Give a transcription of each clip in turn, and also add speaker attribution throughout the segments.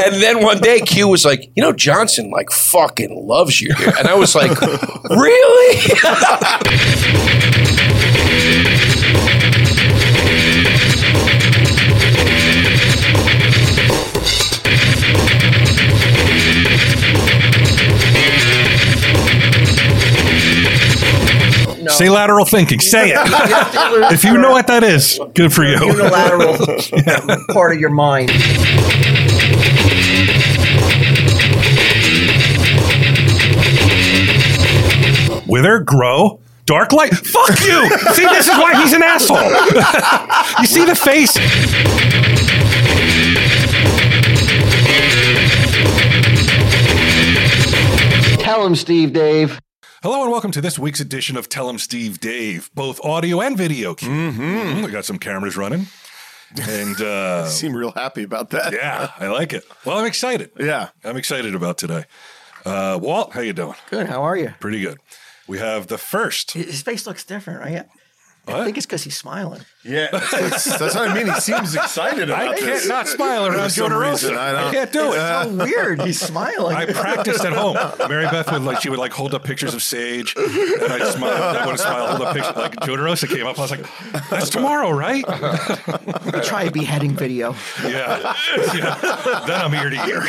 Speaker 1: And then one day Q was like, you know, Johnson like fucking loves you here. And I was like, really?
Speaker 2: Say lateral thinking. Say it. if you know what that is, good for you.
Speaker 3: unilateral part of your mind.
Speaker 2: Wither, grow, dark light. Fuck you. See, this is why he's an asshole. you see the face.
Speaker 4: Tell him, Steve Dave.
Speaker 2: Hello and welcome to this week's edition of Tell 'em Steve Dave, both audio and video. Mm-hmm. We got some cameras running. And uh,
Speaker 5: seem real happy about that.
Speaker 2: yeah, I like it. Well, I'm excited.
Speaker 5: Yeah.
Speaker 2: I'm excited about today. Uh, Walt, how you doing?
Speaker 3: Good. How are you?
Speaker 2: Pretty good. We have the first.
Speaker 3: His face looks different, right? I think it's because he's smiling.
Speaker 5: Yeah. That's, that's what I mean. He seems excited about
Speaker 2: I
Speaker 5: this.
Speaker 2: can't not smile around
Speaker 5: some
Speaker 2: Joe
Speaker 5: reason,
Speaker 2: DeRosa.
Speaker 5: I know.
Speaker 2: I, can't do it.
Speaker 3: So weird. He's smiling.
Speaker 2: I practiced at home. Mary Beth would like she would like hold up pictures of Sage, and I'd smile. I would smile, hold up pictures. Like Joe DeRosa came up, I was like, "That's tomorrow, right?"
Speaker 3: We'll try a beheading video.
Speaker 2: Yeah. yeah. Then I'm ear to ear.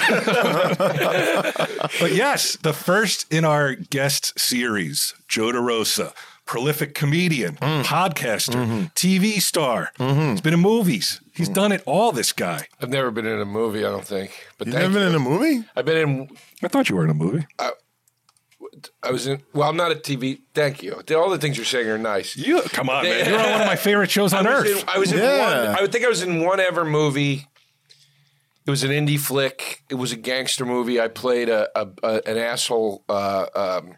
Speaker 2: but yes, the first in our guest series, Joe DeRosa, prolific comedian, podcaster, TV star. He's been in movies. He's done it all, this guy.
Speaker 1: I've never been in a movie, I don't think. But
Speaker 5: You've
Speaker 1: thank
Speaker 5: never been
Speaker 1: you.
Speaker 5: in a movie?
Speaker 1: I've been in.
Speaker 2: I thought you were in a movie.
Speaker 1: I was in. Well, I'm not a TV. Thank you. All the things you're saying are nice.
Speaker 2: You come on, man. You're on one of my favorite shows on
Speaker 1: I was
Speaker 2: earth.
Speaker 1: in, I was in
Speaker 5: Yeah.
Speaker 1: one. I would think I was in one ever movie. It was an indie flick. It was a gangster movie. I played a, a, a an asshole uh, um,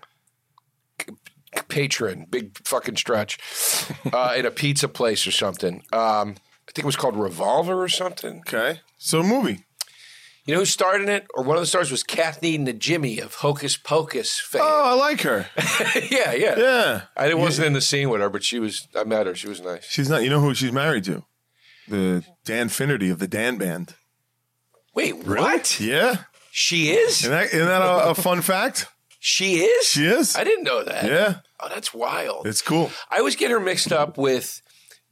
Speaker 1: c- c- patron, big fucking stretch, uh, in a pizza place or something. Um, I think it was called Revolver or something.
Speaker 5: Okay. So a movie.
Speaker 1: You know who starred in it, or one of the stars was Kathy Najimy of Hocus Pocus fame.
Speaker 5: Oh, I like her.
Speaker 1: yeah, yeah,
Speaker 5: Yeah.
Speaker 1: I wasn't in the scene with her, but she was. I met her. She was nice.
Speaker 5: She's not, you know who she's married to? The Dan Finnerty of the Dan Band.
Speaker 1: Wait, what?
Speaker 5: Yeah.
Speaker 1: She is.
Speaker 5: Isn't that, isn't that a, a fun fact?
Speaker 1: She is?
Speaker 5: She is.
Speaker 1: I didn't know that.
Speaker 5: Yeah.
Speaker 1: Oh, that's wild.
Speaker 5: It's cool.
Speaker 1: I always get her mixed up with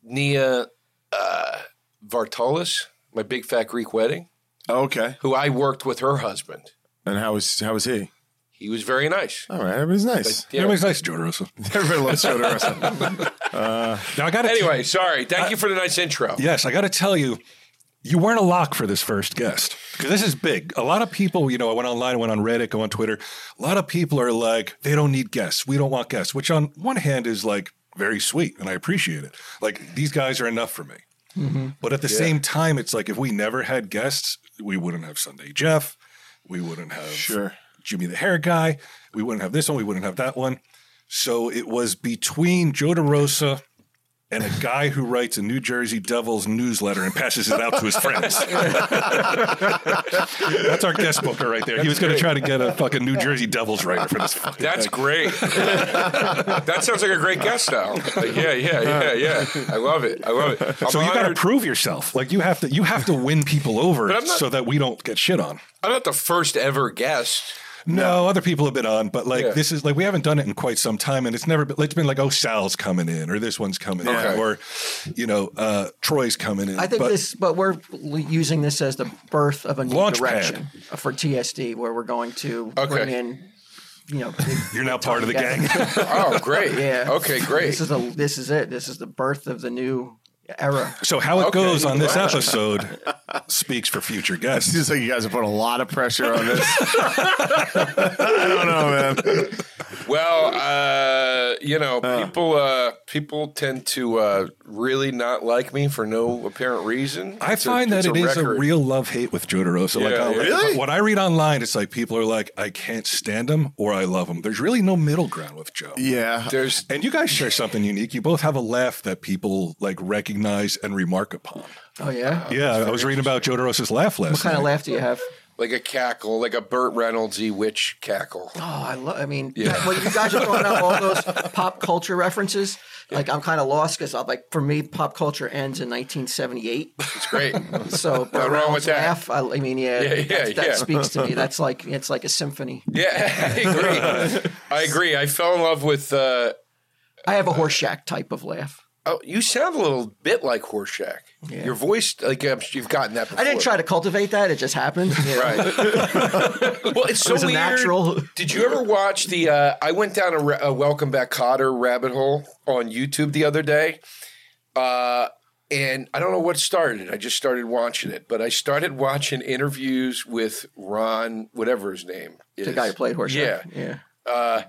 Speaker 1: Nia uh, Vartolis, my big fat Greek wedding,
Speaker 5: Okay.
Speaker 1: who I worked with her husband.
Speaker 5: And how was how was he?
Speaker 1: He was very nice.
Speaker 5: All right. Everybody's nice.
Speaker 1: Yeah.
Speaker 2: Everybody's nice, Joe DeRosa.
Speaker 5: Everybody loves Joe DeRosa.
Speaker 2: Now I got to
Speaker 1: Anyway, sorry. Thank you for the nice intro.
Speaker 2: Yes, I got to tell you, you weren't a lock for this first guest because this is big. A lot of people, you know, I went online, I went on Reddit, go on Twitter. A lot of people are like, they don't need guests. We don't want guests, which on one hand is like very sweet and I appreciate it. Like these guys are enough for me. But at the same time, it's like if we never had guests, we wouldn't have Sunday Jeff. We wouldn't have
Speaker 5: Sure.
Speaker 2: Jimmy the Hair Guy. We wouldn't have this one. We wouldn't have that one. So it was between Joe DeRosa and a guy who writes a New Jersey Devils newsletter and passes it out to his friends. That's our guest booker right there. he was going to try to get a fucking New Jersey Devils writer for this. fucking-
Speaker 1: That's great. that sounds like a great guest now. Like, yeah, yeah, yeah, yeah. I love it. I love it. I'm
Speaker 2: So you got to
Speaker 1: honored-
Speaker 2: prove yourself. Like you have to, you have to win people over
Speaker 1: I'm not-
Speaker 2: so that we don't get shit on.
Speaker 1: I'm not the first ever guest.
Speaker 2: No, other people have been on, but like
Speaker 1: Yeah.
Speaker 2: this is like we haven't done it in quite some time, and it's never been. It's been like oh Sal's coming in, or this one's coming
Speaker 1: Okay.
Speaker 2: in, or you know uh, Troy's coming in.
Speaker 3: I think
Speaker 2: but
Speaker 3: this, but we're using this as the birth of a new
Speaker 2: Launch
Speaker 3: direction for TSD, where we're going to
Speaker 1: Okay.
Speaker 3: bring in, you know,
Speaker 2: you're now part of the gang.
Speaker 1: Oh, great.
Speaker 3: yeah,
Speaker 1: Okay, great.
Speaker 3: This is the this is it. This is the birth of the new era.
Speaker 2: so how it
Speaker 1: Okay.
Speaker 2: goes on this episode speaks for future guests.
Speaker 5: Seems like you guys have put a lot of pressure on this. I don't know, man.
Speaker 1: Well, uh, you know, people uh, people tend to uh, really not like me for no apparent reason.
Speaker 2: I
Speaker 1: It's a-
Speaker 2: find that
Speaker 1: it's
Speaker 2: it is a
Speaker 1: record.
Speaker 2: real love hate with Joe DeRosa. like,
Speaker 1: Yeah,
Speaker 2: I'll-
Speaker 1: yeah.
Speaker 5: Really?
Speaker 2: What I read online, it's like people are like, I can't stand him or I love him. There's really no middle ground with Joe.
Speaker 5: Yeah.
Speaker 1: There's
Speaker 2: And you guys share something unique. You both have a laugh that people like recognize and remark upon.
Speaker 3: Oh yeah.
Speaker 2: Yeah, I was reading about Joe DeRosa's laugh last
Speaker 3: What kind
Speaker 2: night.
Speaker 3: of laugh do you have?
Speaker 1: like a cackle, like a Burt Reynoldsy witch cackle.
Speaker 3: Oh, I love. I mean, that- well, you guys are throwing out all those pop culture references. Like, I'm kind of lost because, like, for me, pop culture ends in 1978.
Speaker 1: It's great.
Speaker 3: So, Burt
Speaker 1: wrong
Speaker 3: Reynolds'
Speaker 1: with that.
Speaker 3: laugh, I, I mean, yeah,
Speaker 1: Yeah, yeah,
Speaker 3: that, that
Speaker 1: yeah.
Speaker 3: speaks to me. That's like it's like a symphony.
Speaker 1: yeah, I agree. I agree. I fell in love with. Uh,
Speaker 3: I have a Horseshack type of laugh.
Speaker 1: oh, you sound a little bit like Horseshack. Your voice, like um, you've gotten that. Before.
Speaker 3: I didn't try to cultivate that; it just happened.
Speaker 1: Right. well, it's so
Speaker 3: was a
Speaker 1: weird.
Speaker 3: natural.
Speaker 1: Did you ever watch the? Uh, I went down a, ra- a Welcome Back Cotter rabbit hole on YouTube the other day, uh, and I don't know what started it. I just started watching it, but I started watching interviews with Ron, whatever his name is,
Speaker 3: The guy who played Horseshack.
Speaker 1: Yeah.
Speaker 3: yeah.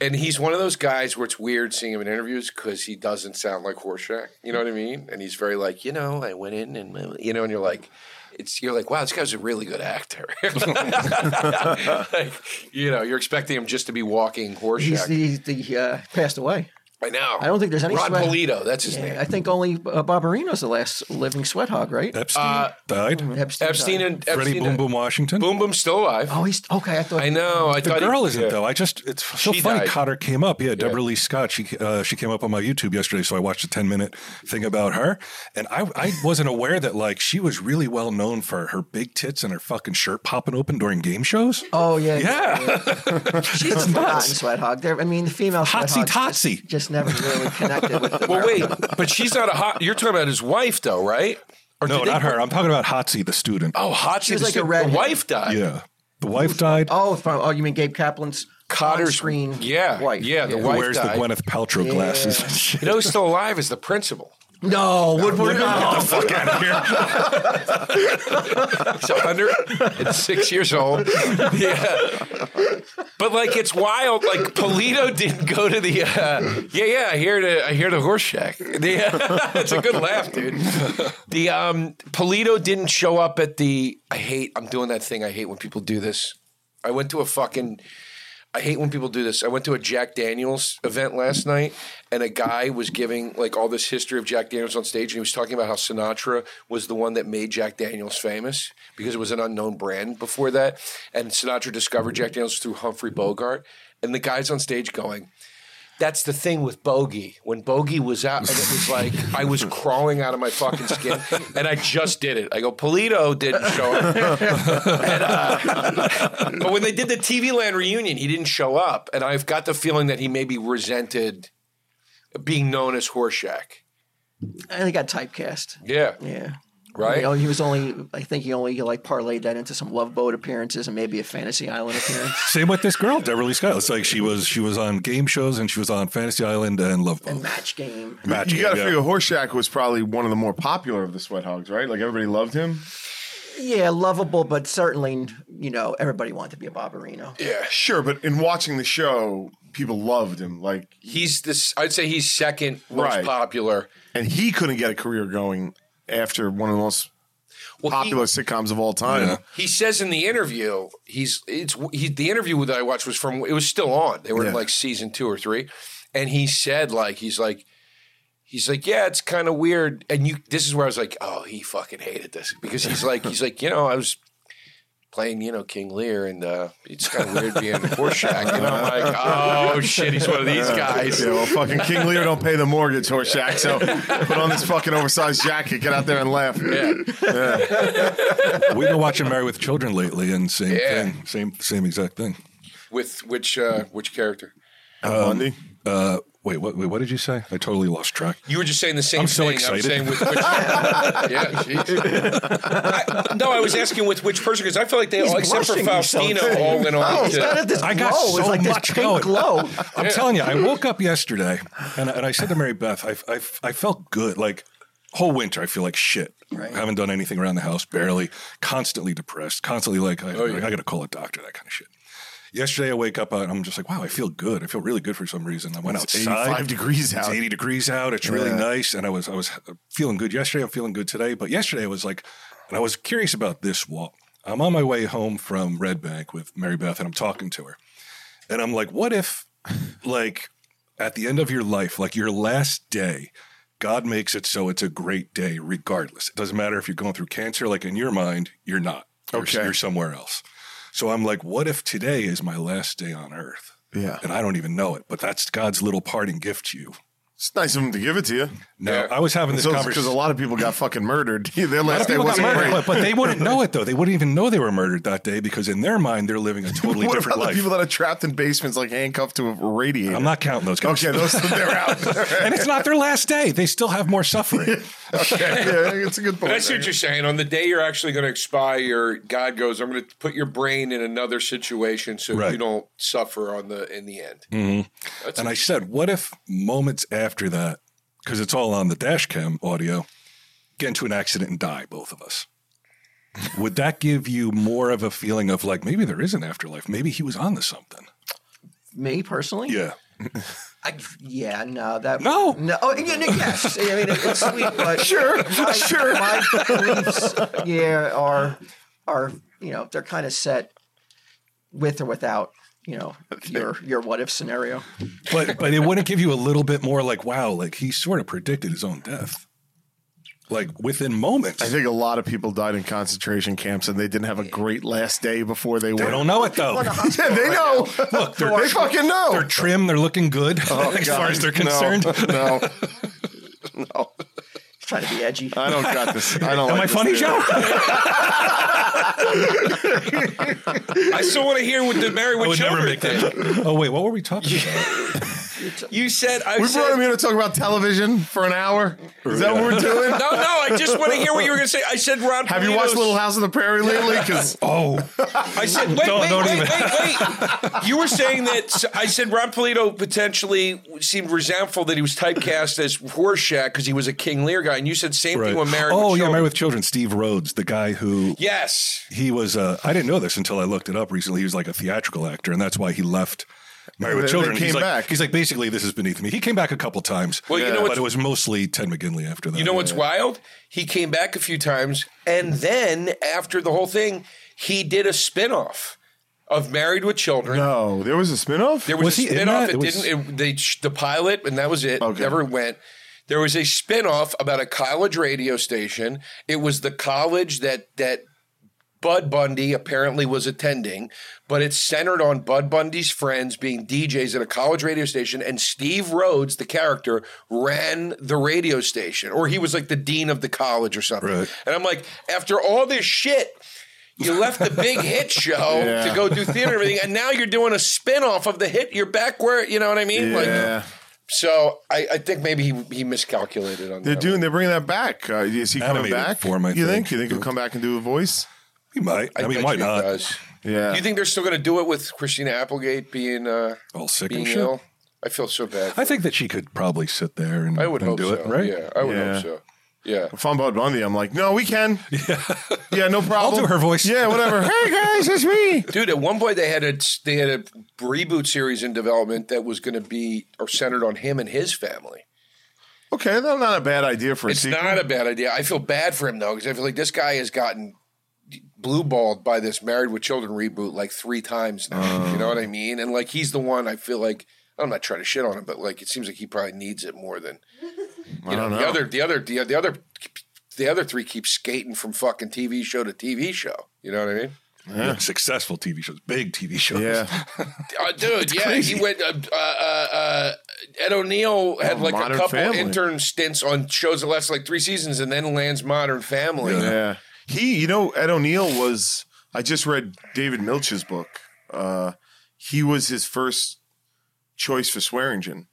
Speaker 1: and he's one of those guys where it's weird seeing him in interviews because he doesn't sound like Horseshack. You know what I mean? And he's very like, you know, I went in and you know, and you're like, it's you're like, wow, this guy's a really good actor. like, you know, you're expecting him just to be walking
Speaker 3: He's
Speaker 1: Horseshack.
Speaker 3: the, the uh, passed away.
Speaker 1: I know.
Speaker 3: I don't think there's any
Speaker 1: Ron
Speaker 3: sweat.
Speaker 1: Polito. That's his
Speaker 3: Yeah,
Speaker 1: name.
Speaker 3: I think only uh, Barbarino's the last living sweat hog, right?
Speaker 2: Epstein died.
Speaker 3: Epstein.
Speaker 1: Epstein
Speaker 3: died.
Speaker 1: and
Speaker 2: Freddie
Speaker 1: Epstein
Speaker 2: Boom
Speaker 1: and-
Speaker 2: Boom Washington.
Speaker 1: Uh, Boom Boom's still alive.
Speaker 3: Oh, he's okay. I thought
Speaker 1: I know. I
Speaker 2: The
Speaker 1: thought he-
Speaker 2: girl isn't
Speaker 1: yeah.
Speaker 2: though. I just it's so
Speaker 1: She
Speaker 2: funny.
Speaker 1: died.
Speaker 2: Cotter came up. Yeah, Deborah Lee Scott. She uh, she came up on my YouTube yesterday, so I watched a ten minute thing about her, and I I wasn't aware that like she was really well known for her big tits and her fucking shirt popping open during game shows.
Speaker 3: Oh yeah,
Speaker 2: yeah,
Speaker 3: She's a forgotten sweat hog. There, I mean, the female sweat
Speaker 2: Hotsy
Speaker 3: hog just,
Speaker 2: totsy.
Speaker 3: just never really connected with. The
Speaker 1: Well, wait, but she's not a hot. You're talking about his wife, though, right? Or
Speaker 2: no,
Speaker 1: did they-
Speaker 2: not her. I'm talking about Hotsy, the student.
Speaker 1: Oh, hot.
Speaker 3: She was like a
Speaker 1: The
Speaker 3: redhead.
Speaker 1: wife died.
Speaker 2: yeah, the wife died.
Speaker 3: Oh, from, oh, you mean Gabe Kaplan's
Speaker 1: Cotter's-
Speaker 3: screen?
Speaker 1: yeah,
Speaker 3: wife.
Speaker 1: yeah, the
Speaker 2: Who
Speaker 1: wife
Speaker 2: wears
Speaker 1: died.
Speaker 2: the Gwyneth Paltrow glasses? and shit.
Speaker 1: You know, who's still alive is the principal.
Speaker 3: No,
Speaker 2: Get
Speaker 3: Woodward. No.
Speaker 2: the fuck out of here.
Speaker 1: He's 106 years old. Yeah. But like it's wild. Like Polito didn't go to the uh, yeah yeah. I hear the I hear the horse shack. The, it's a good laugh, dude. The um Polito didn't show up at the. I hate. I'm doing that thing. I hate when people do this. I went to a fucking. I hate when people do this. I went to a Jack Daniels event last night, and a guy was giving like all this history of Jack Daniels on stage, and he was talking about how Sinatra was the one that made Jack Daniels famous because it was an unknown brand before that, and Sinatra discovered Jack Daniels through Humphrey Bogart, and the guys on stage going. That's the thing with Bogey. When Bogey was out, and it was like I was crawling out of my fucking skin, and I just did it. I go, Polito didn't show up. But when they did the TV Land reunion, he didn't show up, and I've got the feeling that he maybe resented being known as Horseshack.
Speaker 3: And he got typecast.
Speaker 1: Yeah,
Speaker 3: Yeah.
Speaker 1: right.
Speaker 3: You know, he was only. I think he only like parlayed that into some Love Boat appearances and maybe a Fantasy Island appearance.
Speaker 2: Same with this girl, Deborah Lee Scott. It's like she was she was on game shows and she was on Fantasy Island and Love Boat.
Speaker 3: Match game.
Speaker 2: Match
Speaker 5: You
Speaker 2: Game,
Speaker 5: got to
Speaker 2: yeah.
Speaker 5: figure Horseshack was probably one of the more popular of the Sweat Hogs, right? Like everybody loved him.
Speaker 3: Yeah, lovable, but certainly, you know, everybody wanted to be a Barbarino.
Speaker 5: Yeah, sure. But in watching the show, people loved him. Like,
Speaker 1: he's this. I'd say he's second most
Speaker 5: Right.
Speaker 1: popular.
Speaker 5: and he couldn't get a career going after one of the most
Speaker 1: Well, he-
Speaker 5: popular sitcoms of all time.
Speaker 2: Yeah.
Speaker 1: He says in the interview, he's it's he, the interview that I watched was from it was still on. They were in
Speaker 5: Yeah.
Speaker 1: like season two or three, and he said like he's like he's like yeah, it's kind of weird. And you, this is where I was like, oh, he fucking hated this because he's like he's like you know I was playing you know King Lear and uh, it's kind of weird being Horseshack. And I'm like, oh shit, he's one of these guys.
Speaker 5: Yeah, well, fucking King Lear don't pay the mortgage, Horseshack. So put on this fucking oversized jacket, get out there and laugh.
Speaker 1: Yeah.
Speaker 2: We've been watching Married with Children lately, and same
Speaker 1: Yeah.
Speaker 2: thing, same same exact thing.
Speaker 1: With which uh, which character?
Speaker 5: Um, Bundy.
Speaker 2: Uh, wait, what? Wait, what did you say? I totally lost track.
Speaker 1: You were just saying the same
Speaker 2: I'm so
Speaker 1: thing.
Speaker 2: excited.
Speaker 1: I'm saying with which, yeah, jeez. I, no, I was asking with which person because I feel like they all, except for
Speaker 3: blushing himself,
Speaker 1: Faustino, all went on.
Speaker 3: He's got
Speaker 1: To,
Speaker 3: this glow.
Speaker 2: I got so
Speaker 3: it's like
Speaker 2: much
Speaker 3: this pink
Speaker 2: going.
Speaker 3: glow.
Speaker 2: I'm telling you, I woke up yesterday, and I, and I said to Mary Beth, I, I I felt good, like whole winter. I feel like shit. I haven't done anything around the house, barely, constantly depressed, constantly like I, I got to call a doctor, that kind of shit. Yesterday, I wake up uh, and I'm just like, wow, I feel good. I feel really good for some reason. I went outside.
Speaker 5: 85 degrees
Speaker 2: It's
Speaker 5: out.
Speaker 2: 80 degrees out. It's really nice. And I was I was feeling good yesterday. I'm feeling good today. But yesterday I was like, and I was curious about this wall. I'm on my way home from Red Bank with Mary Beth, and I'm talking to her, and I'm like, what if, like, at the end of your life, like your last day. God makes it so it's a great day regardless. It doesn't matter if you're going through cancer, like in your mind, you're not.
Speaker 5: Okay.
Speaker 2: You're, you're somewhere else. So I'm like, what if today is my last day on earth?
Speaker 5: Yeah.
Speaker 2: And I don't even know it, but that's God's little parting gift to you.
Speaker 5: It's nice of them to give it to you.
Speaker 2: Now,
Speaker 1: Yeah.
Speaker 2: I was having this
Speaker 5: So because
Speaker 2: conversation.
Speaker 5: a lot of people got fucking murdered. Their last day
Speaker 2: People got
Speaker 5: wasn't
Speaker 2: murdered, but,
Speaker 5: great.
Speaker 2: but they wouldn't know it though. They wouldn't even know they were murdered that day because in their mind they're living a totally
Speaker 5: what
Speaker 2: different
Speaker 5: about
Speaker 2: life.
Speaker 5: the people that are trapped in basements, like handcuffed to a radiator?
Speaker 2: I'm not counting those guys.
Speaker 5: okay, those they're out.
Speaker 2: and it's not their last day. They still have more suffering.
Speaker 5: okay, yeah, it's a good point.
Speaker 1: That's what you're saying. On the day you're actually going to expire, God goes, "I'm going to put your brain in another situation so
Speaker 2: Right. Mm-hmm.
Speaker 1: you don't suffer on the in the end."
Speaker 2: and I said, what if moments after that, because it's all on the dash cam audio, get into an accident and die, both of us? Would that give you more of a feeling of like maybe there is an afterlife? Maybe he was on to something.
Speaker 3: Me personally,
Speaker 2: Yeah.
Speaker 3: I, yeah, no, that
Speaker 2: No.
Speaker 3: no. Oh, yeah, no, yes, I mean it's sweet, but sure, my, sure. My beliefs, yeah, are are you know they're kind of set with or without you know your your what if scenario.
Speaker 2: But but it wouldn't give you a little bit more like, wow, like he sort of predicted his own death. Like within moments.
Speaker 5: I think a lot of people died in concentration camps, and they didn't have a great last day before they,
Speaker 2: they
Speaker 5: went.
Speaker 2: don't know it though.
Speaker 5: Yeah, they know. Look, they fucking know.
Speaker 2: They're trim, they're looking good
Speaker 1: Oh,
Speaker 2: as far as they're concerned.
Speaker 5: No, no.
Speaker 3: Trying to be edgy.
Speaker 2: Uh,
Speaker 5: I don't got this. I don't.
Speaker 2: Am I
Speaker 5: like this
Speaker 2: funny,
Speaker 5: theory.
Speaker 2: Joe?
Speaker 1: I still want to hear what the Married
Speaker 2: I
Speaker 1: with
Speaker 2: would never
Speaker 1: Children
Speaker 2: make
Speaker 1: thing.
Speaker 2: that. Oh wait, what were we talking about?
Speaker 1: You said I
Speaker 5: We
Speaker 1: said,
Speaker 5: brought him here to talk about television for an hour. Is that what we're doing?
Speaker 1: No, no, I just want to hear what you were going to say. I said Ron.
Speaker 5: Have you watched
Speaker 1: Polito's-
Speaker 5: Little House on the Prairie lately? Because
Speaker 2: Oh,
Speaker 1: I said, wait,
Speaker 2: Don't-
Speaker 1: wait,
Speaker 2: don't
Speaker 1: wait,
Speaker 2: even-
Speaker 1: wait, wait. You were saying that so I said Ron Polito potentially seemed resentful that he was typecast as Rorschach because he was a King Lear guy, and you said same
Speaker 2: Right.
Speaker 1: thing with Married.
Speaker 2: oh
Speaker 1: with
Speaker 2: yeah,
Speaker 1: Children.
Speaker 2: Married with Children. Steve Rhodes, the guy who
Speaker 1: Yes,
Speaker 2: he was. Uh, I didn't know this until I looked it up recently. He was like a theatrical actor, and that's why he left. Married
Speaker 5: They-
Speaker 2: with
Speaker 5: they
Speaker 2: Children.
Speaker 5: came
Speaker 2: he's like,
Speaker 5: back.
Speaker 2: he's like basically this is beneath me. He came back a couple times.
Speaker 1: Well, you know
Speaker 2: but
Speaker 1: what's-
Speaker 2: it was mostly Ted McGinley after that.
Speaker 1: you know what's wild? He came back a few times, and then after the whole thing, he did a spinoff of Married with Children.
Speaker 5: no, there was a spinoff.
Speaker 1: There was,
Speaker 2: Was
Speaker 1: a
Speaker 2: he in
Speaker 1: spinoff.
Speaker 2: that?
Speaker 1: It
Speaker 2: It was-
Speaker 1: didn't. It, they sh- the pilot, and that was it.
Speaker 5: Okay.
Speaker 1: Never went. There was a spinoff about a college radio station. It was the college that that Bud Bundy apparently was attending, but it's centered on Bud Bundy's friends being DJs at a college radio station, and Steve Rhodes, the character, ran the radio station, or he was like the dean of the college or something.
Speaker 2: Right.
Speaker 1: And I'm like, after all this shit. You left the big hit show
Speaker 5: Yeah.
Speaker 1: to go do theater and everything, and now you're doing a spin-off of the hit. You're back where you know what I mean.
Speaker 5: yeah.
Speaker 1: so I, I think maybe he, he miscalculated on
Speaker 5: They're
Speaker 1: that.
Speaker 5: doing. They're bringing that back. Uh, is he coming
Speaker 2: Animated
Speaker 5: back?
Speaker 2: form, I
Speaker 5: you
Speaker 2: think.
Speaker 5: think? You think he'll come back and do a voice?
Speaker 2: He might. I,
Speaker 1: one.
Speaker 2: mean,
Speaker 1: bet
Speaker 2: why
Speaker 1: you he
Speaker 2: not?
Speaker 1: does.
Speaker 5: Yeah.
Speaker 1: Do you think they're still going to do it with Christina Applegate being uh,
Speaker 2: All sick
Speaker 1: being
Speaker 2: and shit.
Speaker 1: ill? I feel so bad.
Speaker 2: I think that she could probably sit there and,
Speaker 1: I would
Speaker 2: and
Speaker 1: hope
Speaker 2: do
Speaker 1: so.
Speaker 2: it, right?
Speaker 1: Yeah, I would
Speaker 5: Yeah.
Speaker 1: hope so. Yeah.
Speaker 5: if I'm Bud Bundy, I'm like, no, we can. Yeah, no problem.
Speaker 2: do her voice.
Speaker 5: Yeah, whatever. hey guys, it's me.
Speaker 1: Dude, at one point they had a they had a reboot series in development that was going to be or centered on him and his family.
Speaker 5: Okay, that's not a bad idea for a
Speaker 1: It's
Speaker 5: sequel.
Speaker 1: not a bad idea. I feel bad for him though because I feel like this guy has gotten blue balled by this Married with Children reboot like three times now. You know what I mean? And like he's the one I feel like I'm not trying to shit on him, but like it seems like he probably needs it more than you know,
Speaker 5: don't
Speaker 1: the
Speaker 5: know.
Speaker 1: other the other the, the other the other three keep skating from fucking TV show to TV show. You know what I mean?
Speaker 2: Successful TV shows, big TV shows.
Speaker 5: yeah,
Speaker 1: Uh, dude, yeah, he went. Uh, uh, uh, Ed O'Neill had
Speaker 5: Oh,
Speaker 1: like a
Speaker 5: Modern
Speaker 1: couple
Speaker 5: Family.
Speaker 1: intern stints on shows that lasted like three seasons, and then lands Modern Family.
Speaker 5: yeah. He, you know, Ed O'Neill was. I just read David Milch's book. Uh, he was his first choice for Swearingen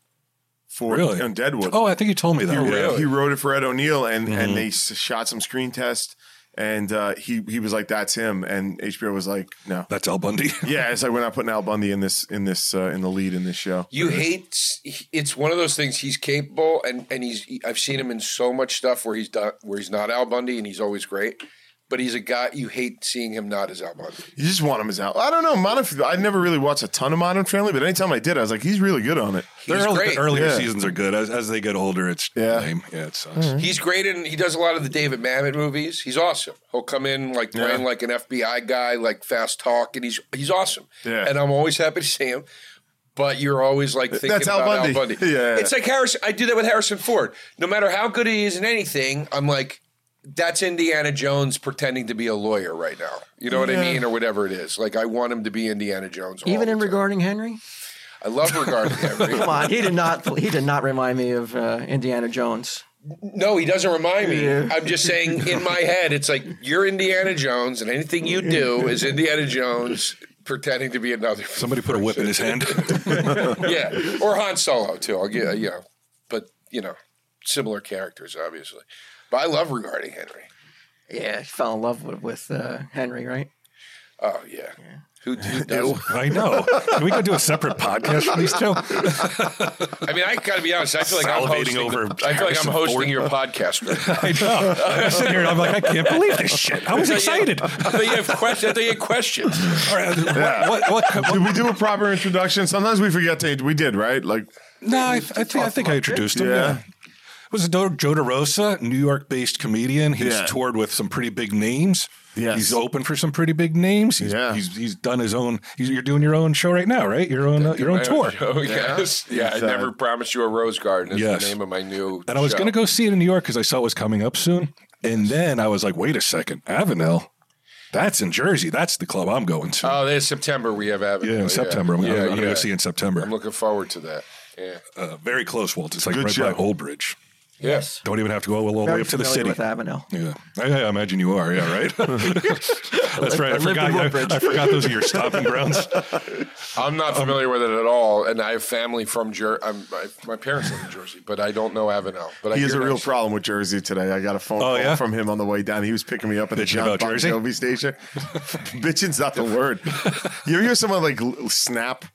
Speaker 5: for
Speaker 2: Really?
Speaker 5: on Deadwood.
Speaker 2: Oh, I think you told me that.
Speaker 5: he,
Speaker 2: Yeah. Mm-hmm.
Speaker 5: he wrote it for Ed O'Neill, and and they s- shot some screen test, and uh, he he was like, "That's him," and HBO was like, "No."
Speaker 2: That's Al Bundy.
Speaker 5: Yeah, it's like we're not putting Al Bundy in this in this uh, in the lead in this show.
Speaker 1: You hate. It's one of those things. He's capable, and and he's. I've seen him in so much stuff where he's done where he's not Al Bundy, and he's always great. But he's a guy you hate seeing him not as Al Bundy.
Speaker 5: You just want him as Al. I don't know. Modern. I never really watched a ton of Modern Family, but anytime I did, I was like, he's really good on it.
Speaker 2: The
Speaker 1: He's
Speaker 2: early-
Speaker 1: great.
Speaker 2: The earlier
Speaker 5: Yeah.
Speaker 2: seasons are good. As, as they get older, it's
Speaker 5: Yeah.
Speaker 2: lame. Yeah, it sucks.
Speaker 1: He's great, and he does a lot of the David Mamet movies. He's awesome. He'll come in like playing like an FBI guy, like fast talk, and he's he's awesome.
Speaker 5: Yeah.
Speaker 1: And I'm always happy to see him. But you're always like thinking
Speaker 5: That's Al
Speaker 1: about
Speaker 5: Bundy.
Speaker 1: Al Bundy.
Speaker 5: Yeah.
Speaker 1: It's like Harrison. I do that with Harrison Ford. No matter how good he is in anything, I'm like, that's Indiana Jones pretending to be a lawyer right now. You know what I mean, or whatever it is. Like I want him to be Indiana Jones. all
Speaker 3: Even
Speaker 1: the
Speaker 3: in
Speaker 1: time.
Speaker 3: regarding Henry,
Speaker 1: I love regarding Henry.
Speaker 3: come on, he did not. He did not remind me of uh, Indiana Jones.
Speaker 1: No, he doesn't remind me.
Speaker 3: Yeah.
Speaker 1: I'm just saying in my head, it's like you're Indiana Jones, and anything you do is Indiana Jones pretending to be another.
Speaker 2: Somebody put a whip in his hand.
Speaker 1: yeah, or Han Solo too. I'll get you know, but you know, similar characters obviously. But I love regarding Henry.
Speaker 3: Yeah, he fell in love with, with uh, Henry, right?
Speaker 1: Oh yeah, who, who does?
Speaker 2: I know. Can we go do a separate podcast from these two?
Speaker 1: I mean, I gotta be honest. I feel like I'm
Speaker 2: Salivating
Speaker 1: hosting.
Speaker 2: over
Speaker 1: I feel like I'm
Speaker 2: Harrison
Speaker 1: hosting
Speaker 2: Ford.
Speaker 1: your podcast. Right
Speaker 2: I know. I'm sitting here and I'm like, I can't believe this shit. I was excited.
Speaker 1: I thought you have questions. I thought you had questions.
Speaker 2: All right, what, what, what,
Speaker 5: Did we do a proper introduction? Sometimes we forget to. We did, right? Like,
Speaker 2: No, I, I think I think I introduced him.
Speaker 5: Yeah.
Speaker 2: Yeah. It was Joe Joe DeRosa, New York-based comedian. He's
Speaker 5: Yeah.
Speaker 2: toured with some pretty big names.
Speaker 5: Yes.
Speaker 2: He's open for some pretty big names. He's,
Speaker 5: Yeah.
Speaker 2: he's, he's done his own. He's, you're doing your own show right now, right? Your own uh, your own tour.
Speaker 1: Oh, yes. Yeah, I
Speaker 5: It's, uh,
Speaker 1: never promised you a rose garden. Is
Speaker 2: Yes.
Speaker 1: the name of my new.
Speaker 2: And I was
Speaker 1: show.
Speaker 2: going to go see it in New York because I saw it was coming up soon. And then I was like, wait a second, Avenel, that's in Jersey. That's the club I'm going to.
Speaker 1: Oh, there's September. We have Avenue.
Speaker 2: yeah, in September. I'm,
Speaker 1: Yeah,
Speaker 2: I'm going to
Speaker 1: yeah.
Speaker 2: go see it in September.
Speaker 1: I'm looking forward to that. Yeah.
Speaker 2: Uh, very close, Walt. It's like
Speaker 5: Good
Speaker 2: right
Speaker 5: show.
Speaker 2: by Old Bridge.
Speaker 1: Yes.
Speaker 2: Don't even have to go all the way
Speaker 3: Very
Speaker 2: up to the
Speaker 3: familiar
Speaker 2: city.
Speaker 3: with Avenel.
Speaker 2: Yeah, I, I imagine you are. Yeah, right. That's right. I,
Speaker 3: lived
Speaker 2: forgot.
Speaker 3: in
Speaker 2: I,
Speaker 3: Woodbridge.
Speaker 2: I forgot those are your stopping grounds.
Speaker 1: I'm not
Speaker 2: Um,
Speaker 1: familiar with it at all, and I have family from Jersey. My, my parents live in Jersey, but I don't know Avenel. But I
Speaker 5: he has a
Speaker 1: hear
Speaker 5: real
Speaker 1: nice-
Speaker 5: problem with Jersey today. I got a phone
Speaker 2: Oh,
Speaker 5: call
Speaker 2: yeah?
Speaker 5: from him on the way down. He was picking me up at the
Speaker 2: Bitching
Speaker 5: John
Speaker 2: about
Speaker 5: Bon
Speaker 2: Jersey?
Speaker 5: Jovi station. Bitching's not the word. You ever hear someone like l- snap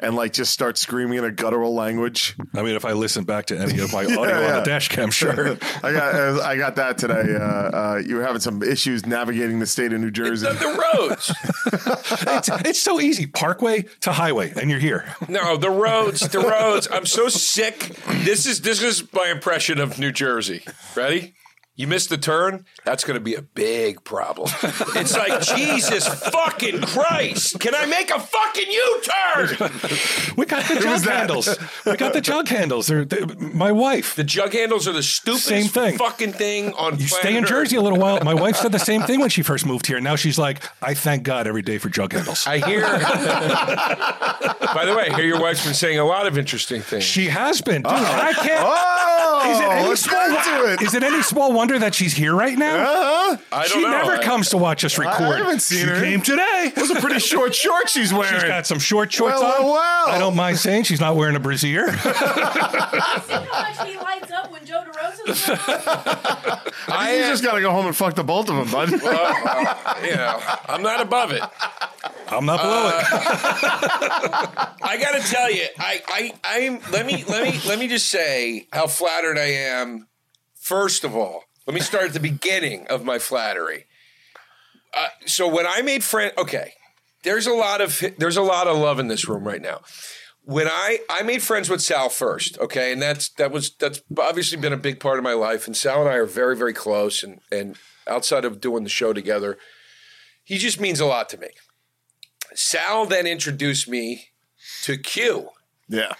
Speaker 5: and like just start screaming in a guttural language?
Speaker 2: I mean, if I listen back to any of my audio on
Speaker 5: yeah.
Speaker 2: the dash cam, sure.
Speaker 5: I got I got that today. Uh, uh, you were having some issues navigating the state of New Jersey.
Speaker 1: The, the roads.
Speaker 2: it's, it's so easy. Parkway to highway, and you're here.
Speaker 1: No, the roads. The roads. I'm so sick. This is this is my impression of New Jersey. Ready? You missed the turn. That's going to be a big problem. It's like Jesus fucking Christ! Can I make a fucking U-turn?
Speaker 2: We got the jug handles. We got the jug handles. They're, they my wife.
Speaker 1: The jug handles are the stupidest
Speaker 2: Same thing.
Speaker 1: fucking thing on.
Speaker 2: You stay in Jersey a little while. My wife said the same thing when she first moved here. Now she's like, I thank God every day for jug handles.
Speaker 1: I hear. By the way, I hear your wife's been saying a lot of interesting things.
Speaker 2: she has been. Dude, I can't.
Speaker 5: oh,
Speaker 2: Is it any
Speaker 5: let's
Speaker 2: small
Speaker 5: get
Speaker 2: wo-
Speaker 5: to it.
Speaker 2: Is it any small wonder that she's here right now?
Speaker 5: Uh-huh.
Speaker 1: I don't
Speaker 2: she
Speaker 1: know.
Speaker 2: never
Speaker 1: I-
Speaker 2: comes to watch us record.
Speaker 5: haven't seen
Speaker 2: she
Speaker 5: her.
Speaker 2: came today.
Speaker 5: Those are pretty short shorts she's wearing.
Speaker 2: She's got some short shorts
Speaker 5: Well,
Speaker 2: on.
Speaker 5: well, well.
Speaker 2: I don't mind saying she's not wearing a brassiere.
Speaker 6: how much he lights up when Joe DeRosa's around.
Speaker 5: I you just got to go home and fuck the both of them, bud.
Speaker 1: uh, you know, I'm not above it.
Speaker 2: I'm not below
Speaker 1: Um,
Speaker 2: it.
Speaker 1: I gotta tell you, I, I, I'm. Let me, let me, let me just say how flattered I am. First of all, let me start at the beginning of my flattery. Uh, so when I made friend, okay, there's a lot of there's a lot of love in this room right now. When I I made friends with Sal first, okay, and that's that was that's obviously been a big part of my life. And Sal and I are very very close, and and outside of doing the show together, he just means a lot to me. Sal then introduced me to Q.
Speaker 5: yeah.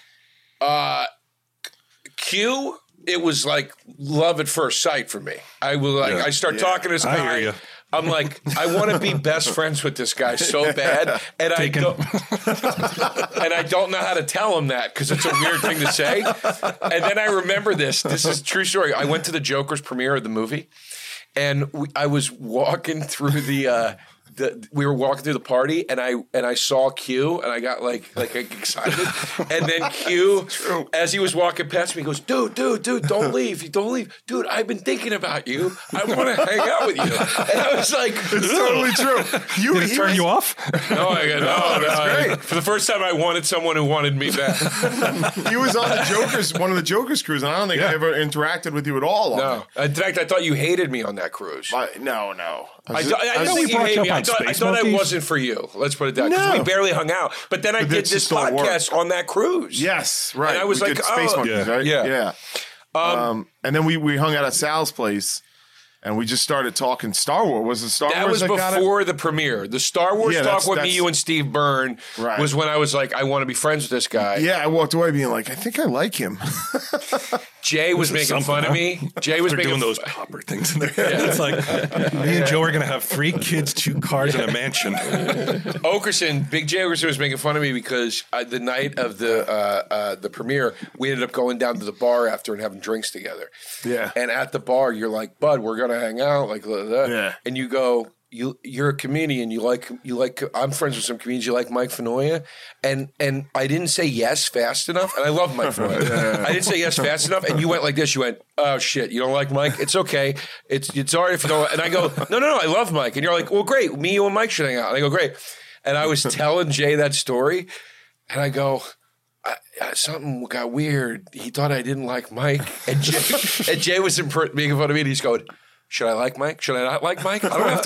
Speaker 1: Q, it was like love at first sight for me. I was like, I start talking to this
Speaker 2: I
Speaker 1: guy.
Speaker 2: hear ya.
Speaker 1: I'm like, I want to be best friends with this guy so bad, and I
Speaker 2: Taken.
Speaker 1: don't, and I don't know how to tell him that because it's a weird thing to say. And then I remember this. This is true story. I went to the Joker's premiere of the movie, and we, I was walking through the. Uh, the, we were walking through the party, and I and I saw Q, and I got like like excited, and then Q, as he was walking past me, he goes, "Dude, dude, dude, don't leave, you don't leave, dude. I've been thinking about you. I want to hang out with you." And I was like,
Speaker 5: Totally true. You
Speaker 2: Did it
Speaker 5: he
Speaker 2: turn
Speaker 5: was-
Speaker 2: you off?
Speaker 1: "No, I go, no, no."
Speaker 5: that's great.
Speaker 1: For the first time, I wanted someone who wanted me back.
Speaker 5: He was on the Joker's one of the Joker's crews, and I don't think I ever interacted with you at all. on
Speaker 1: No, in fact, I thought you hated me on that cruise.
Speaker 5: it. I- no, no. I,
Speaker 1: I,
Speaker 5: was
Speaker 1: thought- I,
Speaker 5: I
Speaker 1: didn't
Speaker 5: was-
Speaker 1: think
Speaker 2: we
Speaker 1: you
Speaker 2: brought
Speaker 1: hated
Speaker 2: you
Speaker 1: me.
Speaker 2: up
Speaker 1: I
Speaker 2: on
Speaker 1: thought, I
Speaker 2: Space
Speaker 1: thought I
Speaker 2: Monkeys.
Speaker 1: wasn't for you. Let's put it that because
Speaker 5: No.
Speaker 1: we barely hung out. But then I did
Speaker 5: that's
Speaker 1: this
Speaker 5: still at work.
Speaker 1: podcast on that cruise.
Speaker 5: yes, right.
Speaker 1: And I was
Speaker 5: We
Speaker 1: like,
Speaker 5: did Space
Speaker 1: oh,
Speaker 5: Monkeys,
Speaker 2: Yeah.
Speaker 5: right?
Speaker 1: yeah.
Speaker 5: yeah. Um, and then we we hung out at Sal's place, and we just started talking Star Wars. Was it Star
Speaker 1: That
Speaker 5: Wars
Speaker 1: was
Speaker 5: that got it?
Speaker 1: before the premiere. The Star Wars
Speaker 5: Yeah,
Speaker 1: talk
Speaker 5: that's-
Speaker 1: with me,
Speaker 5: that's-
Speaker 1: you, and Steve Byrne
Speaker 5: Right.
Speaker 1: was when I was like, I want to be friends with this guy.
Speaker 5: Yeah, I walked away being like, I think I like him.
Speaker 1: Jay was
Speaker 2: This is
Speaker 1: making fun
Speaker 2: something,
Speaker 1: of me. Jay was
Speaker 2: They're
Speaker 1: making
Speaker 2: doing those
Speaker 1: fu-
Speaker 2: popper things in their head. It's like me and Joe are gonna have three kids, two cars, and a mansion.
Speaker 1: Okerson, Big Jay Okerson was making fun of me because uh, the night of the uh, uh, the premiere, we ended up going down to the bar after and having drinks together.
Speaker 5: Yeah.
Speaker 1: And at the bar, you're like, "Bud, we're gonna hang out," like, blah, blah, blah.
Speaker 5: Yeah.
Speaker 1: And you go, "You you're a comedian. You like you like. I'm friends with some comedians. You like Mike Fenoya." And and I didn't say yes fast enough. And I love Mike Fenoya. I didn't say yes fast enough. And you went like this. You went, "Oh shit, you don't like Mike? It's okay. It's it's all right if you don't." And I go, "No, no, no. I love Mike." And you're like, "Well, great. Me, you, and Mike should hang out." And I go, "Great." And I was telling Jay that story, and I go, I, I, uh, something got weird. He thought I didn't like Mike, and Jay, and Jay was impr- making fun of me, and he's going, "Should I like Mike? Should I not like Mike? I don't have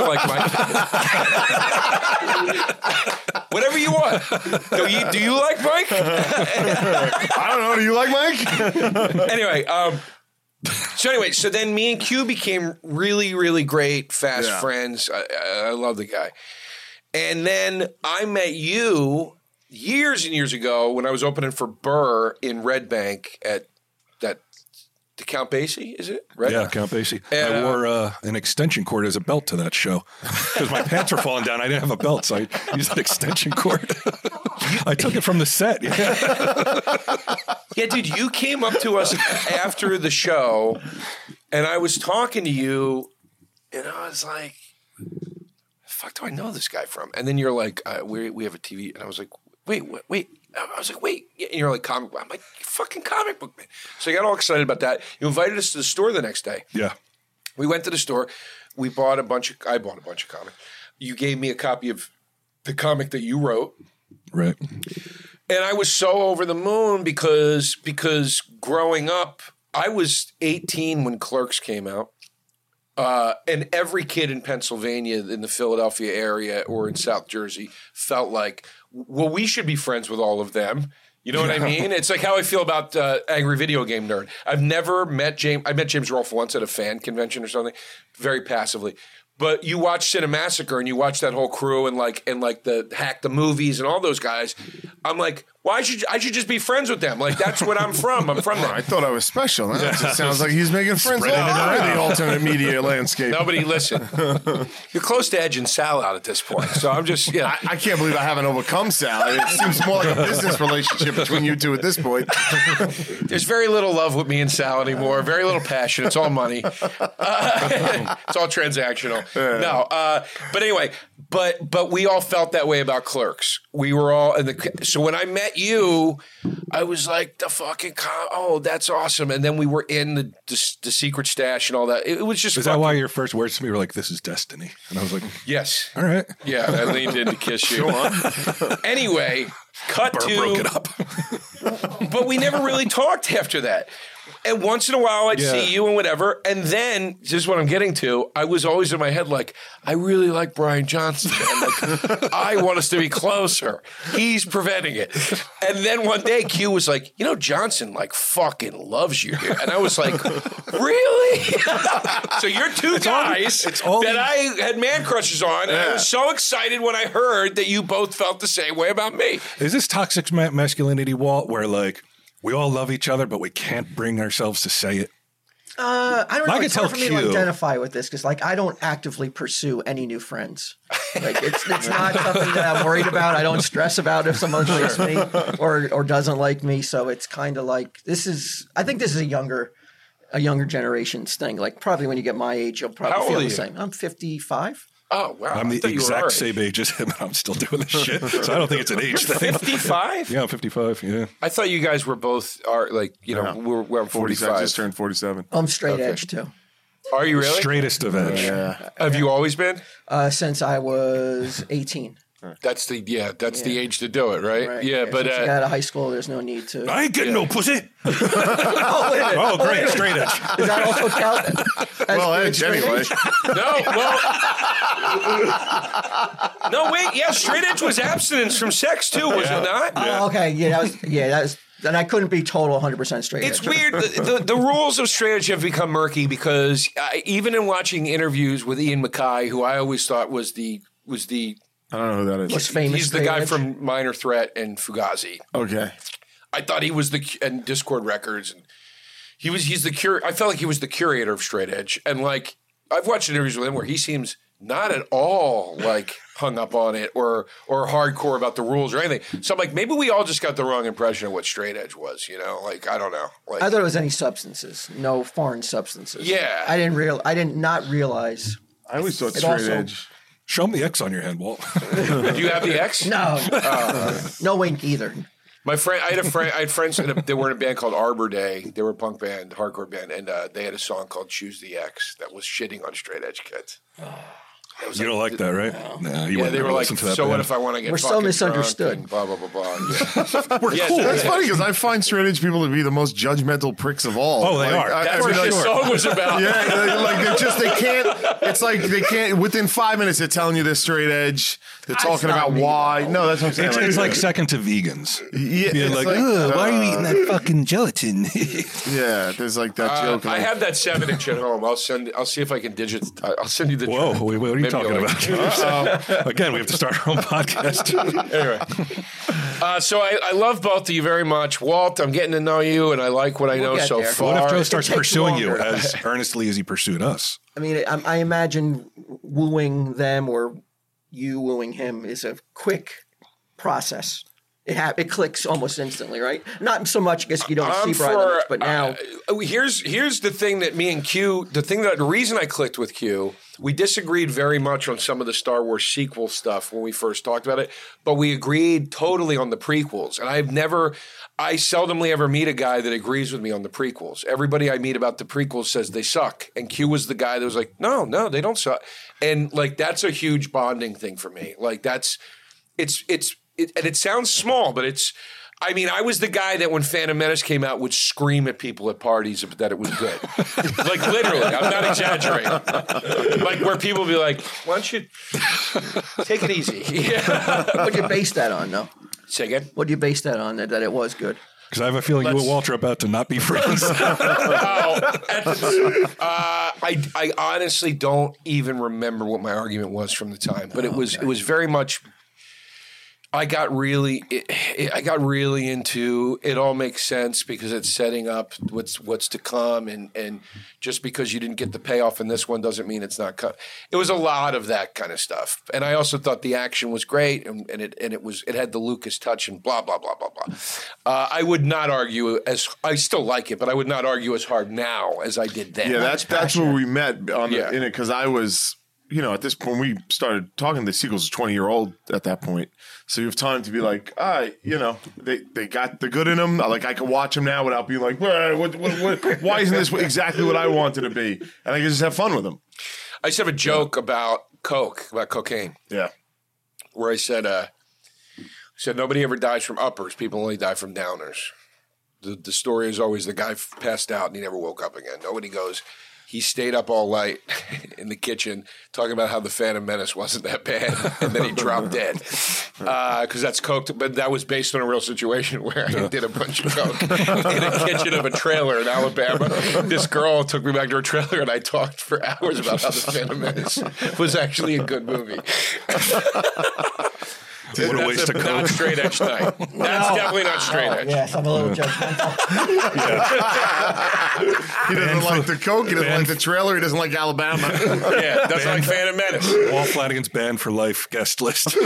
Speaker 1: to like Mike. Whatever you want. Do you, do you like Mike?
Speaker 5: I don't know. Do you like Mike?
Speaker 1: anyway, um, so anyway, so then me and Q became really, really great, fast
Speaker 5: Yeah.
Speaker 1: friends. I, I, I love the guy. And then I met you years and years ago when I was opening for Burr in Red Bank at that the Count Basie, is it? Red
Speaker 2: Yeah, Count Basie.
Speaker 1: Yeah.
Speaker 2: I wore uh, an extension cord as a belt to that show because my pants were falling down. I didn't have a belt, so I used an extension cord. I took it from the set. Yeah.
Speaker 1: Yeah, dude, you came up to us after the show, and I was talking to you, and I was like, "The "Fuck, do I know this guy from?" And then you're like, uh, "We we have a TV," and I was like, "Wait, what, wait." I was like, wait, and you're like comic book. I'm like, you fucking comic book man. So I got all excited about that. You invited us to the store the next day.
Speaker 2: yeah.
Speaker 1: We went to the store. We bought a bunch of. I bought a bunch of comic. You gave me a copy of the comic that you wrote
Speaker 2: Right.
Speaker 1: and I was so over the moon because because growing up, I was 18 when Clerks came out. Uh, and every kid in Pennsylvania, in the Philadelphia area or in South Jersey, felt like, well, we should be friends with all of them. You know what I mean? It's like how I feel about uh, Angry Video Game Nerd. I've never met James. I met James Rolfe once at a fan convention or something, very passively. But you watch Cinemassacre and you watch that whole crew and like and like the hack the movies and all those guys. I'm like, why should I should just be friends with them? Like that's what I'm from. I'm from
Speaker 5: I
Speaker 1: that.
Speaker 5: thought I was special. That just sounds like he's making friends all over the alternate media landscape.
Speaker 1: Nobody listen. You're close to edging Sal out at this point, so I'm just yeah.
Speaker 5: I, I can't believe I haven't overcome Sal. I mean, it seems more like a business relationship between you two at this point.
Speaker 1: There's very little love with me and Sal anymore. Very little passion. It's all money. Uh, it's all transactional. No, uh, but anyway, but but we all felt that way about clerks. We were all in the. So when I met you, I was like the fucking. Com- oh, that's awesome! And then we were in the the, the secret stash and all that. It, was just.
Speaker 2: Is that why
Speaker 1: fucking-
Speaker 2: your first words to me were like, "This is destiny"? And I was like,
Speaker 1: Yes.
Speaker 2: "All right."
Speaker 1: Yeah, I leaned in to kiss you. anyway, cut
Speaker 2: Burr
Speaker 1: to
Speaker 2: broke it up.
Speaker 1: but we never really talked after that. And once in a while, I'd
Speaker 2: Yeah.
Speaker 1: see you and whatever. And then, this is what I'm getting to. I was always in my head like, I really like Brian Johnson. And like, I want us to be closer. He's preventing it. And then one day, Q was like, "You know, Johnson like fucking loves you." dude." And I was like, "Really?" so you're two guys
Speaker 2: all
Speaker 1: that
Speaker 2: the-
Speaker 1: I had man crushes on, and I was so excited when I heard that you both felt the same way about me.
Speaker 2: Is this toxic ma- masculinity, Walt, where like we all love each other, but we can't bring ourselves to say it?
Speaker 3: Uh, I don't know.
Speaker 2: I could
Speaker 3: it's hard
Speaker 2: tell
Speaker 3: for me to
Speaker 2: Q.
Speaker 3: identify with this because, like, I don't actively pursue any new friends. Like, it's it's not something that I'm worried about. I don't stress about if someone likes me or or doesn't like me. So it's kind of like this is. I think this is a younger. A younger generation's thing. Like probably when you get my age, you'll
Speaker 1: How
Speaker 3: probably
Speaker 1: old
Speaker 3: feel
Speaker 1: are
Speaker 3: the
Speaker 1: you?
Speaker 3: same. I'm 55.
Speaker 1: Oh wow!
Speaker 2: I'm
Speaker 1: I
Speaker 2: the
Speaker 1: thought you were
Speaker 2: exact
Speaker 1: alright.
Speaker 2: same age as him, and I'm still doing this shit. So I don't think it's an age thing.
Speaker 1: 55?
Speaker 2: Yeah, I'm 55. Yeah.
Speaker 1: I thought you guys were both are like you know we're, we're I'm
Speaker 5: 47
Speaker 1: 45.
Speaker 5: just turned 47.
Speaker 3: I'm straight edge too.
Speaker 1: Are you really?
Speaker 2: Straightest of edge.
Speaker 1: Have you always been?
Speaker 3: Uh, since I was 18.
Speaker 1: That's the yeah. That's the age to do it, right?
Speaker 3: Right?
Speaker 1: Yeah, but
Speaker 3: since I
Speaker 1: uh,
Speaker 3: got out of high school, there's no need to.
Speaker 2: I ain't getting no pussy. oh, great. Straight edge.
Speaker 3: Does that also count? as
Speaker 5: Well,
Speaker 3: being
Speaker 5: Edge,
Speaker 3: straight
Speaker 5: anyway.
Speaker 1: no, well, no, wait, yeah, straight edge was abstinence from sex too, was it not?
Speaker 3: Oh, okay. Yeah, that was yeah, that was and I couldn't be total 100 percent straight.
Speaker 1: It's
Speaker 3: edge.
Speaker 1: weird. The, the, the rules of straight edge have become murky because I, even in watching interviews with Ian Mackay, who I always thought was the was the
Speaker 5: I don't know who that
Speaker 3: Was
Speaker 5: is.
Speaker 3: famous.
Speaker 1: he's the
Speaker 3: straight
Speaker 1: guy
Speaker 3: edge.
Speaker 1: from Minor Threat and Fugazi.
Speaker 5: Okay.
Speaker 1: I thought he was the and Discord Records and He was he's the cur. I felt like he was the curator of straight edge, and like I've watched interviews with him where he seems not at all like hung up on it or or hardcore about the rules or anything. So I'm like, maybe we all just got the wrong impression of what straight edge was. You know, like I don't know. Like
Speaker 3: I thought it was any substances, no foreign substances.
Speaker 1: Yeah.
Speaker 3: I didn't real. I did not realize.
Speaker 5: I always thought
Speaker 3: It
Speaker 5: straight
Speaker 3: also-
Speaker 5: edge.
Speaker 2: Show him the X on your hand, Walt.
Speaker 1: do you have the X?
Speaker 3: No, Uh, no wink either.
Speaker 1: My friend, I had a friend. I had friends that they were in a band called Arbor Day. They were a punk band, hardcore band, and uh, they had a song called "Choose the X" that was shitting on straight edge kids.
Speaker 2: you don't like that, right? Nah,
Speaker 1: Yeah,
Speaker 2: you wouldn't
Speaker 1: they were
Speaker 2: ever
Speaker 1: like,
Speaker 2: listen to that.
Speaker 1: "So what
Speaker 2: band.
Speaker 1: if I want to get
Speaker 3: We're so
Speaker 1: fucking drunk
Speaker 3: misunderstood.
Speaker 1: and Blah blah blah blah. Yeah.
Speaker 2: We're
Speaker 1: Yeah,
Speaker 2: cool.
Speaker 1: that's
Speaker 5: It's funny because I find straight edge people to be the most judgmental pricks of all.
Speaker 2: Oh, they
Speaker 5: Like,
Speaker 2: are.
Speaker 5: I-
Speaker 1: That's
Speaker 5: I
Speaker 1: what
Speaker 5: mean, like-
Speaker 1: this song was about.
Speaker 5: Yeah, they- like they just they can't. It's like they can't. Within five minutes, they're telling you they're straight edge. They're talking
Speaker 3: not
Speaker 5: about
Speaker 3: me,
Speaker 5: why. No, that's what I'm saying.
Speaker 2: It's, it's like second to vegans.
Speaker 5: yeah,
Speaker 2: Being
Speaker 5: it's
Speaker 2: like,
Speaker 5: like,
Speaker 2: "Ugh, why are you
Speaker 5: uh,
Speaker 2: eating that fucking gelatin?
Speaker 5: yeah. There's like that
Speaker 1: Uh,
Speaker 5: joke.
Speaker 1: I
Speaker 5: like,
Speaker 1: have that seven inch at home. I'll send. I'll see if I can digit. uh, I'll send you the.
Speaker 2: Whoa, wait, what are you
Speaker 1: Maybe
Speaker 2: talking
Speaker 1: I'll-
Speaker 2: about? Again, we have to start our own podcast.
Speaker 1: anyway, uh, so I, I love both of you very much, Walt. I'm getting to know you, and I like what I know
Speaker 3: get
Speaker 1: so
Speaker 3: there.
Speaker 1: far.
Speaker 2: what if Joe starts
Speaker 3: takes
Speaker 2: pursuing you
Speaker 3: longer.
Speaker 2: as earnestly as he pursued us?
Speaker 3: I mean, I, I imagine wooing them or you wooing him is a quick process. It hap- it clicks almost instantly, right? Not so much because you don't
Speaker 1: I'm
Speaker 3: see bright lights,
Speaker 1: for-
Speaker 3: but now
Speaker 1: Oh, here's here's the thing that me and Q, the thing that the reason I clicked with Q, we disagreed very much on some of the Star Wars sequel stuff when we first talked about it, but we agreed totally on the prequels. And I've never, I seldomly ever meet a guy that agrees with me on the prequels. Everybody I meet about the prequels says they suck, and Q was the guy that was like, no, no, they don't suck. And like that's a huge bonding thing for me. Like that's it's it's it, and it sounds small, but it's. I mean, I was the guy that when Phantom Menace came out would scream at people at parties that it was good. like literally, I'm not exaggerating. Like where people would be like, "Why don't you take it easy?" Yeah.
Speaker 3: what do you base that on, though?
Speaker 1: Say again.
Speaker 3: What do you base that on? That, that it was good.
Speaker 2: Because I have a feeling you and Walter are about to not be friends.
Speaker 1: Oh, at the- uh, I I honestly don't even remember what my argument was from the time, but it was it was very much. I got really, it, it- I got really into it. All makes sense because it's setting up what's what's to come, and and just because you didn't get the payoff in this one doesn't mean it's not. Co- it was a lot of that kind of stuff, and I also thought the action was great, and, and it and it was it had the Lucas touch and blah blah blah blah blah. Uh, I would not argue as I still like it, but I would not argue as hard now as I did then.
Speaker 5: Yeah, that's that's where we met on the,
Speaker 1: Yeah.
Speaker 5: in it because I was, you know, at this when we started talking, the sequel's was twenty year old at that point, so you have time to be like, ah, you know, they they got the good in them. Like I can watch them now without being like, "Bruh, what, what, what, why isn't this exactly what I wanted to be? And I can just have fun with them.
Speaker 1: I used to have a joke about coke, about cocaine.
Speaker 5: Yeah,
Speaker 1: where I said, uh, I said nobody ever dies from uppers. People only die from downers. The, the story is always the guy f- passed out and he never woke up again. Nobody goes, he stayed up all night in the kitchen talking about how the Phantom Menace wasn't that bad, and then he dropped dead because that's coke. But that was based on a real situation where I did a bunch of coke in a kitchen of a trailer in Alabama. This girl took me back to her trailer, and I talked for hours about how the Phantom Menace was actually a good movie.
Speaker 2: what a
Speaker 1: That's
Speaker 2: waste
Speaker 1: a-
Speaker 2: of
Speaker 1: Not
Speaker 2: coke.
Speaker 1: straight edge night. That's definitely not straight edge.
Speaker 3: Yes, I'm a little judgmental.
Speaker 5: he doesn't like the coke. He doesn't like the trailer. He doesn't like Alabama.
Speaker 1: Yeah, that's like Phantom Menace.
Speaker 2: Walt Flanagan's banned for life guest list. Joe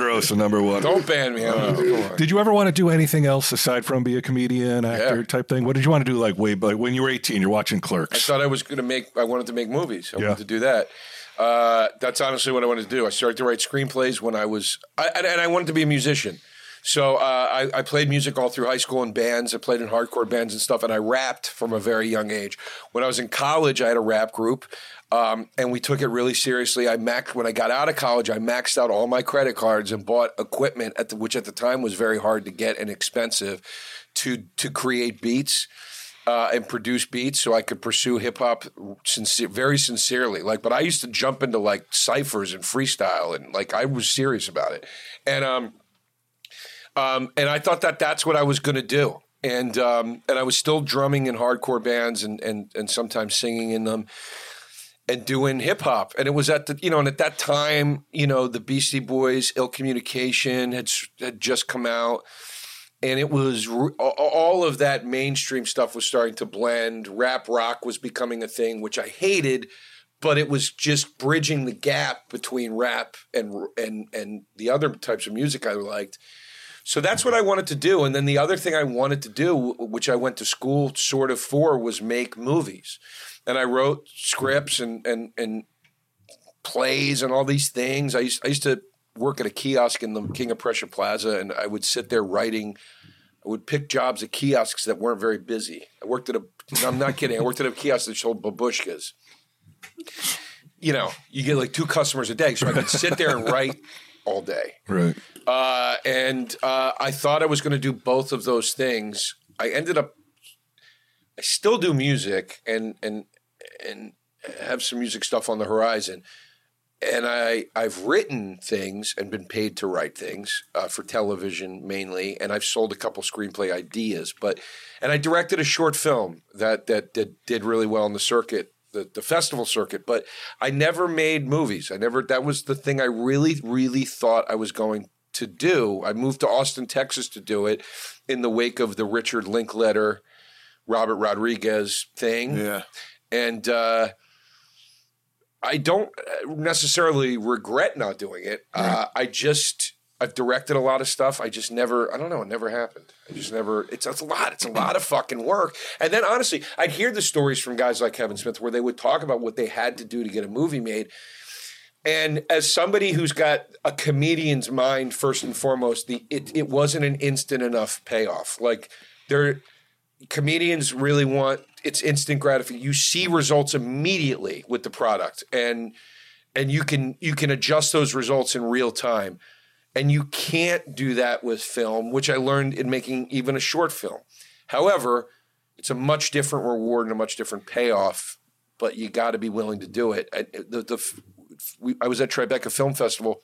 Speaker 2: DeRosa, number one.
Speaker 1: Don't ban me. I'm not-
Speaker 2: Did you ever want to do anything else aside from be a comedian, actor
Speaker 1: Yeah.
Speaker 2: type thing? What did you want to do like way like when you were 18, you're watching
Speaker 1: I
Speaker 2: Clerks.
Speaker 1: thought I was going to make. I wanted to make movies. I
Speaker 2: Yeah.
Speaker 1: wanted to do that. Uh, that's honestly what I wanted to do. I started to write screenplays when I was, I, and, and I wanted to be a musician. So uh, I, I played music all through high school in bands. I played in hardcore bands and stuff, and I rapped from a very young age. When I was in college, I had a rap group, um, and we took it really seriously. I maxed when I got out of college. I maxed out all my credit cards and bought equipment, at the, which at the time was very hard to get and expensive, to to create beats uh, and produce beats so I could pursue hip hop sincere, very sincerely. Like, but I used to jump into like ciphers and freestyle, and like I was serious about it. And um, um, and I thought that that's what I was going to do. And um, and I was still drumming in hardcore bands and and and sometimes singing in them and doing hip hop. And it was at the, you know, and at that time, you know, the Beastie Boys, Ill Communication had, s- had just come out. and it was re- a- all of that mainstream stuff was starting to blend. Rap rock was becoming a thing, which I hated, but it was just bridging the gap between rap and r- and and the other types of music I liked. So that's what I wanted to do. And then the other thing I wanted to do, w- which I went to school sort of for, was make movies. And I wrote scripts and and and plays and all these things. I used I used to work at a kiosk in the King of Prussia Plaza, and I would sit there writing. I would pick jobs at kiosks that weren't very busy. I worked at a. I'm not kidding. I worked at a kiosk that sold babushkas. You know, you get like two customers a day, so I could sit there and write all day
Speaker 2: Right.
Speaker 1: uh, and uh, I thought I was going to do both of those things. I ended up. I still do music and and and have some music stuff on the horizon, and I I've written things and been paid to write things uh, for television mainly, and I've sold a couple screenplay ideas, but and I directed a short film that that did, did really well on the circuit. The, the festival circuit, but I never made movies. I never, that was the thing I really, really thought I was going to do. I moved to Austin, Texas to do it in the wake of the Richard Linkletter, Robert Rodriguez thing
Speaker 5: Yeah.
Speaker 1: and uh, I don't uh, necessarily regret not doing it. Uh, I just I've directed a lot of stuff. I just never I don't know. It never happened. I just never. It's, it's a lot. It's a lot of fucking work. And then honestly, I'd hear the stories from guys like Kevin Smith where they would talk about what they had to do to get a movie made. And as somebody who's got a comedian's mind first and foremost, the it, it wasn't an instant enough payoff. Like there comedians really want it's instant gratification. You see results immediately with the product, and and you can you can adjust those results in real time. And you can't do that with film, which I learned in making even a short film. However, it's a much different reward and a much different payoff, but you got to be willing to do it. I, the, the, f- we, I was at Tribeca Film Festival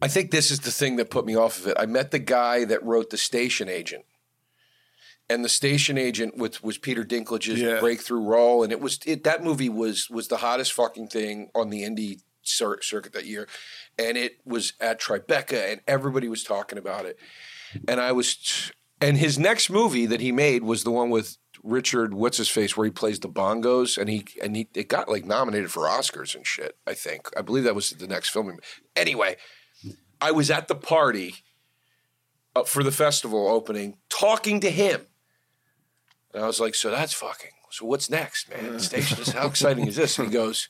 Speaker 1: I think this is the thing that put me off of it. I met the guy that wrote the station agent. And the station agent with was Peter Dinklage's
Speaker 5: Yeah.
Speaker 1: breakthrough role, and it was it, that movie was was the hottest fucking thing on the indie cir- circuit that year, and it was at Tribeca, and everybody was talking about it, and I was, t- and his next movie that he made was the one with Richard what's his face where he plays the bongos, and he and he it got like nominated for Oscars and shit. I think I believe that was the next film. Anyway, I was at the party uh, for the festival opening talking to him. And I was like, so that's fucking. So what's next, man? Station is how exciting is this? And he goes,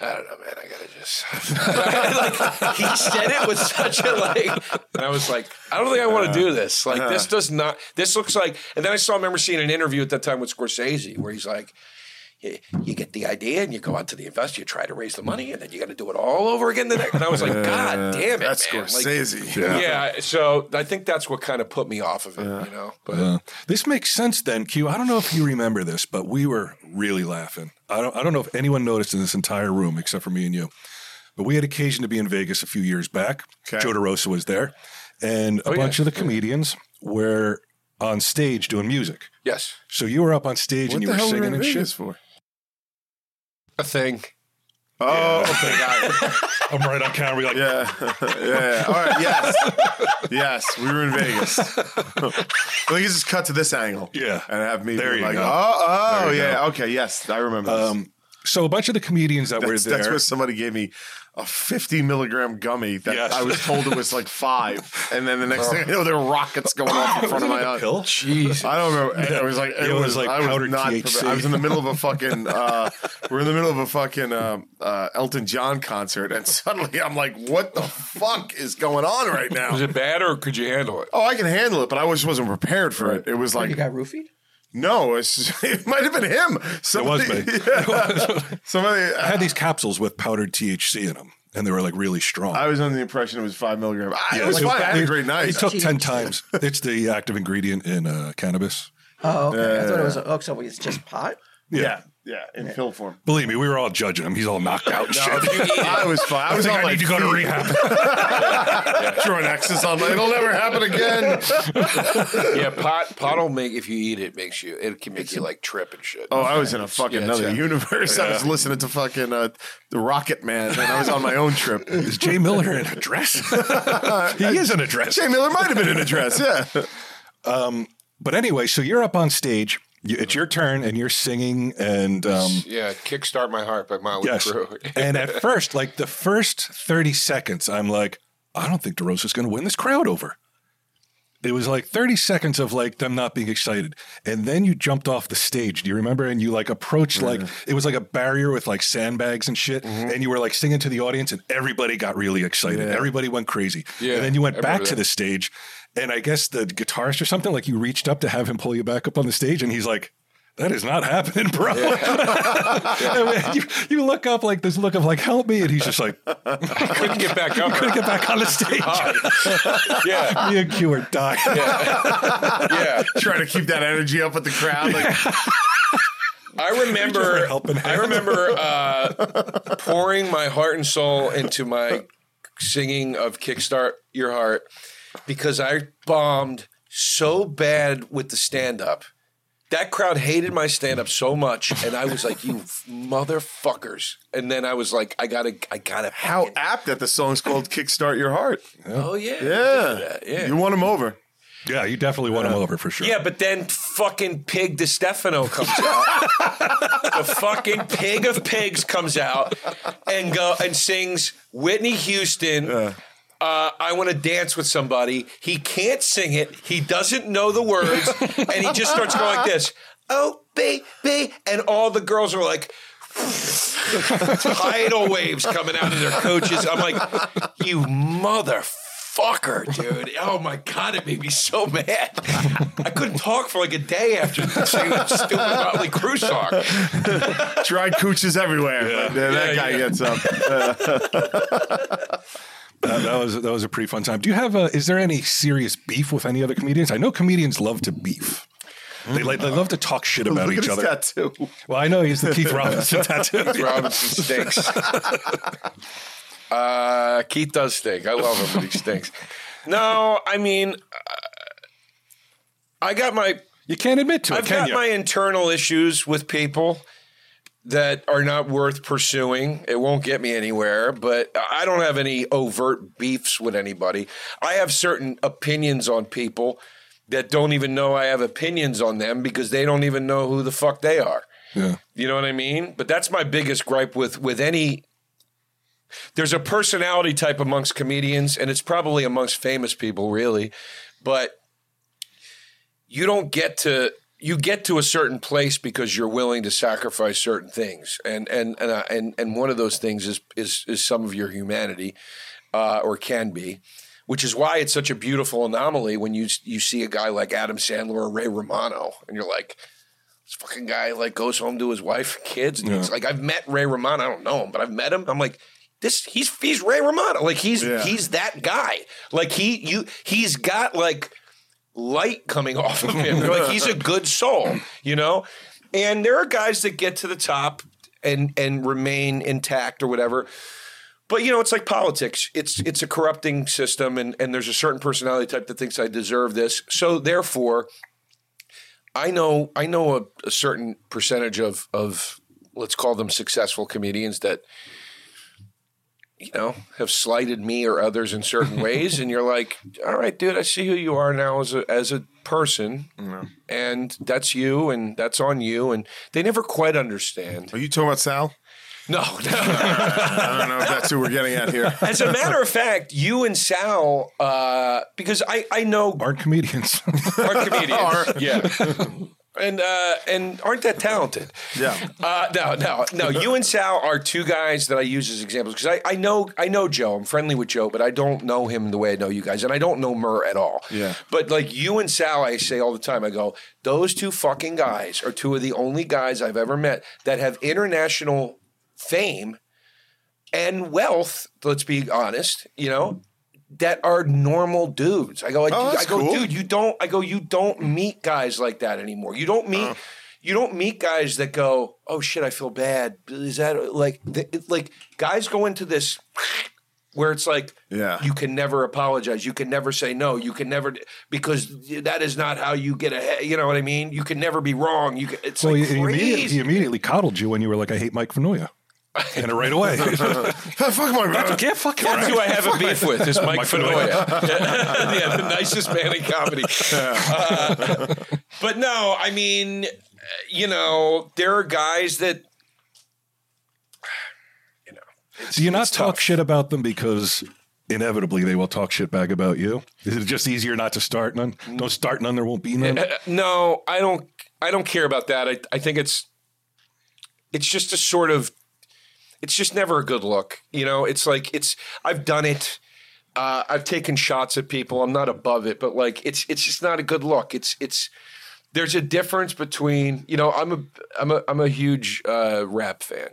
Speaker 1: I don't know, man. I gotta just. like, he said it with such a like, and I was like, I don't think I want to do this.
Speaker 5: Uh-huh.
Speaker 1: Like, this does not. This looks like. And then I saw. I remember seeing an interview at that time with Scorsese where he's like, you, you get the idea and you go out to the investor, you try to raise the money, and then you got to do it all over again the next. And I was like, God damn it,
Speaker 5: Uh, That's
Speaker 1: man. Like,
Speaker 5: Scorsese.
Speaker 1: yeah, so I think that's what kind of put me off of it, you know. But
Speaker 2: Uh, this makes sense then, Q. I don't know if you remember this, but we were really laughing. I don't, I don't know if anyone noticed in this entire room except for me and you. But we had occasion to be in Vegas a few years back.
Speaker 5: Okay. Oh,
Speaker 2: Joe DeRosa was there, and a
Speaker 1: yeah.
Speaker 2: bunch of the comedians were on stage doing music.
Speaker 1: yes,
Speaker 2: So you were up on stage
Speaker 5: What
Speaker 2: and you
Speaker 5: the
Speaker 2: were
Speaker 5: hell were
Speaker 2: singing
Speaker 5: you in
Speaker 2: and
Speaker 5: Vegas
Speaker 2: shit.
Speaker 5: for?
Speaker 1: a thing.
Speaker 5: Oh, okay, got it.
Speaker 2: I'm right on camera. Like,
Speaker 5: Yeah. yeah. All right. Yes. Yes. We were in Vegas. Let me just cut to this angle.
Speaker 2: Yeah.
Speaker 5: And have me
Speaker 2: There
Speaker 5: be
Speaker 2: you
Speaker 5: like,
Speaker 2: go.
Speaker 5: oh, oh,
Speaker 2: There you
Speaker 5: yeah. Okay. Yes. I remember.
Speaker 2: Um, so a bunch of the comedians that were
Speaker 5: this. That's,
Speaker 2: there.
Speaker 5: that's where somebody gave me a 50 milligram gummy that
Speaker 2: Yes. Oh.
Speaker 5: I was told it was like five. And then the next thing I know, there were rockets going off in front of my eyes.
Speaker 1: Jeez,
Speaker 5: I don't remember. It was like it, was, like I was
Speaker 2: powdered
Speaker 5: not.
Speaker 2: THC.
Speaker 5: prepared. I was in the middle of a fucking. Uh, we're in the middle of a fucking um, uh, Elton John concert, and suddenly I'm like, "What the fuck is going on right
Speaker 1: was
Speaker 5: now?"
Speaker 1: it bad or could you handle it?
Speaker 5: Oh, I can handle it, but I just wasn't prepared for it. It was
Speaker 3: You
Speaker 5: like,
Speaker 3: got roofied?
Speaker 5: no, it's, it might have been him. Somebody,
Speaker 2: me.
Speaker 5: Yeah. somebody.
Speaker 2: I had these capsules with powdered THC in them, and they were like really strong.
Speaker 5: I was under the impression it was five milligram. I, it
Speaker 2: Yeah,
Speaker 5: was
Speaker 2: so
Speaker 5: fine. I had a
Speaker 2: they-
Speaker 5: great night.
Speaker 2: They took ten times. It's the active ingredient in uh, cannabis.
Speaker 5: Uh,
Speaker 3: Oh, okay. I thought it was. Oh, so it's just pot.
Speaker 5: Yeah. Yeah. in pill form.
Speaker 2: Believe me, we were all judging him. He's all knocked out. and shit.
Speaker 5: I was fine. I
Speaker 2: I
Speaker 5: was
Speaker 2: think
Speaker 5: on
Speaker 2: I
Speaker 5: my
Speaker 2: need to go to rehab.
Speaker 5: Jordan Axis on my. It'll never happen again.
Speaker 1: yeah, pot pot'll make if you eat it makes you it can make you like trip and shit.
Speaker 5: Oh, I was in a fucking
Speaker 1: Yeah,
Speaker 5: another
Speaker 1: yeah.
Speaker 5: universe. I was listening to fucking uh, the Rocket Man, and I was on my own trip.
Speaker 2: Is Jay Miller in a dress? he is in a dress.
Speaker 5: Jay Miller might have been in a dress. Yeah.
Speaker 2: But anyway, so you're up on stage. You, it's your turn, and you're singing, and um,
Speaker 1: yeah, kickstart my heart by Motley
Speaker 2: yes.
Speaker 1: Crue.
Speaker 2: and at first, like the first thirty seconds, I'm like, I don't think DeRosa's going to win this crowd over. It was like thirty seconds of like them not being excited, and then you jumped off the stage. Do you remember? And you like approached like it was like a barrier with like sandbags and shit,
Speaker 1: Mm-hmm.
Speaker 2: and you were like singing to the audience, and everybody got really excited. Everybody went crazy.
Speaker 1: Yeah,
Speaker 2: and then you went
Speaker 1: I
Speaker 2: back
Speaker 1: remember
Speaker 2: to
Speaker 1: that.
Speaker 2: the stage, and I guess the guitarist or something like you reached up to have him pull you back up on the stage, and he's like. That is not happening, bro. I mean, you, you look up like this look of like help me, and he's just like
Speaker 1: couldn't get back up.
Speaker 2: couldn't get back on the stage.
Speaker 1: yeah,
Speaker 2: me and Q are dying.
Speaker 1: yeah.
Speaker 5: Trying to keep that energy up with the crowd. Like,
Speaker 1: I remember.
Speaker 2: helping
Speaker 1: I remember uh, pouring my heart and soul into my singing of "Kickstart Your Heart" because I bombed so bad with the stand-up. That crowd hated my stand-up so much, and I was like, "You motherfuckers!" And then I was like, "I gotta, I gotta."
Speaker 5: how apt that the song's called Kickstart Your Heart.
Speaker 1: Oh yeah,
Speaker 5: Yeah.
Speaker 1: yeah.
Speaker 5: You won him over.
Speaker 2: Yeah, you definitely won him over for sure.
Speaker 1: Yeah, but then fucking Pig De Stefano comes out. the fucking pig of pigs comes out and go and sings Whitney Houston. Uh, I want to dance with somebody. He can't sing it. He doesn't know the words, and he just starts going like this. Oh baby, and all the girls are like. tidal waves coming out of their coaches. I'm like, you motherfucker, dude. Oh my God, it made me so mad. I couldn't talk for like a day after the stupid Motley Crue song.
Speaker 5: Dry cooches everywhere. But, uh, that
Speaker 1: Yeah,
Speaker 5: guy
Speaker 1: yeah.
Speaker 5: gets up. Uh,
Speaker 2: that, that was that was a pretty fun time. Do you have a? Is there any serious beef with any other comedians? I know comedians love to beef. They like they love to talk shit about
Speaker 5: look at
Speaker 2: each
Speaker 5: his
Speaker 2: other.
Speaker 5: tattoo.
Speaker 2: Well, I know he's the Keith Robinson tattoo.
Speaker 1: Robinson stinks. uh, Keith does stink. I love him, but he stinks. No, I mean, uh, I got my
Speaker 2: You can't admit to it,
Speaker 1: I've
Speaker 2: can
Speaker 1: got
Speaker 2: you?
Speaker 1: my internal issues with people that are not worth pursuing. It won't get me anywhere, but I don't have any overt beefs with anybody. I have certain opinions on people that don't even know I have opinions on them because they don't even know who the fuck they are.
Speaker 2: yeah.
Speaker 1: You know what I mean? But that's my biggest gripe with with any there's a personality type amongst comedians and it's probably amongst famous people really, but you don't get to you get to a certain place because you're willing to sacrifice certain things. And and and uh, and, and one of those things is is is some of your humanity uh, or can be. Which is why it's such a beautiful anomaly when you you see a guy like Adam Sandler or Ray Romano, and you're like, this fucking guy like goes home to his wife and kids. And it's like I've met Ray Romano. I don't know him, but I've met him. I'm like, this he's he's Ray Romano. Like he's he's that guy. Like he you he's got like light coming off of him. like he's a good soul, you know? And there are guys that get to the top and and remain intact or whatever. But you know, it's like politics. It's it's a corrupting system and, and there's a certain personality type that thinks I deserve this. So therefore, I know I know a, a certain percentage of of let's call them successful comedians that you know have slighted me or others in certain ways, and you're like, all right, dude, I see who you are now as a as a person, and that's you, and that's on you, and they never quite understand.
Speaker 5: Are you talking about Sal?
Speaker 1: No, no.
Speaker 5: I don't know if that's who we're getting at here.
Speaker 1: as a matter of fact, you and Sal, uh, because I I know
Speaker 2: Aren't comedians?
Speaker 1: are comedians, yeah, and uh, and aren't that talented?
Speaker 5: Yeah.
Speaker 1: Uh, no, no, no. You and Sal are two guys that I use as examples because I, I know I know Joe. I'm friendly with Joe, but I don't know him the way I know you guys, and I don't know Murr at all.
Speaker 5: Yeah.
Speaker 1: But like you and Sal, I say all the time. I go, those two fucking guys are two of the only guys I've ever met that have international fame and wealth. Let's be honest, you know. That are normal dudes. I go, I,
Speaker 5: Oh,
Speaker 1: I
Speaker 5: that's
Speaker 1: go,
Speaker 5: cool. Uh.
Speaker 1: dude, you don't. I go, you don't meet guys like that anymore. You don't meet you don't meet guys that go, "Oh shit, I feel bad." Is that like th- it's like guys go into this where it's like
Speaker 5: Yeah.
Speaker 1: you can never apologize. You can never say no. You can never because that is not how you get ahead. You know what I mean? You can never be wrong. You can, it's
Speaker 2: Well,
Speaker 1: like
Speaker 2: he, he immediately, he
Speaker 1: crazy.
Speaker 2: immediately coddled you when you were like, I hate Mike Vanoya. And right away.
Speaker 5: fuck my brother.
Speaker 2: yeah, fuck
Speaker 1: That's who I have a beef with is Mike
Speaker 2: Mike
Speaker 1: Fenoya. yeah, the nicest man in comedy. Uh, but no, I mean, uh, you know, there are guys that
Speaker 2: Do you not talk shit about them because inevitably they will talk shit back about you? Is it just easier not to start none? Don't start none, there won't be none.
Speaker 1: Uh, no, I don't. I don't care about that. I, I think it's it's just a sort of it's just never a good look. You know, it's like it's I've done it. Uh, I've taken shots at people. I'm not above it, but like it's it's just not a good look. It's it's there's a difference between you know I'm a I'm a I'm a huge uh, rap fan,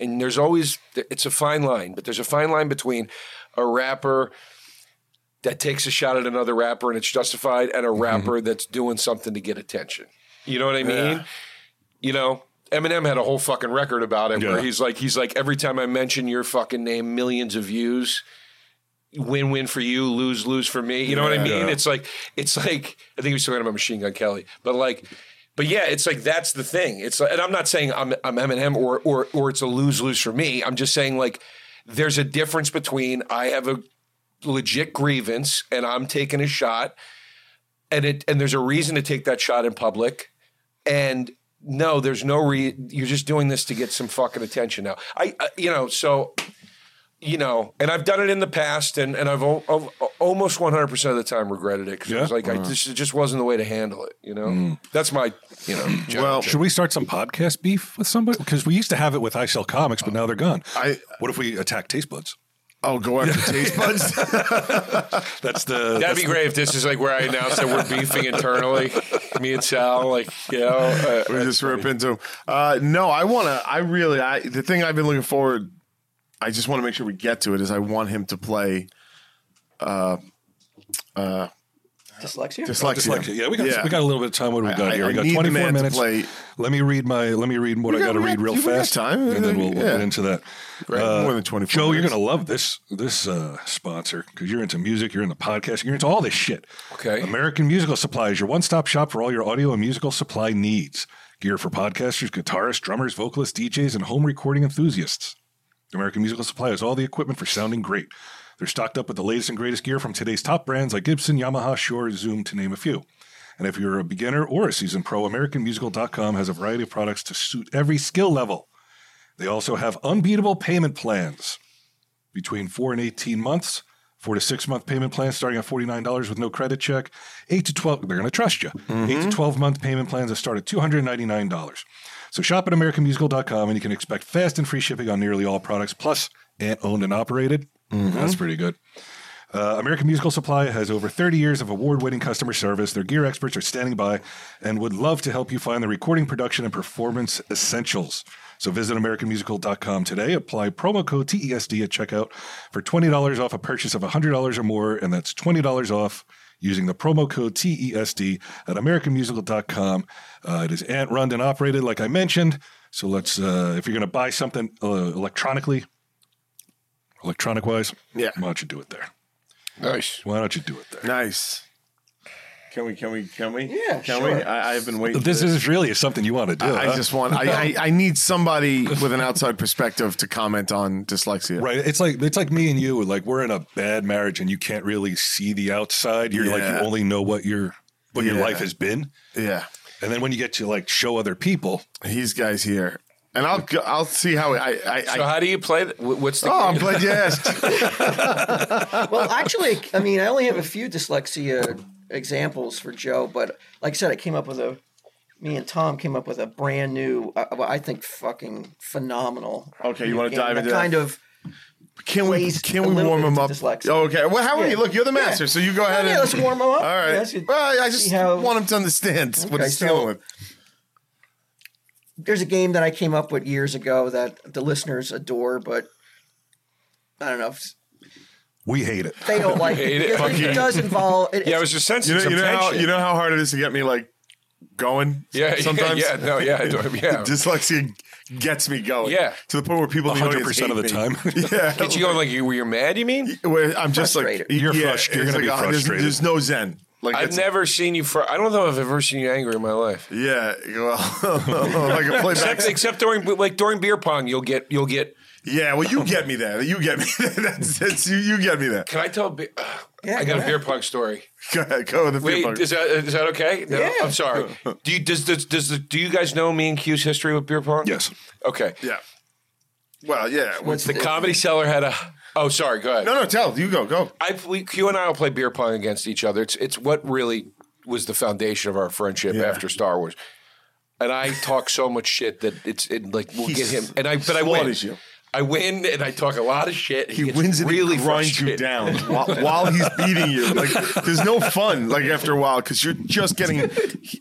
Speaker 1: and there's always it's a fine line, but there's a fine line between a rapper that takes a shot at another rapper and it's justified and a rapper that's doing something to get attention. You know what I mean? You know, Eminem had a whole fucking record about it where
Speaker 2: Yeah.
Speaker 1: he's like, he's like, every time I mention your fucking name, millions of views, win win for you, lose lose for me. You know what I mean? It's like, it's like, I think he was talking about Machine Gun Kelly, but like, but yeah, it's like that's the thing. It's like, and I'm not saying I'm I'm Eminem or or or it's a lose lose for me. I'm just saying like there's a difference between I have a legit grievance and I'm taking a shot and it and there's a reason to take that shot in public and no there's no re you're just doing this to get some fucking attention now I, I you know so you know and I've done it in the past and and I've al- al- almost 100% of the time regretted it cuz it was
Speaker 2: Yeah.
Speaker 1: like I just it just wasn't the way to handle it you know that's my you know general
Speaker 5: Well,
Speaker 1: tip.
Speaker 2: Should we start some podcast beef with somebody? Because we used to have it with I Sell Comics, but now they're gone.
Speaker 5: I-
Speaker 2: what if we attack Taste Buds?
Speaker 5: I'll go after taste buds.
Speaker 2: That's the.
Speaker 1: That'd
Speaker 2: that's
Speaker 1: be
Speaker 2: the-
Speaker 1: great if this is like where I announced that we're beefing internally, me and Sal. Like, you know, uh,
Speaker 5: we just rip into 'em. Uh, no, I want to. I really. I the thing I've been looking forward. I just want to make sure we get to it. Is I want him to play
Speaker 3: Dyslexia.
Speaker 5: dyslexia.
Speaker 2: Oh, Dyslexia. Yeah, we got we got a little bit of time. What do we got
Speaker 5: I-
Speaker 2: here?
Speaker 5: I
Speaker 2: We got
Speaker 5: need the
Speaker 2: 24
Speaker 5: man to
Speaker 2: minutes.
Speaker 5: play-
Speaker 2: Let me read my. Let me read what
Speaker 5: We
Speaker 2: I got
Speaker 5: got-
Speaker 2: to
Speaker 5: we
Speaker 2: real
Speaker 5: got-
Speaker 2: real
Speaker 5: we got
Speaker 2: fast.
Speaker 5: time.
Speaker 2: and then we'll, we'll
Speaker 5: Yeah.
Speaker 2: get into that.
Speaker 5: Right, more than 24
Speaker 2: Uh, Joe, you're
Speaker 5: minutes.
Speaker 2: gonna love this this uh, sponsor because you're into music, you're into podcasting, you're into all this shit.
Speaker 1: Okay.
Speaker 2: American Musical Supply is your one stop shop for all your audio and musical supply needs. Gear for podcasters, guitarists, drummers, vocalists, DJs, and home recording enthusiasts. American Musical Supply has all the equipment for sounding great. They're stocked up with the latest and greatest gear from today's top brands like Gibson, Yamaha, Shure, Zoom, to name a few. And if you're a beginner or a seasoned pro, AmericanMusical.com has a variety of products to suit every skill level. They also have unbeatable payment plans between four and 18 months, four to six month payment plans starting at $49 with no credit check, eight to 12, they're going to trust you. Eight to 12 month payment plans that start at $299. So shop at AmericanMusical.com and you can expect fast and free shipping on nearly all products, plus and owned and operated. That's pretty good. Uh, American Musical Supply has over 30 years of award winning customer service. Their gear experts are standing by and would love to help you find the recording, production, and performance essentials. So visit AmericanMusical.com today. Apply promo code TESD at checkout for $20 off a purchase of $100 or more. And that's $20 off using the promo code TESD at AmericanMusical.com. Uh, it is ant run and operated, like I mentioned. So let's, uh, if you're going to buy something uh, electronically, electronic wise,
Speaker 5: Yeah.
Speaker 2: why don't you do it there?
Speaker 1: nice.
Speaker 2: Why don't you do it there?
Speaker 5: Nice. Can we? Can we? Can we?
Speaker 3: Yeah,
Speaker 5: Can
Speaker 3: sure.
Speaker 5: we? I, I've been waiting.
Speaker 2: This
Speaker 5: for
Speaker 2: is really something you want to do.
Speaker 5: I
Speaker 2: huh?
Speaker 5: just want. I, I. I need somebody with an outside perspective to comment on dyslexia.
Speaker 2: right. It's like it's like me and you. Like we're in a bad marriage, and you can't really see the outside. You're like
Speaker 5: Yeah.
Speaker 2: you only know what your what your
Speaker 5: Yeah.
Speaker 2: life has been,
Speaker 5: Yeah.
Speaker 2: and then when you get to like show other people,
Speaker 5: These guys here, and I'll. go- I'll see how I. I.
Speaker 1: So,
Speaker 5: I
Speaker 1: how do you play? th- wh- What's the?
Speaker 5: oh, I'm glad you asked.
Speaker 3: well, actually, I mean, I only have a few dyslexia examples for Joe, but like I said, I came up with a. Me and Tom came up with a brand new, uh, well, I think, fucking phenomenal.
Speaker 5: Okay, you wanna
Speaker 3: game
Speaker 5: dive
Speaker 3: that
Speaker 5: into that?
Speaker 3: kind of.
Speaker 5: Can we?
Speaker 3: Please,
Speaker 5: Can
Speaker 3: a
Speaker 5: we
Speaker 3: little
Speaker 5: warm
Speaker 3: bit
Speaker 5: them
Speaker 3: to
Speaker 5: up?
Speaker 3: dyslexia.
Speaker 5: Oh, okay. Well, how are
Speaker 3: Yeah.
Speaker 5: you? Look, you're the
Speaker 3: Yeah.
Speaker 5: master, so you go ahead.
Speaker 3: yeah,
Speaker 5: and,
Speaker 3: let's warm 'em up.
Speaker 5: All right.
Speaker 3: Yes, you-
Speaker 5: well, I
Speaker 3: see
Speaker 5: just
Speaker 3: how-
Speaker 5: want him to understand what
Speaker 3: Okay,
Speaker 5: he's
Speaker 3: so-
Speaker 5: dealing with.
Speaker 3: There's a game that I came up with years ago that the listeners adore, but I don't know if
Speaker 2: we hate it.
Speaker 3: they don't like
Speaker 1: Hate
Speaker 3: it.
Speaker 1: it,
Speaker 3: It,
Speaker 1: fucking-
Speaker 3: does involve. It,
Speaker 1: Yeah, I was just sensing
Speaker 5: You know,
Speaker 1: some
Speaker 5: you know, how,
Speaker 1: tension.
Speaker 5: you know how hard it is to get me like going.
Speaker 1: Yeah, yeah,
Speaker 5: sometimes.
Speaker 1: yeah, no, yeah, yeah.
Speaker 5: Dyslexia gets me going.
Speaker 1: Yeah.
Speaker 5: to the point where people in the
Speaker 2: hundred
Speaker 5: audience
Speaker 2: percent of the
Speaker 5: hate me.
Speaker 2: time.
Speaker 5: Yeah,
Speaker 1: Get you going like you were you mad? You mean?
Speaker 5: Where I'm just like
Speaker 3: Frustrated.
Speaker 2: You're frust- you're
Speaker 5: it's
Speaker 2: gonna be
Speaker 5: ah, there's-
Speaker 2: frustrated.
Speaker 5: There's, no zen. Like
Speaker 1: I've
Speaker 5: it's-
Speaker 1: never seen you. Fr- I don't know if I've ever seen you angry in my life.
Speaker 5: Yeah, well, like a playback.
Speaker 1: Except, except during like during beer pong, you'll get you'll get.
Speaker 5: yeah, well, you get me there. You get me there. That's, that's you. You get me there.
Speaker 1: Can I tell? a Be- uh,
Speaker 3: Yeah,
Speaker 1: I got
Speaker 3: go
Speaker 1: a beer pong story.
Speaker 5: Go ahead, go with the
Speaker 1: Wait,
Speaker 5: people.
Speaker 1: is that is that okay? No,
Speaker 3: Yeah.
Speaker 1: I'm sorry. Do you does does, does the, do you guys know me and Q's history with beer pong?
Speaker 2: yes.
Speaker 1: Okay.
Speaker 5: yeah. Well, yeah.
Speaker 3: What's
Speaker 1: The comedy seller had a. Oh, sorry. Go ahead.
Speaker 5: no, no. Tell you go. Go.
Speaker 1: I we, Q and I will play beer pong against each other. It's it's what really was the foundation of our friendship after Star Wars. And I talk so much shit that it's it, like we'll get him. And I but I win.
Speaker 5: slaughters you.
Speaker 1: I win and I talk a lot of shit.
Speaker 5: He
Speaker 1: gets
Speaker 5: wins and
Speaker 1: really
Speaker 5: really grinds you
Speaker 1: frustrated.
Speaker 5: down while, while he's beating you. Like there's no fun. Like after a while, because you're just getting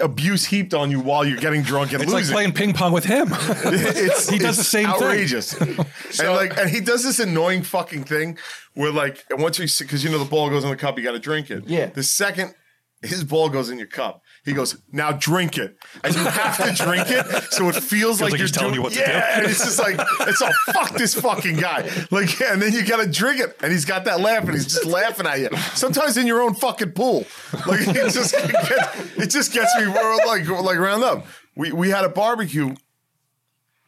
Speaker 5: abuse heaped on you while you're getting drunk and
Speaker 2: It's like
Speaker 5: losing.
Speaker 2: playing ping pong with him.
Speaker 5: it's,
Speaker 2: He does
Speaker 5: it's
Speaker 2: the same thing.
Speaker 5: outrageous. and like, and he does this annoying fucking thing where like, and once you because you know the ball goes in the cup, you got to drink it.
Speaker 3: Yeah.
Speaker 5: The second his ball goes in your cup, he goes now drink it, and you have to drink it, so it feels, like,
Speaker 2: like
Speaker 5: you're
Speaker 2: he's telling
Speaker 5: doing-
Speaker 2: you what to
Speaker 5: yeah,
Speaker 2: do.
Speaker 5: and it's just like it's all fuck this fucking guy. Like, yeah, and then you got to drink it, and he's got that laugh, and he's just laughing at you. Sometimes in your own fucking pool, like it just it gets, it just gets me we're like like round up. We we had a barbecue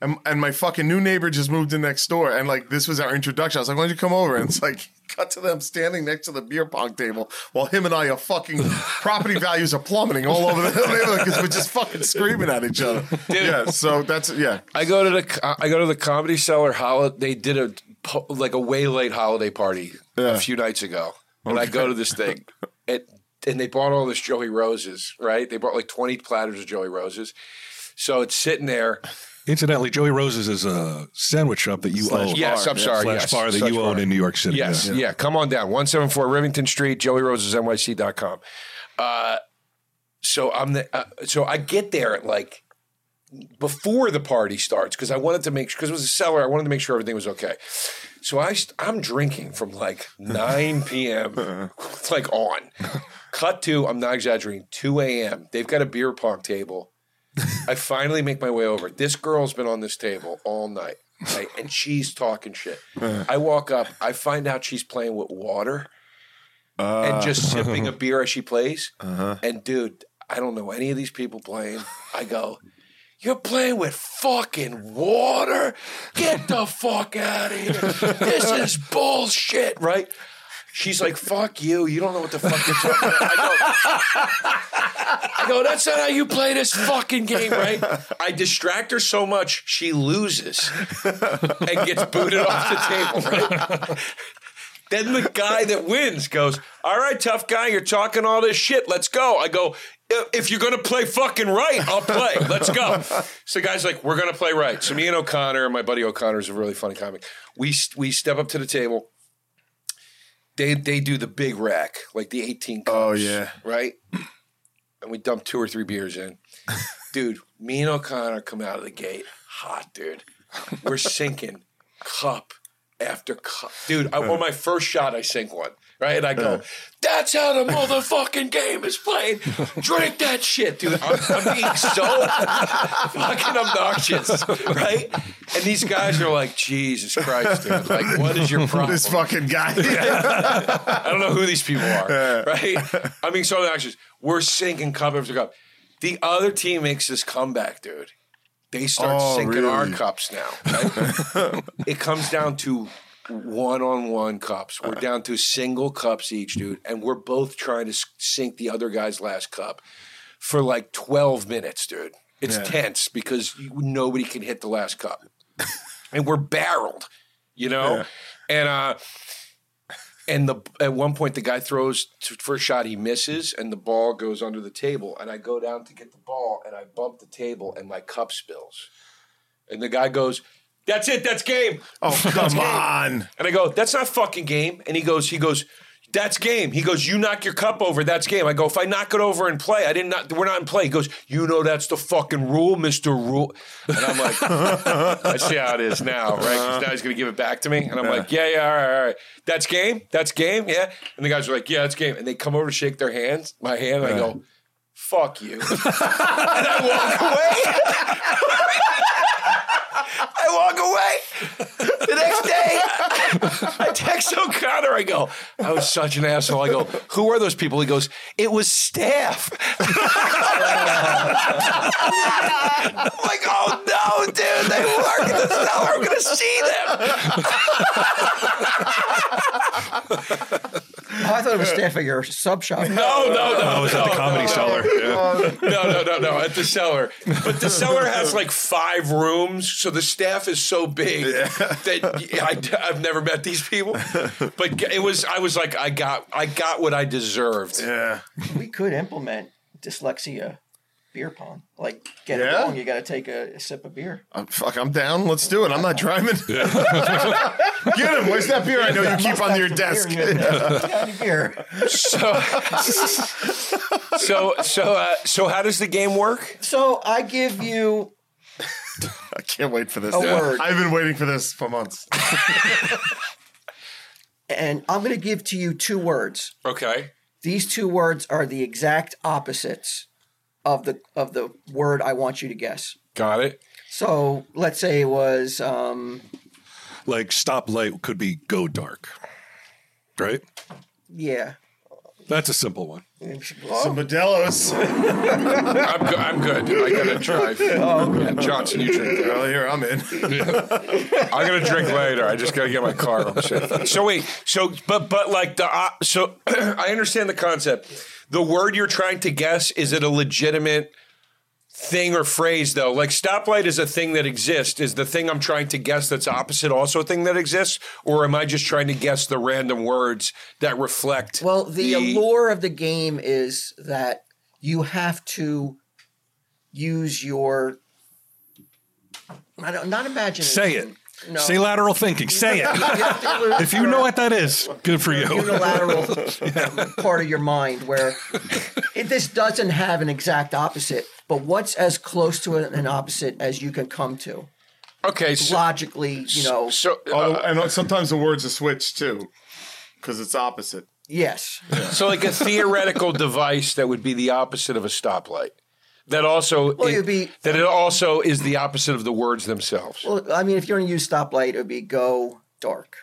Speaker 5: and, and my fucking new neighbor just moved in next door. And like, this was our introduction. I was like, why don't you come over? And it's like, cut to them standing next to the beer pong table while him and I are fucking property values are plummeting all over the neighborhood because we're just fucking screaming at each other. Yeah. So that's, yeah.
Speaker 1: I go to the co- I go to the comedy cellar holiday. They did a po- like a way late holiday party
Speaker 5: Yeah.
Speaker 1: a few nights ago, and I go to this thing, and and they bought all this Joey Roses, right? They bought like twenty platters of Joey Roses, so it's sitting there.
Speaker 2: Incidentally, Joey Rose's is a sandwich shop that you own.
Speaker 1: Yes, I'm sorry.
Speaker 2: Slash
Speaker 1: yes,
Speaker 2: bar that
Speaker 1: slash
Speaker 2: you own
Speaker 1: bar.
Speaker 2: in New York City.
Speaker 1: Yes,
Speaker 2: Yeah.
Speaker 1: yeah. Come on down, one seven four Rivington Street, Joey Roses NYC.com. Uh, so I'm the uh, so I get there at like before the party starts because I wanted to make sure because it was a cellar. I wanted to make sure everything was okay. So I st- I'm drinking from like 9 p.m. it's like on. Cut to I'm not exaggerating 2 a.m. They've got a beer pong table. I finally make my way over. This girl's been on this table all night, right? and she's talking shit. I walk up. I find out she's playing with water and just sipping a beer as she plays. And dude, I don't know any of these people playing. I go, you're playing with fucking water. Get the fuck out of here. This is bullshit, right? She's like, fuck you. You don't know what the fuck you're talking about. I go, I go, that's not how you play this fucking game, right? I distract her so much, she loses and gets booted off the table, right? Then the guy that wins goes, All right, tough guy, you're talking all this shit. Let's go. I go, "I- If you're going to play fucking right, I'll play. Let's go. So the guy's like, We're going to play right. So me and O'Connor, my buddy O'Connor is a really funny comic. We, we step up to the table. They, they do the big rack, like the 18 cups.
Speaker 5: Oh, yeah.
Speaker 1: Right? And we dump two or three beers in. Dude, me and O'Connor come out of the gate hot, dude. We're sinking cup after cup. Dude, I, on my first shot, I sink one, right? And I go, that's how the motherfucking game is played. Drink that shit, dude. I'm, I'm being so fucking obnoxious, right? And these guys are like, Jesus Christ, dude. Like, what is your problem?
Speaker 5: This fucking guy.
Speaker 1: I don't know who these people are, right? I mean, so obnoxious. We're sinking cup after cup. The other team makes this comeback, dude. They start
Speaker 5: Oh,
Speaker 1: sinking our
Speaker 5: really?
Speaker 1: cups now. right? it comes down to one-on-one cups. We're down to single cups each, dude, and we're both trying to s- sink the other guy's last cup for like twelve minutes, dude. It's tense because you, nobody can hit the last cup, and we're barreled, you know. And uh, and the at one point the guy throws t- first shot he misses and the ball goes under the table and I go down to get the ball and I bump the table and my cup spills. And the guy goes, "That's it, that's game."
Speaker 5: oh, come on.
Speaker 1: And I go, "That's not fucking game." And he goes, he goes, "That's game." He goes, "You knock your cup over, that's game." I go, "If I knock it over and play, I didn't not we're not in play." He goes, "You know that's the fucking rule, Mister Rule." And I'm like, "I see how it is now, right?" 'Cause now he's gonna give it back to me, and I'm like, "Yeah, yeah, all right, all right, that's game, that's game, yeah." And the guys are like, "Yeah, that's game," and they come over to shake their hands, my hand, and I go, fuck you. and I walk away. I walk away. The next day, I text O'Connor. I go, I was such an asshole. I go, who are those people? He goes, it was staff. I'm like, oh no, dude, they work in the cellar. I'm going to see them.
Speaker 3: Oh, I thought it was staffing your sub shop.
Speaker 1: No, no, no.
Speaker 2: I was at the
Speaker 1: no,
Speaker 2: comedy
Speaker 1: no, no.
Speaker 2: cellar. Yeah.
Speaker 1: no, no, no, no. At the cellar, but the cellar has like five rooms, so the staff is so big that I, have never met these people. But it was, I was like, I got, I got what I deserved.
Speaker 5: Yeah.
Speaker 3: We could implement dyslexia beer pong. Like, get
Speaker 5: Yeah?
Speaker 3: along, you got to take a, sip of beer.
Speaker 5: I'm, Uh, fuck, I'm down. Let's do it. I'm not driving. Get him. Where's that beer I know you keep on your desk?
Speaker 3: Beer, you got any beer.
Speaker 1: So, so, so, uh, so, how does the game work?
Speaker 3: So I give you
Speaker 5: I can't wait for this.
Speaker 3: A word.
Speaker 5: I've been waiting for this for months.
Speaker 3: and I'm going to give to you two words.
Speaker 1: Okay.
Speaker 3: These two words are the exact opposites of the of the word I want you to guess.
Speaker 1: Got it.
Speaker 3: So let's say it was um,
Speaker 2: Like stoplight could be go dark, right?
Speaker 3: yeah.
Speaker 2: That's a simple one.
Speaker 5: Some Modelo's.
Speaker 1: I'm, go- I'm good. I gotta drive.
Speaker 2: Oh,
Speaker 1: Johnson, you drink.
Speaker 5: Well, here I'm in.
Speaker 1: I'm gonna drink later. I just gotta get my car. I'm safe. So wait, so but but like the uh, so I understand the concept. The word you're trying to guess is it a legitimate thing or phrase though? Like stoplight is a thing that exists. Is the thing I'm trying to guess that's opposite also a thing that exists, or am I just trying to guess the random words that reflect?
Speaker 3: Well, the allure of the game is that you have to use your I don't not imagination.
Speaker 2: Say it.
Speaker 3: No.
Speaker 2: Say lateral thinking. Say it. if you know what that is, good for you.
Speaker 3: unilateral um, part of your mind where it, this doesn't have an exact opposite, but what's as close to an opposite as you can come to
Speaker 1: okay, so
Speaker 3: logically, you know.
Speaker 1: so uh,
Speaker 5: Oh, and sometimes the words are switched too, because it's opposite.
Speaker 3: Yes,
Speaker 1: so like a theoretical device that would be the opposite of a stoplight. That also
Speaker 3: Well, it'd be-
Speaker 1: that it also is the opposite of the words themselves.
Speaker 3: well, I mean, if you're going to use stoplight, it would be go dark.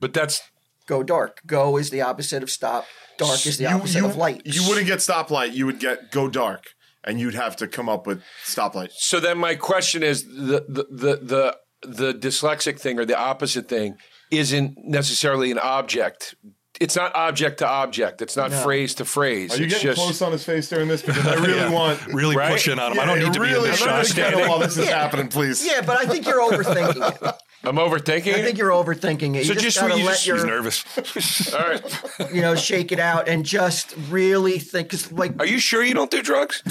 Speaker 1: But that's
Speaker 3: Go dark. Go is the opposite of stop. Dark is the
Speaker 5: You-
Speaker 3: opposite
Speaker 5: you-
Speaker 3: of Oh, light.
Speaker 5: You wouldn't get stoplight. You would get go dark, and you'd have to come up with stoplight.
Speaker 1: so. Then my question is the the the the, the dyslexic thing or the opposite thing isn't necessarily an object. It's not object to object. It's not phrase to phrase.
Speaker 5: Are you
Speaker 1: it's
Speaker 5: getting
Speaker 1: just
Speaker 5: close on his face during this? Because I really
Speaker 2: Yeah.
Speaker 5: want.
Speaker 2: Really
Speaker 1: Right?
Speaker 2: pushing on him. I don't
Speaker 5: Yeah,
Speaker 2: need to be in
Speaker 5: really-
Speaker 2: this
Speaker 5: I'm
Speaker 2: shot.
Speaker 5: really kind of while this is happening, please.
Speaker 3: Yeah, but I think you're overthinking it.
Speaker 1: I'm overthinking.
Speaker 3: I think you're overthinking it.
Speaker 1: So
Speaker 3: you just,
Speaker 1: just
Speaker 3: gotta
Speaker 1: when you
Speaker 3: let
Speaker 1: just-
Speaker 2: He's
Speaker 3: your,
Speaker 2: nervous.
Speaker 1: it? All right.
Speaker 3: you know, shake it out and just really think. Because like
Speaker 1: Are you sure you don't do drugs?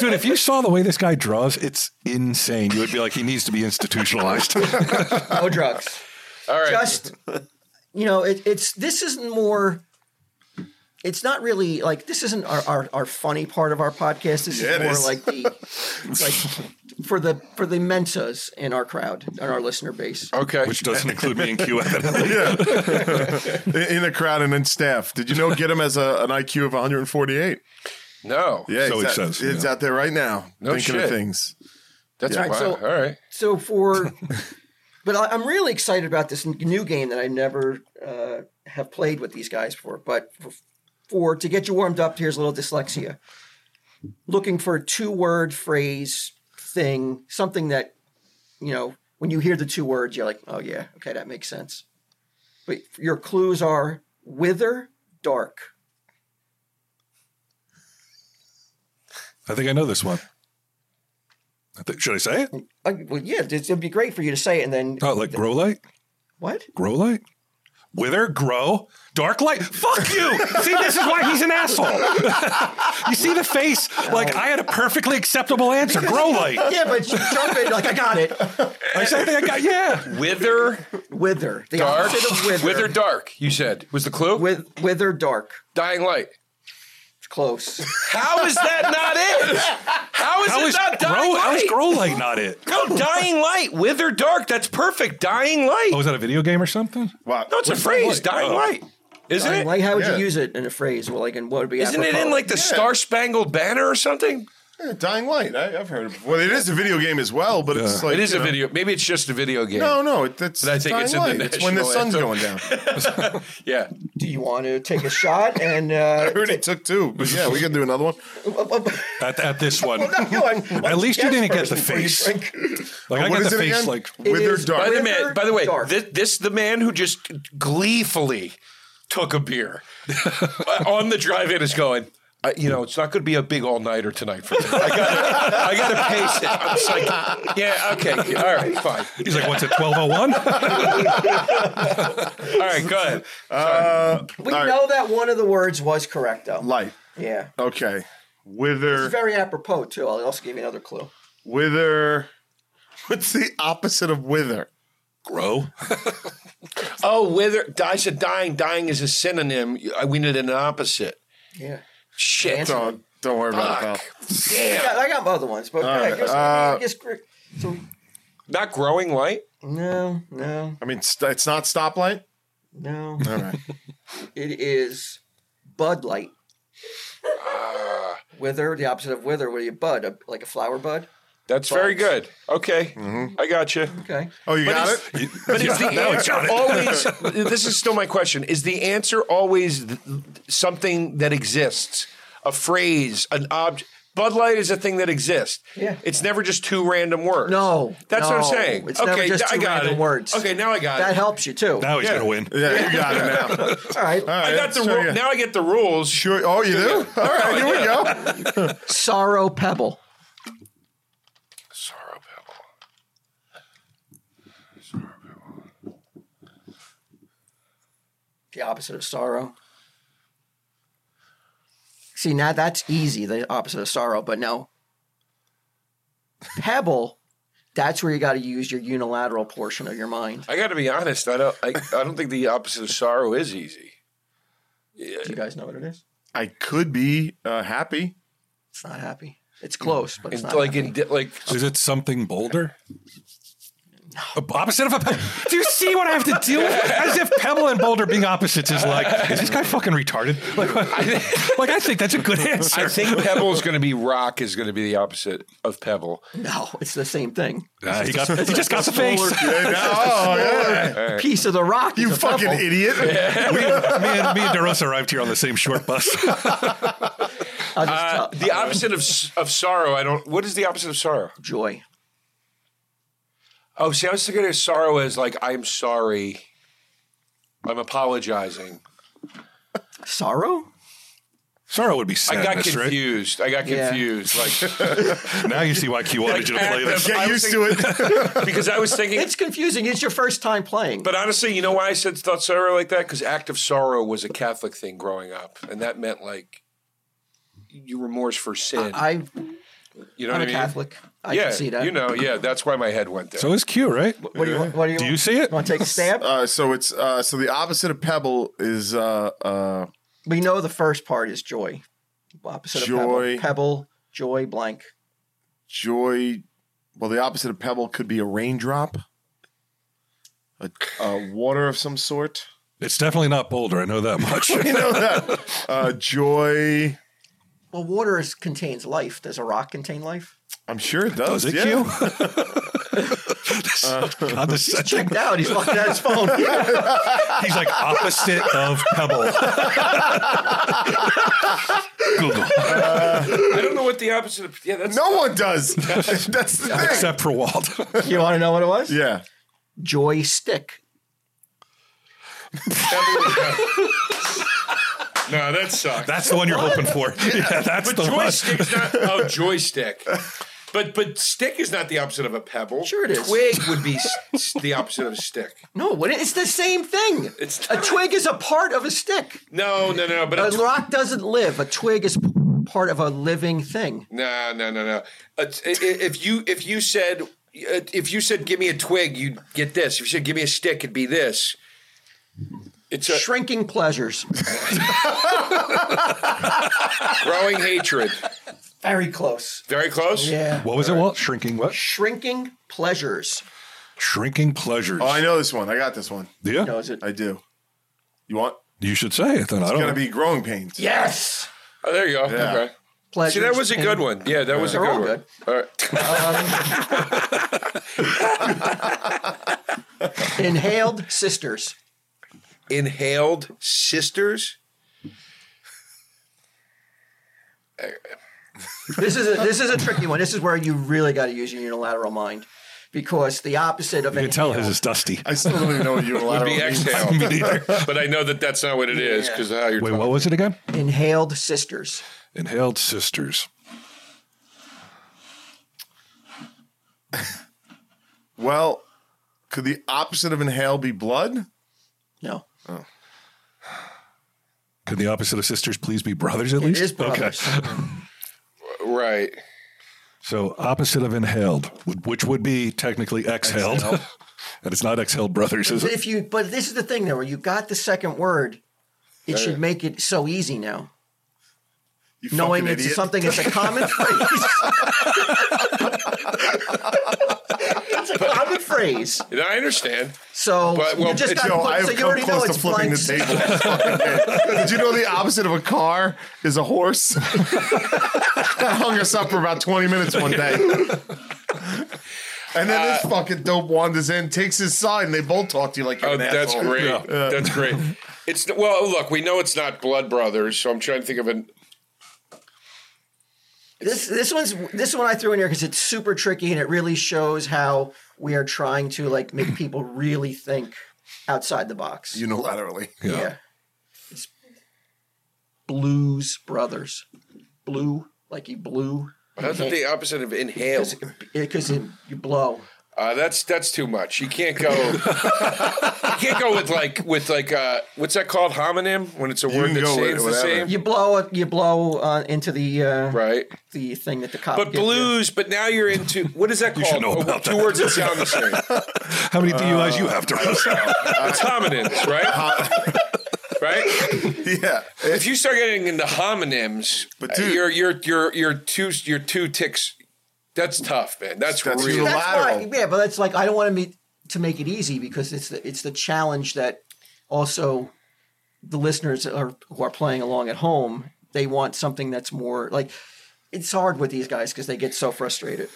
Speaker 2: Dude, if you saw the way this guy draws, it's insane. You would be like, he needs to be institutionalized.
Speaker 3: no drugs.
Speaker 1: All right.
Speaker 3: just you know it, it's this isn't more it's not really like this isn't our, our, our funny part of our podcast this is
Speaker 5: Yeah, it
Speaker 3: more
Speaker 5: is.
Speaker 3: like the like for the for the mensas in our crowd in our listener base
Speaker 1: okay.
Speaker 2: Which doesn't include me in Q evidently.
Speaker 5: In in the crowd and in staff. Did you know get him as a, an IQ of 148?
Speaker 1: no.
Speaker 5: Yeah,
Speaker 2: So
Speaker 5: it's,
Speaker 2: it
Speaker 5: out,
Speaker 2: says,
Speaker 5: it's
Speaker 2: yeah.
Speaker 5: out there right now.
Speaker 1: No
Speaker 5: thinking
Speaker 1: shit.
Speaker 5: of things.
Speaker 1: That's
Speaker 5: Yeah.
Speaker 1: wow.
Speaker 3: So-
Speaker 1: all right.
Speaker 3: so for but I, i'm really excited about this n- new game that i never uh, have played with these guys before but for, for to get you warmed up here's a little dyslexia looking for a two word phrase thing something that you know when you hear the two words you're like oh yeah okay that makes sense but your clues are wither dark
Speaker 2: I think I know this one. I think, should I say it?
Speaker 3: Uh, well yeah it's- it'd be great for you to say it and then
Speaker 2: Oh, like grow light?
Speaker 3: what
Speaker 2: Grow light? Wither, grow, dark light. Fuck you! see, this is why he's an asshole. you see the face? Like, I had a perfectly acceptable answer. Grow light.
Speaker 3: yeah but you jump in like i got it
Speaker 2: I said, I think I got, yeah.
Speaker 1: Wither
Speaker 3: wither the
Speaker 1: dark.
Speaker 3: opposite of wither
Speaker 1: Wither dark. You said was the clue.
Speaker 3: With wither dark.
Speaker 1: Dying light.
Speaker 3: It's close.
Speaker 1: How is that not it? How is
Speaker 2: How
Speaker 1: it
Speaker 2: is,
Speaker 1: not dying
Speaker 2: grow,
Speaker 1: light?
Speaker 2: how is grow light not it?
Speaker 1: No, dying light, wither dark. That's perfect. Dying light.
Speaker 2: Oh, is that a video game or something?
Speaker 5: Wow.
Speaker 1: no, it's a
Speaker 2: what's
Speaker 1: phrase.
Speaker 2: that light?
Speaker 1: Dying
Speaker 2: Oh.
Speaker 1: light. Isn't
Speaker 3: I mean,
Speaker 1: it?
Speaker 3: like, how would
Speaker 5: Yeah.
Speaker 3: you use it in a phrase? Well, like, and what would be?
Speaker 1: Isn't it in
Speaker 3: apropos?
Speaker 1: like the Star Spangled Banner or something?
Speaker 5: Yeah, Dying Light. I, I've heard of it. Well, it is a video game as well, but it's like
Speaker 1: It is
Speaker 5: you
Speaker 1: a
Speaker 5: know-
Speaker 1: video. Maybe it's just a video game.
Speaker 5: No, no, it, that's
Speaker 1: I think
Speaker 5: Dying
Speaker 1: it's in the
Speaker 5: Light. It's when the
Speaker 1: national
Speaker 5: sun's
Speaker 1: anthem.
Speaker 5: going down.
Speaker 1: Yeah.
Speaker 3: Do you want to take a shot? And uh,
Speaker 5: I already took two, but yeah, we can do another one.
Speaker 2: at, at this
Speaker 5: Oh,
Speaker 2: one.
Speaker 3: you're like,
Speaker 2: At least you
Speaker 3: guess
Speaker 2: didn't get
Speaker 3: first
Speaker 2: the
Speaker 3: before you
Speaker 2: face.
Speaker 3: drink.
Speaker 2: Like I
Speaker 5: What
Speaker 2: got
Speaker 5: is
Speaker 2: the
Speaker 5: it
Speaker 2: face
Speaker 5: again?
Speaker 2: like
Speaker 5: Withered
Speaker 3: is-
Speaker 5: Dark.
Speaker 1: By the man,
Speaker 3: River
Speaker 1: by the way,
Speaker 3: Dark.
Speaker 1: this, this the man who just gleefully took a beer on the drive-in is going. I, you know, it's not going to be a big all-nighter tonight for me. I got, I got to pace it. I'm just like, yeah, okay, all right, fine,
Speaker 2: he's like, what's it, twelve oh one?
Speaker 1: all right, go ahead.
Speaker 5: Uh,
Speaker 3: We
Speaker 5: all right,
Speaker 3: know that one of the words was correct, though.
Speaker 5: Light.
Speaker 3: yeah,
Speaker 5: Okay. Wither.
Speaker 3: it's very apropos too. I'll also give you another clue.
Speaker 5: wither. What's the opposite of wither?
Speaker 2: Grow.
Speaker 1: Oh, wither. I said dying. Dying is a synonym. We need an opposite.
Speaker 3: Yeah,
Speaker 1: Shit.
Speaker 3: Answer.
Speaker 5: Don't don't worry about it,
Speaker 1: Fuck.
Speaker 5: pal.
Speaker 3: I
Speaker 1: Damn.
Speaker 3: got, I got other ones, but yeah,
Speaker 5: right,
Speaker 3: I guess,
Speaker 5: uh,
Speaker 3: I guess, so,
Speaker 1: Not growing light.
Speaker 3: no, no,
Speaker 5: I mean, st- it's not stoplight.
Speaker 3: no.
Speaker 5: All right.
Speaker 3: It is Bud Light. Wither, the opposite of wither. What are you, bud? A, like a flower bud?
Speaker 1: That's very good. Okay,
Speaker 3: Mm-hmm.
Speaker 1: I got you.
Speaker 3: Okay.
Speaker 5: Oh, you got
Speaker 1: it's-
Speaker 5: it.
Speaker 1: But is the answer always? This is still my question: Is the answer always th- something that exists, a phrase, an object? Bud Light is a thing that exists.
Speaker 3: Yeah.
Speaker 1: it's never just two random words.
Speaker 3: No,
Speaker 1: that's what I'm
Speaker 3: no.
Speaker 1: saying.
Speaker 3: It's
Speaker 1: okay,
Speaker 3: never just
Speaker 1: I
Speaker 3: two
Speaker 1: got
Speaker 3: random
Speaker 1: it.
Speaker 3: words.
Speaker 1: Okay, now I got
Speaker 3: That
Speaker 1: it.
Speaker 3: helps you too.
Speaker 2: Now he's gonna win.
Speaker 5: Yeah, you got it now. All
Speaker 3: All right.
Speaker 5: right,
Speaker 1: I got the
Speaker 5: so
Speaker 1: ru-
Speaker 5: yeah.
Speaker 1: now. I get the rules.
Speaker 5: Sure. Oh, you do? All right, here we go.
Speaker 3: Sorrow Pebble.
Speaker 1: Sorrow Pebble.
Speaker 3: The opposite of sorrow. See, now that's easy, the opposite of sorrow, but no. Pebble, that's where you got to use your unilateral portion of your mind.
Speaker 1: I got to be honest. I don't. I, I don't think the opposite of sorrow is easy.
Speaker 3: Do you guys know what it is?
Speaker 5: I could be uh, happy.
Speaker 3: It's not happy. It's close, but it's,
Speaker 1: It's
Speaker 3: not
Speaker 1: like
Speaker 3: happy.
Speaker 1: in di- like
Speaker 2: Is it something bolder? A- Opposite of a pebble. Do you see what I have to deal with? As if pebble and boulder being opposites is like, is this guy fucking retarded? Like, like I think that's a good answer.
Speaker 1: I think pebble is going to be rock is going to be the opposite of pebble.
Speaker 3: No, it's the same thing.
Speaker 2: Uh, he, got, he just got the face.
Speaker 5: Yeah, now- oh, yeah.
Speaker 3: A piece of the rock. is
Speaker 5: You
Speaker 3: a
Speaker 5: fucking
Speaker 3: pebble.
Speaker 5: idiot.
Speaker 2: me, and, me and DeRosa arrived here on the same short bus.
Speaker 3: I'll just
Speaker 1: Uh,
Speaker 3: tell-
Speaker 1: the opposite of s- of sorrow. I don't. What is the opposite of sorrow?
Speaker 3: joy.
Speaker 1: Oh, see, I was thinking of sorrow as like I'm sorry, I'm apologizing.
Speaker 3: Sorrow?
Speaker 2: Sorrow would be
Speaker 1: I
Speaker 2: sadness,
Speaker 1: got
Speaker 2: right?
Speaker 1: confused. I got
Speaker 3: Yeah.
Speaker 1: confused, like
Speaker 2: Now you see why Q wanted you to play this.
Speaker 5: Get
Speaker 1: I was
Speaker 5: used to it.
Speaker 1: because I was thinking.
Speaker 3: It's confusing. It's your first time playing.
Speaker 1: but honestly, you know why I said thought sorrow like that? Because act of sorrow was a Catholic thing growing up, and that meant like you remorse for sin.
Speaker 3: I,
Speaker 1: you know what
Speaker 3: I'm a
Speaker 1: I mean?
Speaker 3: Catholic. I
Speaker 1: yeah,
Speaker 3: can see that.
Speaker 1: you know, yeah. That's why my head went there.
Speaker 2: So is Q, right?
Speaker 3: What do you want? What do you,
Speaker 2: Do you
Speaker 3: want?
Speaker 2: see it?
Speaker 3: want to take a stab?
Speaker 5: Uh, so it's uh, so the opposite of pebble is uh, uh,
Speaker 3: we know the first part is joy. Opposite
Speaker 5: Joy.
Speaker 3: of pebble. Pebble, joy, blank.
Speaker 5: joy. Well, the opposite of pebble could be a raindrop, a, a water of some sort.
Speaker 2: It's definitely not boulder. I know that much.
Speaker 5: You know that uh, joy.
Speaker 3: Well, water is, contains life. Does a rock contain life?
Speaker 5: I'm sure it does.
Speaker 2: Is it
Speaker 5: yeah.
Speaker 2: Q? Uh, God, this is such a-
Speaker 3: Checked out. He's looking at his phone.
Speaker 2: He's like opposite of pebble. Google,
Speaker 1: I don't know what the opposite of yeah. That's
Speaker 5: No one does. That's the thing.
Speaker 2: except for Walt.
Speaker 3: you want to know what it was?
Speaker 5: yeah.
Speaker 3: Joy stick.
Speaker 1: no, that sucks.
Speaker 2: That's the one you're hoping for. Yeah, that's the one.
Speaker 1: Joystick's not oh joystick. But but stick is not the opposite of a pebble.
Speaker 3: Sure it is.
Speaker 1: Twig would be s- s- the opposite of stick.
Speaker 3: No, what- it's the same thing.
Speaker 1: It's
Speaker 3: a
Speaker 1: not.
Speaker 3: twig is a part of a stick.
Speaker 1: No, no, no. But a
Speaker 3: A
Speaker 1: tw-
Speaker 3: rock doesn't live. A twig is p- part of a living thing.
Speaker 1: no, no, no, no. A t- i- i- If you if you said uh, if you said give me a twig, you'd get this. If you said give me a stick, it'd be this. It's a
Speaker 3: Shrinking pleasures.
Speaker 1: growing hatred.
Speaker 3: Very close.
Speaker 1: Very close.
Speaker 3: Yeah.
Speaker 2: What was it, Walt? Shrinking what?
Speaker 3: Shrinking pleasures.
Speaker 2: Shrinking pleasures.
Speaker 5: Oh, I know this one. I got this one.
Speaker 2: Yeah.
Speaker 3: No, is it?
Speaker 5: I do. You want?
Speaker 2: You should say it then. I don't
Speaker 5: Gonna be growing pains.
Speaker 3: Yes.
Speaker 1: Oh, there you go.
Speaker 5: Yeah.
Speaker 1: Okay. See,
Speaker 3: Pleasure.
Speaker 1: that was a good one. Yeah, that was a
Speaker 3: They're
Speaker 1: good
Speaker 3: all
Speaker 1: one.
Speaker 3: good.
Speaker 1: All right.
Speaker 3: um, Inhaled sisters.
Speaker 1: Inhaled sisters.
Speaker 3: This is a this is a tricky one. This is where you really got to use your unilateral mind, because the opposite of
Speaker 2: You can tell
Speaker 3: inhaled-
Speaker 2: his is dusty.
Speaker 5: I still don't even know what
Speaker 1: Would
Speaker 5: unilateral
Speaker 1: be
Speaker 5: means.
Speaker 1: exhale, but I know that that's not what it is because how you're
Speaker 2: Wait,
Speaker 1: talking.
Speaker 2: what was it again?
Speaker 3: inhaled sisters.
Speaker 2: Inhaled sisters.
Speaker 5: Well, could the opposite of inhale be blood?
Speaker 3: No,
Speaker 2: Could the opposite of sisters please be brothers at
Speaker 3: it
Speaker 2: least?
Speaker 3: is brothers.
Speaker 1: Right.
Speaker 2: So opposite of inhaled, would- which would be technically exhaled. and it's not exhaled brothers, is it?
Speaker 3: If you, but this is the thing though, where you got the second word, it should make it so easy now.
Speaker 5: You
Speaker 3: knowing
Speaker 5: fucking
Speaker 3: it's
Speaker 5: idiot.
Speaker 3: something it's a common phrase. it's a common phrase.
Speaker 1: And I understand.
Speaker 3: So
Speaker 1: But, well,
Speaker 3: you just
Speaker 1: it's-
Speaker 3: got
Speaker 5: Yo, I
Speaker 3: to
Speaker 5: have
Speaker 3: so you
Speaker 5: come
Speaker 3: already know
Speaker 5: close to
Speaker 3: it's
Speaker 5: flipping
Speaker 3: blank.
Speaker 5: the table. Fucking man. Did you know the opposite of a car is a horse? that hung us up for about 20 minutes one day. And then
Speaker 3: Uh,
Speaker 5: this fucking dope wanders in, takes his side, and they both talk to you like you're
Speaker 1: Oh,
Speaker 5: an
Speaker 1: that's
Speaker 5: asshole.
Speaker 1: great. That's great. It's well, look, we know it's not blood brothers, so I'm trying to think of an.
Speaker 3: This this one's this one I threw in here because it's super tricky and it really shows how we are trying to like make people really think outside the box.
Speaker 5: Unilaterally.
Speaker 3: yeah. It's Blues Brothers. Blue, like you blew.
Speaker 1: That's the opposite of inhale.
Speaker 3: Because you blow.
Speaker 1: Uh, that's that's too much. You can't go. you can't go with like with like uh, what's that called homonym when it's a word
Speaker 5: can
Speaker 1: that
Speaker 5: go with
Speaker 1: sounds the
Speaker 5: whatever.
Speaker 1: same,
Speaker 3: You blow it. You blow uh, into the uh,
Speaker 1: right?
Speaker 3: the thing that the cop.
Speaker 1: But
Speaker 3: gives you.
Speaker 1: blues. But now you're into what is that called?
Speaker 2: should know
Speaker 1: Oh,
Speaker 2: about
Speaker 1: two
Speaker 2: that.
Speaker 1: words that sound the same.
Speaker 2: How many DUIs you have to roast?
Speaker 1: It's homonyms, right? right.
Speaker 5: Yeah.
Speaker 1: If you start getting into homonyms,
Speaker 5: But
Speaker 1: uh,
Speaker 5: dude-
Speaker 1: you're you're you're you're two you're two ticks. That's tough, man. That's,
Speaker 5: That's
Speaker 1: real.
Speaker 5: you-
Speaker 3: That's
Speaker 5: lateral.
Speaker 3: why, yeah, but that's like I don't want to meet to make it easy because it's the it's the challenge that also the listeners are who are playing along at home they want something that's more like it's hard with these guys because they get so frustrated.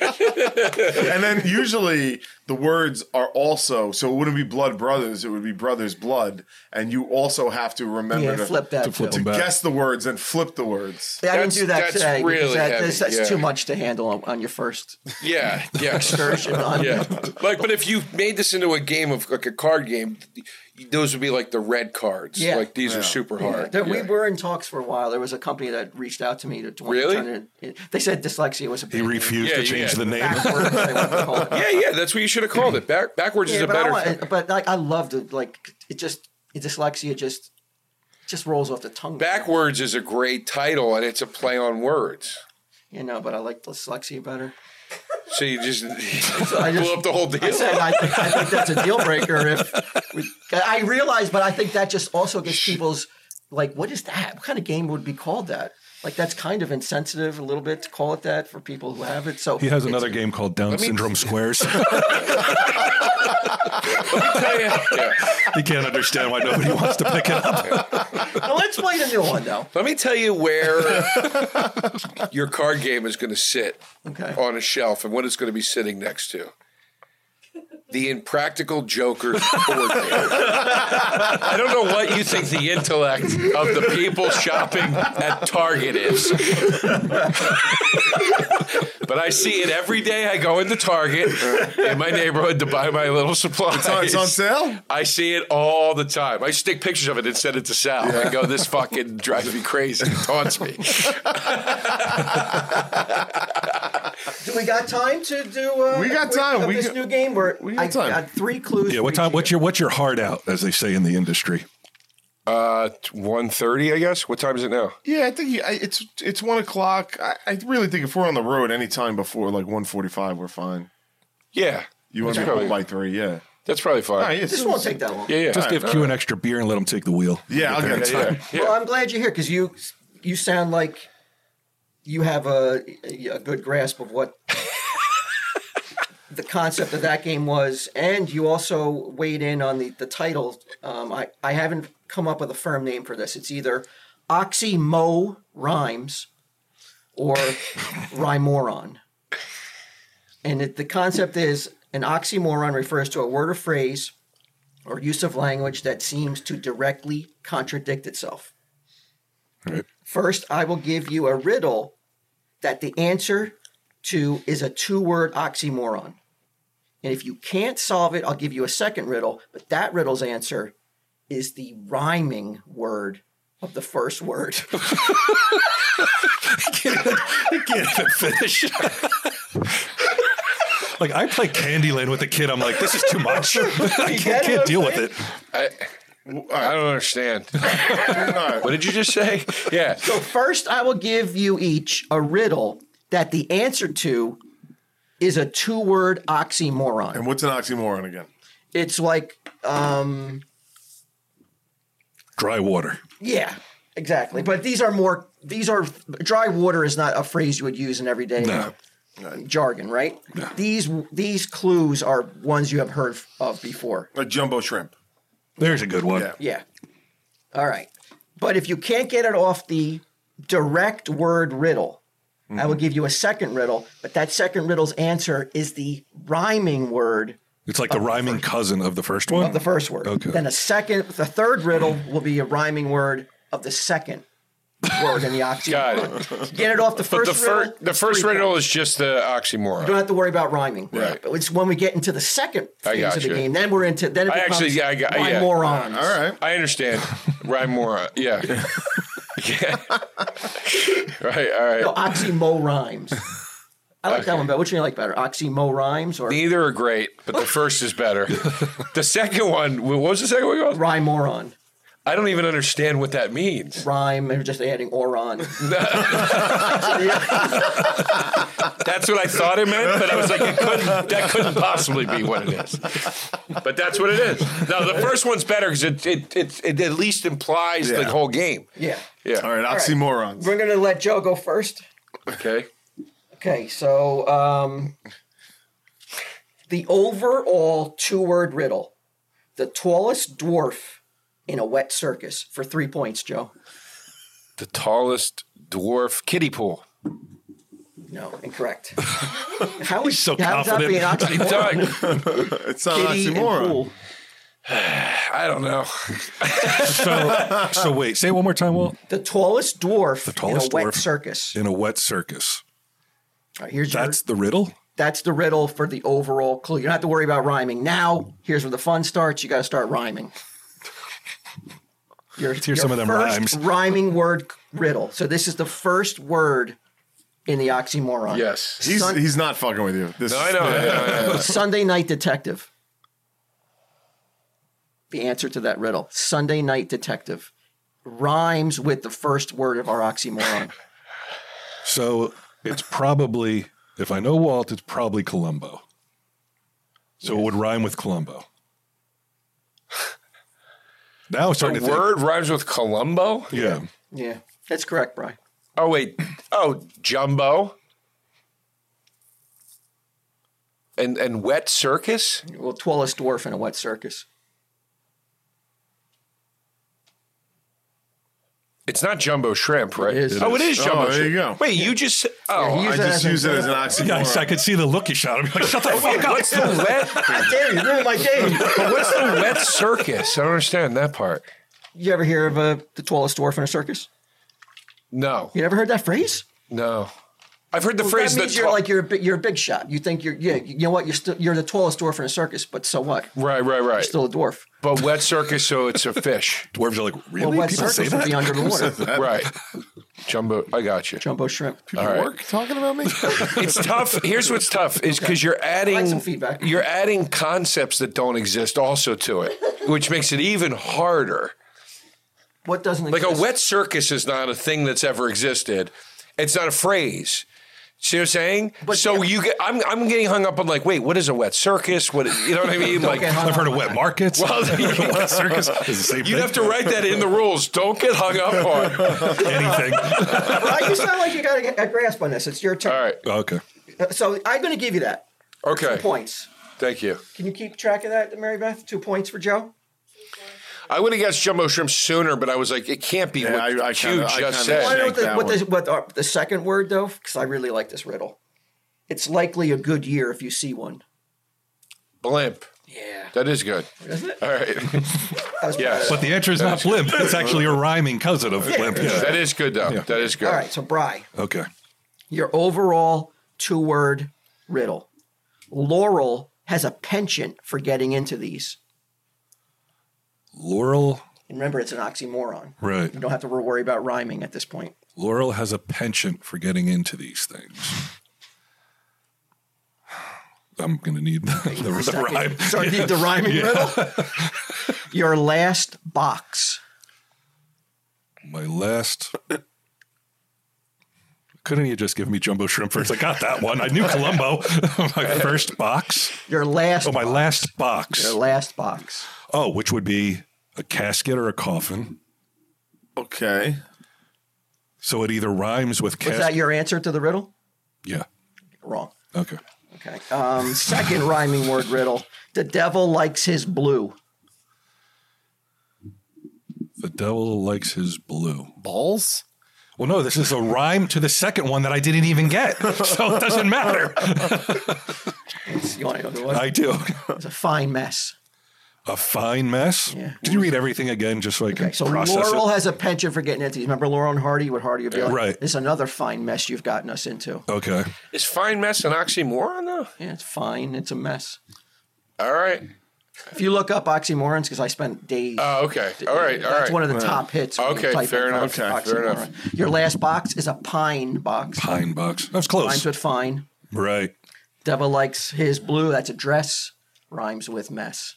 Speaker 5: And then usually the words are also, so it wouldn't be blood brothers, it would be brothers blood. And you also have to remember
Speaker 3: Yeah,
Speaker 5: to
Speaker 3: flip that.
Speaker 2: To flip
Speaker 3: too.
Speaker 2: them back.
Speaker 5: guess the words and flip the words.
Speaker 3: I didn't
Speaker 1: That's-
Speaker 3: do that
Speaker 1: that's
Speaker 3: today. because
Speaker 1: really
Speaker 3: that-
Speaker 1: heavy,
Speaker 3: that's, that's
Speaker 1: yeah.
Speaker 3: too much to handle on, on your first
Speaker 1: Yeah, yeah,
Speaker 3: version. On
Speaker 1: yeah. Like, but if you made this into a game of like a card game, those would be like the red cards.
Speaker 3: Yeah.
Speaker 1: Like these are super hard.
Speaker 3: There, We
Speaker 1: Yeah.
Speaker 3: were in talks for a while. There was a company that reached out to me to, to want
Speaker 1: Really?
Speaker 3: to turn it. They said dyslexia was a
Speaker 2: He refused
Speaker 1: Yeah,
Speaker 2: to
Speaker 1: you
Speaker 2: change
Speaker 1: had-
Speaker 2: the name.
Speaker 3: backwards. they wanted to call it.
Speaker 1: yeah, yeah. That's what you should have called it. Back, backwards is
Speaker 3: Yeah,
Speaker 1: a
Speaker 3: but, I
Speaker 1: better.
Speaker 3: want- but like I loved it. Like it just it dyslexia just just rolls off the tongue.
Speaker 1: backwards is a great title, and it's a play on words.
Speaker 3: you know. But I like dyslexia better.
Speaker 1: So you just,
Speaker 3: I just-
Speaker 1: blow up the whole deal.
Speaker 3: I said I think, I think that's a deal breaker. If we, I realize, but I think that just also gets people's like, what is that? What kind of game would be called that? Like that's kind of insensitive a little bit to call it that for people who have it. So
Speaker 2: He has another game called Down Syndrome Squares.
Speaker 3: "Oh,
Speaker 1: Yeah, yeah.
Speaker 2: he can't understand why nobody wants to pick it up.
Speaker 3: Now, let's play the new one though.
Speaker 1: Let me tell you where your card game is going to sit
Speaker 3: Okay.
Speaker 1: on a shelf and what it's going to be sitting next to. The Impractical Joker board game. I don't know what you think the intellect of the people shopping at Target is. but I see it every day. I go into Target in my neighborhood to buy my little supplies.
Speaker 5: Oh, it's on sale?
Speaker 1: I see it all the time. I stick pictures of it and send it to Sal. I go, this fucking drives me crazy. It taunts me.
Speaker 3: Do we got time to do? Uh,
Speaker 5: We got
Speaker 3: with-
Speaker 5: time.
Speaker 3: of
Speaker 5: We
Speaker 3: this
Speaker 5: got-
Speaker 3: new game where
Speaker 5: we got
Speaker 3: I
Speaker 5: time.
Speaker 3: got three clues.
Speaker 2: Yeah,
Speaker 3: for
Speaker 2: what
Speaker 3: each
Speaker 2: time?
Speaker 3: of
Speaker 2: What's your what's your heart out, as they say in the industry?
Speaker 1: Uh, one thirty, I guess. What time is it now?
Speaker 5: Yeah, I think you- I, it's it's one o'clock. I, I really think if we're on the road any time before like one forty five, we're fine.
Speaker 1: Yeah,
Speaker 5: You want to be
Speaker 1: probably-
Speaker 5: home by three? Yeah.
Speaker 1: that's probably fine.
Speaker 5: All right, yeah,
Speaker 3: This
Speaker 5: so-
Speaker 3: won't take that long.
Speaker 1: Ah, Yeah, yeah.
Speaker 2: Just give Q an extra beer and let him take the wheel.
Speaker 5: Yeah, I'll get it.
Speaker 1: Yeah, yeah, yeah.
Speaker 3: Well, I'm glad you're here because you you sound like you have a a good grasp of what the concept of that game was, and you also weighed in on the the title. Um, I I haven't come up with a firm name for this. It's either Oxy Mo Rhymes or Rhymoron. And it, the concept is an oxymoron refers to a word or phrase or use of language that seems to directly contradict itself. First, I will give you a riddle that the answer to is a two word oxymoron. And if you can't solve it, I'll give you a second riddle, but that riddle's answer is the rhyming word of the first word.
Speaker 2: Get it finish. like I play Candyland with a kid. I'm like, this is too much. I can't, can't deal with it.
Speaker 1: I, I don't understand.
Speaker 5: All
Speaker 1: What
Speaker 5: right.
Speaker 1: did you just say? Yeah.
Speaker 3: So first, I will give you each a riddle that the answer to is a two-word oxymoron.
Speaker 5: And what's an oxymoron again?
Speaker 3: It's like, um,
Speaker 2: Dry water.
Speaker 3: yeah, exactly. But these are more. These are dry water is not a phrase you would use in everyday
Speaker 2: No.
Speaker 3: jargon, right? These these clues are ones you have heard of before.
Speaker 5: A jumbo shrimp.
Speaker 2: There's a good one.
Speaker 5: Yeah.
Speaker 3: Yeah. All right. But if you can't get it off the direct word riddle, I will
Speaker 2: Mm-hmm.
Speaker 3: give you a second riddle, but that second riddle's answer is the rhyming word
Speaker 2: It's like the rhyming cousin of the first one.
Speaker 3: of the first word.
Speaker 2: Okay.
Speaker 3: Then a second, the third riddle will be a rhyming word of the second word in the
Speaker 1: Got
Speaker 3: oxymoron.
Speaker 1: it.
Speaker 3: Get it off the
Speaker 1: But
Speaker 3: first
Speaker 1: the, fir-
Speaker 3: riddle.
Speaker 1: the first
Speaker 3: three
Speaker 1: riddle
Speaker 3: points.
Speaker 1: is just the oxymoron.
Speaker 3: You don't have to worry about rhyming.
Speaker 1: Right.
Speaker 3: But it's when we get into the second
Speaker 1: I
Speaker 3: phase of the
Speaker 1: gotcha.
Speaker 3: game, then we're into then it
Speaker 1: I
Speaker 3: becomes
Speaker 1: actually- yeah, I got-
Speaker 3: why
Speaker 1: yeah.
Speaker 3: morons.
Speaker 5: All right.
Speaker 1: I understand. Rhymora. Yeah. yeah. right. All right.
Speaker 3: No, oxymo rhymes. I like that one better. Which one you like better? Oxymo rhymes or
Speaker 1: Neither are great, but the first is better. the second one, what was the second one called?
Speaker 3: rhymoron?
Speaker 1: I don't even understand what that means.
Speaker 3: Rhyme and just adding oron.
Speaker 1: That's what I thought it meant, but I was like, it couldn't, that couldn't possibly be what it is. But that's what it is. Now, the first one's better because it, it, it, it at least implies the
Speaker 5: Yeah.
Speaker 1: whole game.
Speaker 3: yeah.
Speaker 1: Yeah.
Speaker 5: All right, oxymorons.
Speaker 3: We're gonna let Joe go first.
Speaker 1: Okay.
Speaker 3: Okay, so um, the overall two-word riddle: the tallest dwarf in a wet circus for three points. Joe,
Speaker 1: The tallest dwarf kiddie pool.
Speaker 3: no, incorrect. How is
Speaker 2: so
Speaker 3: how is that
Speaker 2: confident.
Speaker 3: being oxymoron?
Speaker 1: Doug,
Speaker 5: It's not an
Speaker 3: Kitty and
Speaker 5: oxymoron.
Speaker 3: pool.
Speaker 1: I don't know.
Speaker 2: So, so wait, say it one more time, Walt.
Speaker 3: The tallest dwarf
Speaker 2: tallest
Speaker 3: in a wet
Speaker 2: dwarf.
Speaker 3: circus.
Speaker 2: In a wet circus.
Speaker 3: All right, here's your,
Speaker 2: That's the riddle.
Speaker 3: That's the riddle for the overall clue. You don't have to worry about rhyming. Now, here's where the fun starts. You got to start rhyming. Your,
Speaker 2: hear
Speaker 3: your
Speaker 2: some of them
Speaker 3: first
Speaker 2: rhymes.
Speaker 3: Rhyming word c- riddle. So this is the first word in the oxymoron.
Speaker 1: Yes.
Speaker 5: He's,
Speaker 3: Son-
Speaker 5: he's not fucking with you. This
Speaker 1: I know. I know, I know.
Speaker 3: Sunday Night Detective. The answer to that riddle. Sunday Night Detective rhymes with the first word of our oxymoron.
Speaker 2: So it's probably, if I know Walt, it's probably Columbo. So it would rhyme with Columbo. Now I'm starting
Speaker 1: The
Speaker 2: to
Speaker 1: word rhymes with Columbo?
Speaker 2: think. Yeah.
Speaker 3: yeah, that's correct, Brian.
Speaker 1: Oh, wait. Oh, Jumbo? And, and Wet Circus?
Speaker 3: Well, tallest dwarf in a wet circus.
Speaker 1: It's not Jumbo Shrimp, right?
Speaker 3: It is.
Speaker 1: Oh, it is
Speaker 5: Oh,
Speaker 1: Jumbo
Speaker 5: there
Speaker 1: Shrimp.
Speaker 5: you go.
Speaker 1: Wait, you just. said- Oh,
Speaker 3: Yeah,
Speaker 5: I
Speaker 3: Use that
Speaker 5: just
Speaker 3: as an
Speaker 5: use it as an
Speaker 2: Yeah, I,
Speaker 5: oxymoron.
Speaker 2: I could see the look you shot. I'm like, shut
Speaker 3: Oh,
Speaker 2: the fuck up.
Speaker 1: what's the wet?
Speaker 3: How dare you? Ruin my game.
Speaker 1: What's the wet circus? I don't understand that part.
Speaker 3: You ever hear of uh, the tallest dwarf in a circus?
Speaker 1: No,
Speaker 3: You never heard that phrase?
Speaker 1: no. I've heard the
Speaker 3: Well,
Speaker 1: phrase
Speaker 3: that means
Speaker 1: the
Speaker 3: you're
Speaker 1: tall-
Speaker 3: like you're a big, you're a big shot. You think you're yeah. You know what? You're still you're the tallest dwarf in a circus, but so what? You're
Speaker 1: right, right, right.
Speaker 3: still a dwarf.
Speaker 1: but wet circus, so it's a fish,
Speaker 2: Dwarves are like, really?
Speaker 3: Well, what
Speaker 2: People say
Speaker 3: circus would
Speaker 2: that?
Speaker 3: be under the water?
Speaker 1: right? Jumbo, I got you.
Speaker 3: Jumbo shrimp.
Speaker 5: People
Speaker 1: right.
Speaker 5: work talking about me?
Speaker 1: It's tough. Here's what's tough is because you're adding
Speaker 3: some feedback.
Speaker 1: You're adding concepts that don't exist also to it, which makes it even harder.
Speaker 3: What doesn't
Speaker 1: Like a
Speaker 3: exist?
Speaker 1: wet circus is not a thing that's ever existed. It's not a phrase. See what I'm saying? so
Speaker 3: yeah.
Speaker 1: you get, I'm, I'm getting hung up on like, wait, what is a wet circus? What you know what I mean? like
Speaker 3: get hung
Speaker 2: I've heard of wet markets.
Speaker 1: Well,
Speaker 2: wet circus is the same
Speaker 1: you'd
Speaker 2: thing.
Speaker 1: have to write that in the rules. Don't get hung up on.
Speaker 2: anything.
Speaker 3: Right, you sound like you got to get a grasp on this. It's your turn.
Speaker 1: All right.
Speaker 2: okay.
Speaker 3: So I'm going to give you that.
Speaker 1: Okay.
Speaker 3: Points.
Speaker 1: Thank you.
Speaker 3: Can you keep track of that, Mary Beth? Two points for Joe.
Speaker 1: I would have guessed jumbo shrimp sooner, but I was like, it can't be what
Speaker 5: I- I kinda-
Speaker 1: Q
Speaker 5: I kinda-
Speaker 1: just
Speaker 3: I
Speaker 1: said.
Speaker 3: know
Speaker 5: Take
Speaker 3: what the,
Speaker 5: that
Speaker 3: what, the, what the, the second word though, because I really like this riddle. It's likely a good year if you see one.
Speaker 1: Blimp.
Speaker 3: Yeah,
Speaker 1: That is good.
Speaker 3: isn't it?
Speaker 1: All right.
Speaker 3: I was
Speaker 1: yes.
Speaker 2: But the answer is not blimp. It's actually a rhyming cousin of blimp. Yeah.
Speaker 1: That is good, though. That is good.
Speaker 3: All right, so Bry,
Speaker 2: Okay.
Speaker 3: your overall two-word riddle. Laurel has a penchant for getting into these.
Speaker 2: Laurel.
Speaker 3: And remember, it's an oxymoron.
Speaker 2: Right.
Speaker 3: You don't have to worry about rhyming at this point.
Speaker 2: Laurel has a penchant for getting into these things. I'm gonna need the, the, the rhyme.
Speaker 3: So the, the rhyming riddle. Your last box.
Speaker 2: My last. Couldn't you just give me jumbo shrimp first? I got that one. I knew Columbo. my first box.
Speaker 3: Your last.
Speaker 2: Oh, my last box.
Speaker 3: Your last box.
Speaker 2: Oh, which would be a casket or a coffin.
Speaker 5: Okay.
Speaker 2: So it either rhymes with
Speaker 3: Was that
Speaker 2: casket.
Speaker 3: your answer to the riddle?
Speaker 2: yeah.
Speaker 3: Wrong.
Speaker 2: Okay.
Speaker 3: Okay. Um, second rhyming word riddle. The devil likes his blue.
Speaker 2: The devil likes his blue.
Speaker 5: Balls?
Speaker 2: Well, no, this is a rhyme to the second one that I didn't even get. So it doesn't matter.
Speaker 3: You want another one?
Speaker 2: I do.
Speaker 3: It's a fine mess.
Speaker 2: A fine mess.
Speaker 3: Yeah.
Speaker 2: Did you read everything again just so I can
Speaker 3: Okay, so
Speaker 2: process
Speaker 3: Laurel
Speaker 2: it?
Speaker 3: has a penchant for getting into these. Remember Laurel and Hardy? What Hardy would be like?
Speaker 2: right.
Speaker 3: It's another fine mess you've gotten us into.
Speaker 2: Okay.
Speaker 1: Is fine mess an oxymoron, though?
Speaker 3: Yeah, it's fine. It's a mess.
Speaker 1: All right.
Speaker 3: If you look up oxymorons, because I spent days.
Speaker 1: Oh, okay. All right. All
Speaker 3: that's
Speaker 1: right.
Speaker 3: one of the top hits. when you
Speaker 1: Okay,
Speaker 3: type
Speaker 1: fair
Speaker 3: in
Speaker 1: enough.
Speaker 3: oxy-
Speaker 1: Okay, fair enough.
Speaker 3: oxymoron. Your last box is a pine box.
Speaker 2: Pine box. That's close.
Speaker 3: Rhymes with fine.
Speaker 2: right.
Speaker 3: Devil likes his blue. That's a dress. Rhymes with mess.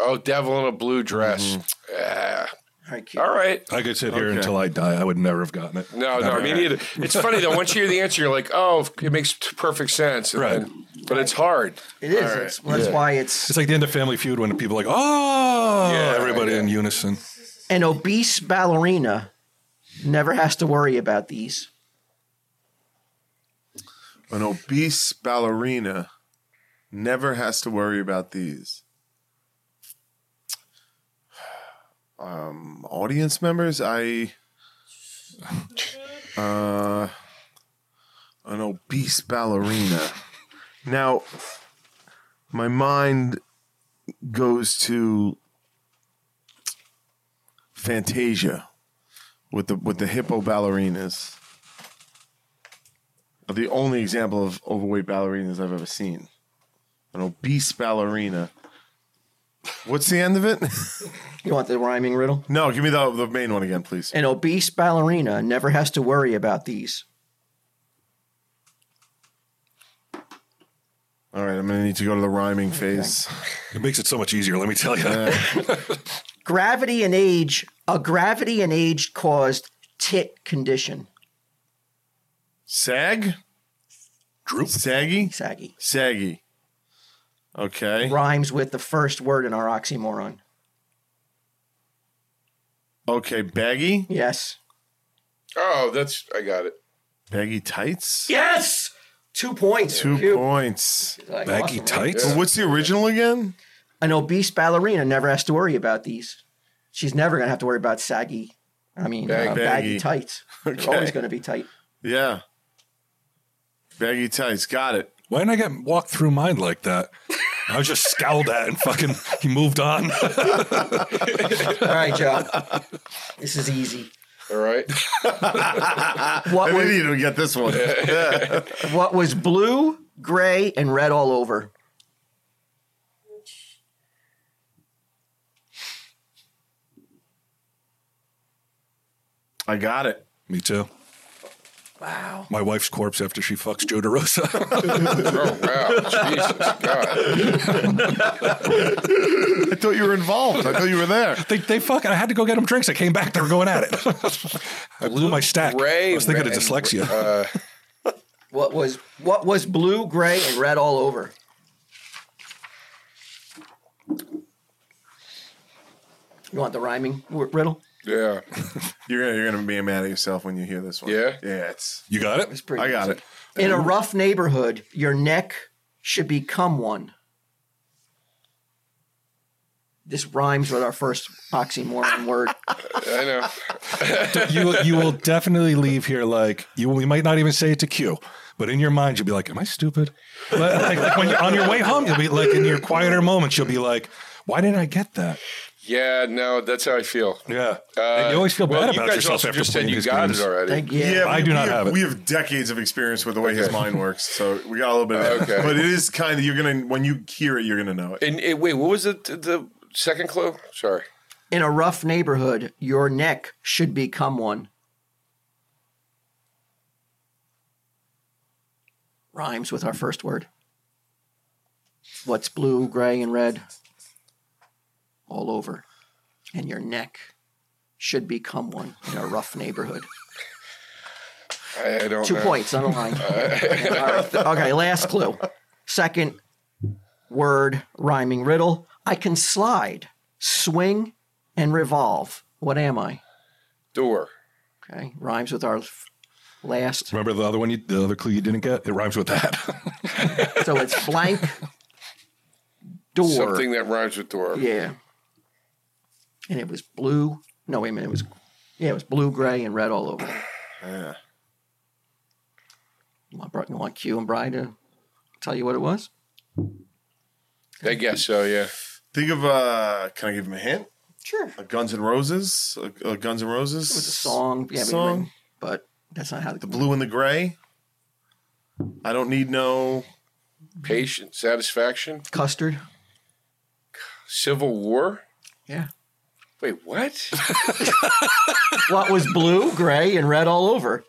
Speaker 1: Oh, devil in a blue dress.
Speaker 2: Mm-hmm.
Speaker 1: Ah.
Speaker 3: All right, Q.
Speaker 1: All right.
Speaker 2: I could sit here
Speaker 5: Okay.
Speaker 2: until I die. I would never have gotten it.
Speaker 1: No, no, me neither. It's funny though. Once you hear the answer, you're like, "Oh, it makes t- perfect sense." and
Speaker 2: Right.
Speaker 1: then- but it's hard.
Speaker 3: It is. It's, well, that's why it's
Speaker 2: It's like the end of Family Feud when people are like, oh,
Speaker 1: Yeah,
Speaker 2: everybody
Speaker 1: yeah.
Speaker 2: in unison.
Speaker 3: an obese ballerina never has to worry about these.
Speaker 5: An obese ballerina never has to worry about these. Um, audience members, I. Uh, an obese ballerina. Now, my mind goes to Fantasia with the with the hippo ballerinas are the only example of overweight ballerinas I've ever seen. An obese ballerina. What's the end of it?
Speaker 3: You want the rhyming riddle?
Speaker 5: no, give me the, the main one again, please.
Speaker 3: An obese ballerina never has to worry about these.
Speaker 5: All right, I'm going to need to go to the rhyming phase. Uh,
Speaker 2: It makes it so much easier, let me tell you.
Speaker 3: Gravity and age, a gravity and age caused tit condition.
Speaker 5: Sag?
Speaker 2: Droop.
Speaker 5: Saggy?
Speaker 3: Saggy.
Speaker 5: Saggy. Okay.
Speaker 3: Rhymes with the first word in our oxymoron.
Speaker 5: Okay, baggy?
Speaker 3: Yes.
Speaker 1: Oh, that's I got it.
Speaker 5: Baggy tights?
Speaker 3: Yes! Two points.
Speaker 5: Two
Speaker 3: Cute.
Speaker 5: points.
Speaker 3: Like,
Speaker 2: Baggy
Speaker 3: awesome, right?
Speaker 2: tights.
Speaker 5: What's the original again?
Speaker 3: An obese ballerina never has to worry about these. She's never going to have to worry about saggy, I mean,
Speaker 1: Bag-
Speaker 3: uh,
Speaker 5: baggy.
Speaker 3: baggy tights.
Speaker 5: Okay.
Speaker 3: They're always going to be tight.
Speaker 5: Yeah. Baggy tights. Got it.
Speaker 2: Why didn't I get walked through mine like that? I was just scowled at and fucking he moved on.
Speaker 3: All right, Joe. This is easy.
Speaker 1: All right.
Speaker 3: What
Speaker 5: I didn't
Speaker 3: was,
Speaker 5: even get this one.
Speaker 3: what was blue, gray, and red all over?
Speaker 5: I got it.
Speaker 2: me too.
Speaker 3: Wow.
Speaker 2: My wife's corpse after she fucks Joe DeRosa.
Speaker 1: Oh wow. Jesus God.
Speaker 5: I thought you were involved. I thought you were there.
Speaker 2: they, they fucking, I had to go get them drinks. I came back, they were going at it. I blew my stack.
Speaker 1: Ray.
Speaker 2: I was thinking
Speaker 1: Ray-
Speaker 2: of dyslexia.
Speaker 1: Uh,
Speaker 3: What was what was blue, gray, and red all over? You want the rhyming w- riddle?
Speaker 1: yeah.
Speaker 5: You're gonna you're gonna be mad at yourself when you hear this one.
Speaker 1: Yeah?
Speaker 5: yeah, it's
Speaker 2: you got it?
Speaker 3: It's pretty.
Speaker 5: I got it.
Speaker 3: In a rough neighborhood, your neck should become one. This rhymes with our first oxymoron word.
Speaker 1: I know.
Speaker 2: you will, you will definitely leave here like you. will- You might not even say it to Q, but in your mind you'll be like, "Am I stupid?" Like, like- like when you're on your way home, you'll be like in your quieter moments, you'll be like, "Why didn't I get that?"
Speaker 1: Yeah, no, that's how I feel. Uh,
Speaker 2: Yeah, and you always feel
Speaker 1: Well,
Speaker 2: bad
Speaker 1: you
Speaker 2: about
Speaker 1: guys
Speaker 2: yourself
Speaker 1: also
Speaker 2: after
Speaker 1: just said
Speaker 2: playing
Speaker 1: you
Speaker 2: these
Speaker 1: got
Speaker 2: games.
Speaker 1: it already.
Speaker 3: Thank you.
Speaker 5: Yeah,
Speaker 2: I
Speaker 5: we-
Speaker 2: do
Speaker 5: we
Speaker 2: not have it.
Speaker 5: We have decades of experience with the way his mind works, so we got a little bit. of
Speaker 1: Okay.
Speaker 5: But it is kind of you're gonna when you hear it, you're gonna know it.
Speaker 1: And, eh, wait, what was the the second clue? Sorry.
Speaker 3: In a rough neighborhood, your neck should become one. Rhymes with our first word. What's blue, gray, and red? All over. And your neck should become one in a rough neighborhood.
Speaker 1: I, I don't.
Speaker 3: Two
Speaker 1: know.
Speaker 3: points on the line. All right. Okay, last clue. Second word rhyming riddle. I can slide, swing, and revolve. What am I?
Speaker 1: Door.
Speaker 3: Okay, rhymes with our f- last.
Speaker 2: Remember the other one, you, the other clue you didn't get? It rhymes with that.
Speaker 3: So it's blank door.
Speaker 1: Something that rhymes with door.
Speaker 3: Yeah. And it was blue. No, wait a minute. It was yeah, it was blue, gray, and red all over. Yeah. You want, Bri- you want Q and Bry to tell you what it was?
Speaker 1: I guess so. Yeah.
Speaker 5: Think of uh, can I give him a hint?
Speaker 3: Sure.
Speaker 5: A Guns N' Roses, a, a Guns N' Roses.
Speaker 3: It was a song. Yeah,
Speaker 5: Song.
Speaker 3: song. but that's not how the
Speaker 5: The blue and the gray. I don't need no.
Speaker 1: Patient satisfaction.
Speaker 3: custard.
Speaker 1: Civil war.
Speaker 3: Yeah.
Speaker 1: Wait, what?
Speaker 3: What was blue, gray, and red all over?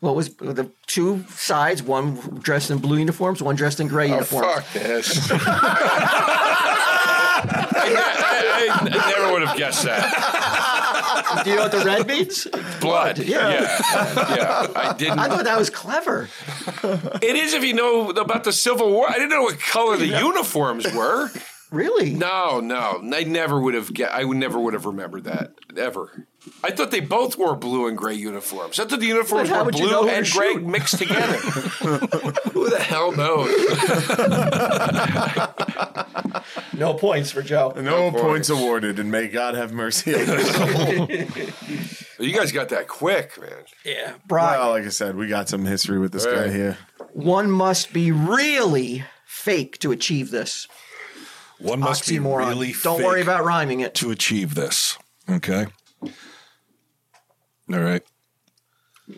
Speaker 3: What was the two sides? One dressed in blue uniforms, one dressed in gray
Speaker 1: Oh,
Speaker 3: uniforms.
Speaker 1: fuck this. I, I- I never would have guessed that.
Speaker 3: Do you know what the red means?
Speaker 1: Blood.
Speaker 3: Yeah.
Speaker 1: Yeah. Yeah. I didn't.
Speaker 3: I thought that was clever.
Speaker 1: It is if you know about the Civil War. I didn't know what color the uniforms were.
Speaker 3: Really?
Speaker 1: No, no, I never would have. Get, I would never would have remembered that ever. I thought they both wore blue and gray uniforms. I thought the uniforms
Speaker 3: Then how
Speaker 1: were
Speaker 3: would you know
Speaker 1: blue
Speaker 3: who
Speaker 1: and
Speaker 3: to
Speaker 1: gray
Speaker 3: shoot?
Speaker 1: mixed together. Who the hell knows?
Speaker 3: No points for Joe.
Speaker 5: No
Speaker 1: course.
Speaker 5: points awarded, and may God have mercy. on us.
Speaker 1: You guys got that quick, man.
Speaker 3: Yeah. Brian,
Speaker 5: well, like I said, we got some history with this guy
Speaker 1: Right.
Speaker 5: here.
Speaker 3: one must be really fake to achieve this.
Speaker 2: one must
Speaker 3: Oxymoron.
Speaker 2: be really
Speaker 3: Don't
Speaker 2: fake
Speaker 3: worry about rhyming it.
Speaker 2: to achieve this. Okay. All right.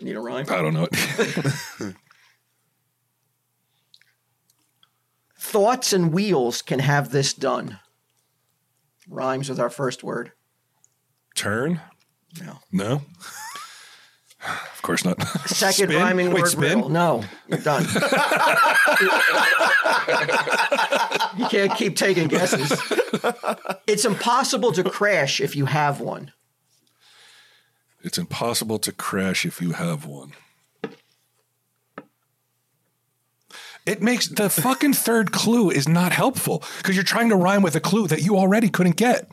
Speaker 3: Need a rhyme?
Speaker 2: I don't know.
Speaker 3: Thoughts and wheels can have this done. Rhymes with our first word.
Speaker 2: Turn?
Speaker 3: No.
Speaker 2: No. Of course not.
Speaker 3: Second
Speaker 2: Spin?
Speaker 3: rhyming
Speaker 2: Wait,
Speaker 3: word
Speaker 2: spin?
Speaker 3: riddle. No, you're done. you can't keep taking guesses. It's impossible to crash if you have one.
Speaker 2: It's impossible to crash if you have one. It makes the fucking third clue is not helpful because you're trying to rhyme with a clue that you already couldn't get.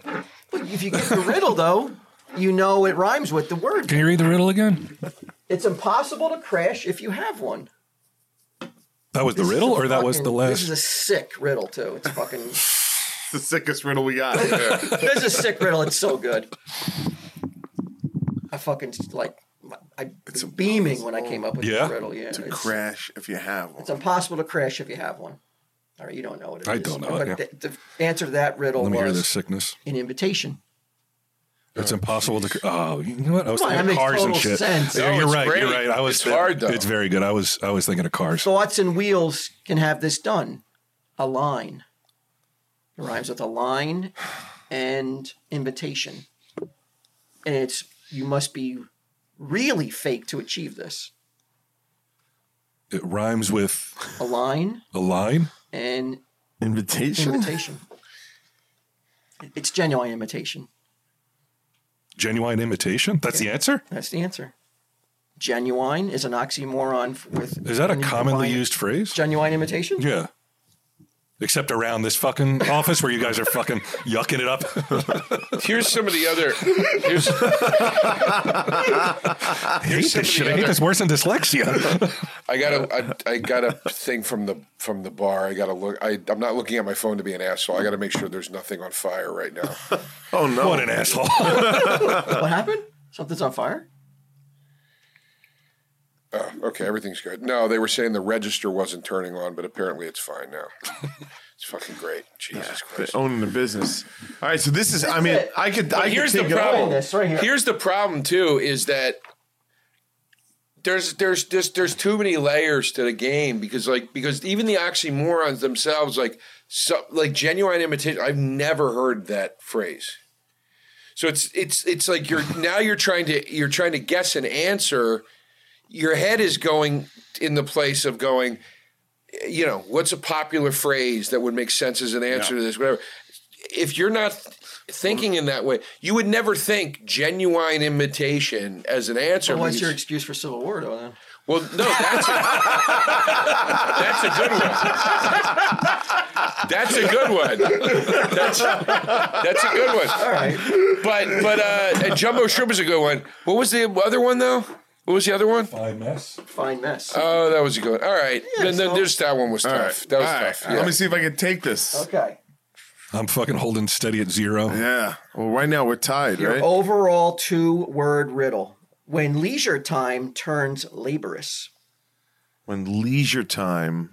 Speaker 3: If you get the riddle, though, you know it rhymes with the word.
Speaker 2: Can you read the riddle again?
Speaker 3: It's impossible to crash if you have one.
Speaker 2: That was the
Speaker 3: This is
Speaker 2: riddle,
Speaker 3: a
Speaker 2: Oh, or that was
Speaker 3: fucking-
Speaker 2: the
Speaker 3: This is
Speaker 2: last?
Speaker 3: a sick riddle, too. It's fucking.
Speaker 5: It's the sickest riddle we got.
Speaker 3: this is a sick riddle. It's so good. I fucking like. I was beaming when I came up with
Speaker 2: Yeah?
Speaker 3: this riddle. Yeah, it's,
Speaker 5: Crash if you have one.
Speaker 3: it's impossible to crash if you have one. All right, you don't know what it is.
Speaker 2: I don't know it,
Speaker 3: But
Speaker 2: yeah.
Speaker 3: th- the, answer to that riddle
Speaker 2: Let me hear
Speaker 3: was
Speaker 2: this sickness.
Speaker 3: an invitation.
Speaker 2: It's impossible to. cr- Oh, you know what? I was
Speaker 3: Come on,
Speaker 2: thinking
Speaker 3: that
Speaker 2: of
Speaker 3: makes
Speaker 2: cars and
Speaker 3: total
Speaker 2: shit.
Speaker 3: sense. Oh,
Speaker 2: Yeah,
Speaker 1: No,
Speaker 2: you're
Speaker 1: it's
Speaker 2: right. You're
Speaker 1: great.
Speaker 2: right. I was.
Speaker 1: It's hard, though.
Speaker 2: It's very good. I was. I was thinking of cars.
Speaker 3: Thoughts and wheels can have this done. A line. It rhymes with a line and invitation. And it's you must be really fake to achieve this.
Speaker 2: It rhymes with
Speaker 3: A line
Speaker 2: a line.
Speaker 3: and
Speaker 5: Invitation.
Speaker 3: imitation. It's genuine imitation.
Speaker 2: Genuine imitation. That's the answer.
Speaker 3: That's the answer. Genuine is an oxymoron f- with.
Speaker 2: Is that a
Speaker 3: and
Speaker 2: commonly
Speaker 3: divine-
Speaker 2: used phrase?
Speaker 3: genuine imitation?
Speaker 2: Yeah. except around this fucking office where you guys are fucking yucking it up.
Speaker 1: Here's some of the other. Here's,
Speaker 2: I
Speaker 1: some
Speaker 2: hate this
Speaker 1: of
Speaker 2: shit.
Speaker 1: the
Speaker 2: I hate
Speaker 1: other-
Speaker 2: this worse than dyslexia.
Speaker 1: I got a I, I got a thing from the from the bar. I got to look. I I'm not looking at my phone to be an asshole. I got to make sure there's nothing on fire right now.
Speaker 5: Oh no!
Speaker 2: what an asshole.
Speaker 3: What happened? Something's on fire?
Speaker 1: Oh, okay, everything's good. No, they were saying the register wasn't turning on, but apparently it's fine now. it's fucking great. Jesus Christ.
Speaker 3: oh,
Speaker 5: Owning a business. All right, so this is. I mean, I could. I
Speaker 1: But
Speaker 5: could
Speaker 1: here's the
Speaker 5: take it all.
Speaker 1: problem.
Speaker 3: This right here.
Speaker 1: Here's the problem too is that there's there's just there's too many layers to the game because like because even the oxymorons themselves like so, like genuine imitation. I've never heard that phrase. So it's it's it's like you're now you're trying to you're trying to guess an answer. Your head is going in the place of going, you know, what's a popular phrase that would make sense as an answer to this? Whatever. If you're not thinking in that way, you would never think genuine imitation as an answer.
Speaker 3: Well, what's
Speaker 1: because-
Speaker 3: your excuse for Civil War, though? Then?
Speaker 1: well, no, that's a, that's a good one. That's a good one. That's, that's a good one. All right. But but uh, and Jumbo Shrimp is a good one. What was the other one though? What was the other one?
Speaker 3: Fine mess.
Speaker 1: Oh, that was a good one. All right. then then
Speaker 3: so-
Speaker 1: there's that one was tough.
Speaker 5: All right,
Speaker 1: That was
Speaker 5: all right.
Speaker 1: tough. Yeah.
Speaker 5: Let me see if I can take this.
Speaker 3: okay.
Speaker 2: I'm fucking holding steady at zero.
Speaker 5: Yeah. Well, right now we're tied,
Speaker 3: Your
Speaker 5: right?
Speaker 3: overall two word riddle. When leisure time turns laborious.
Speaker 5: When leisure time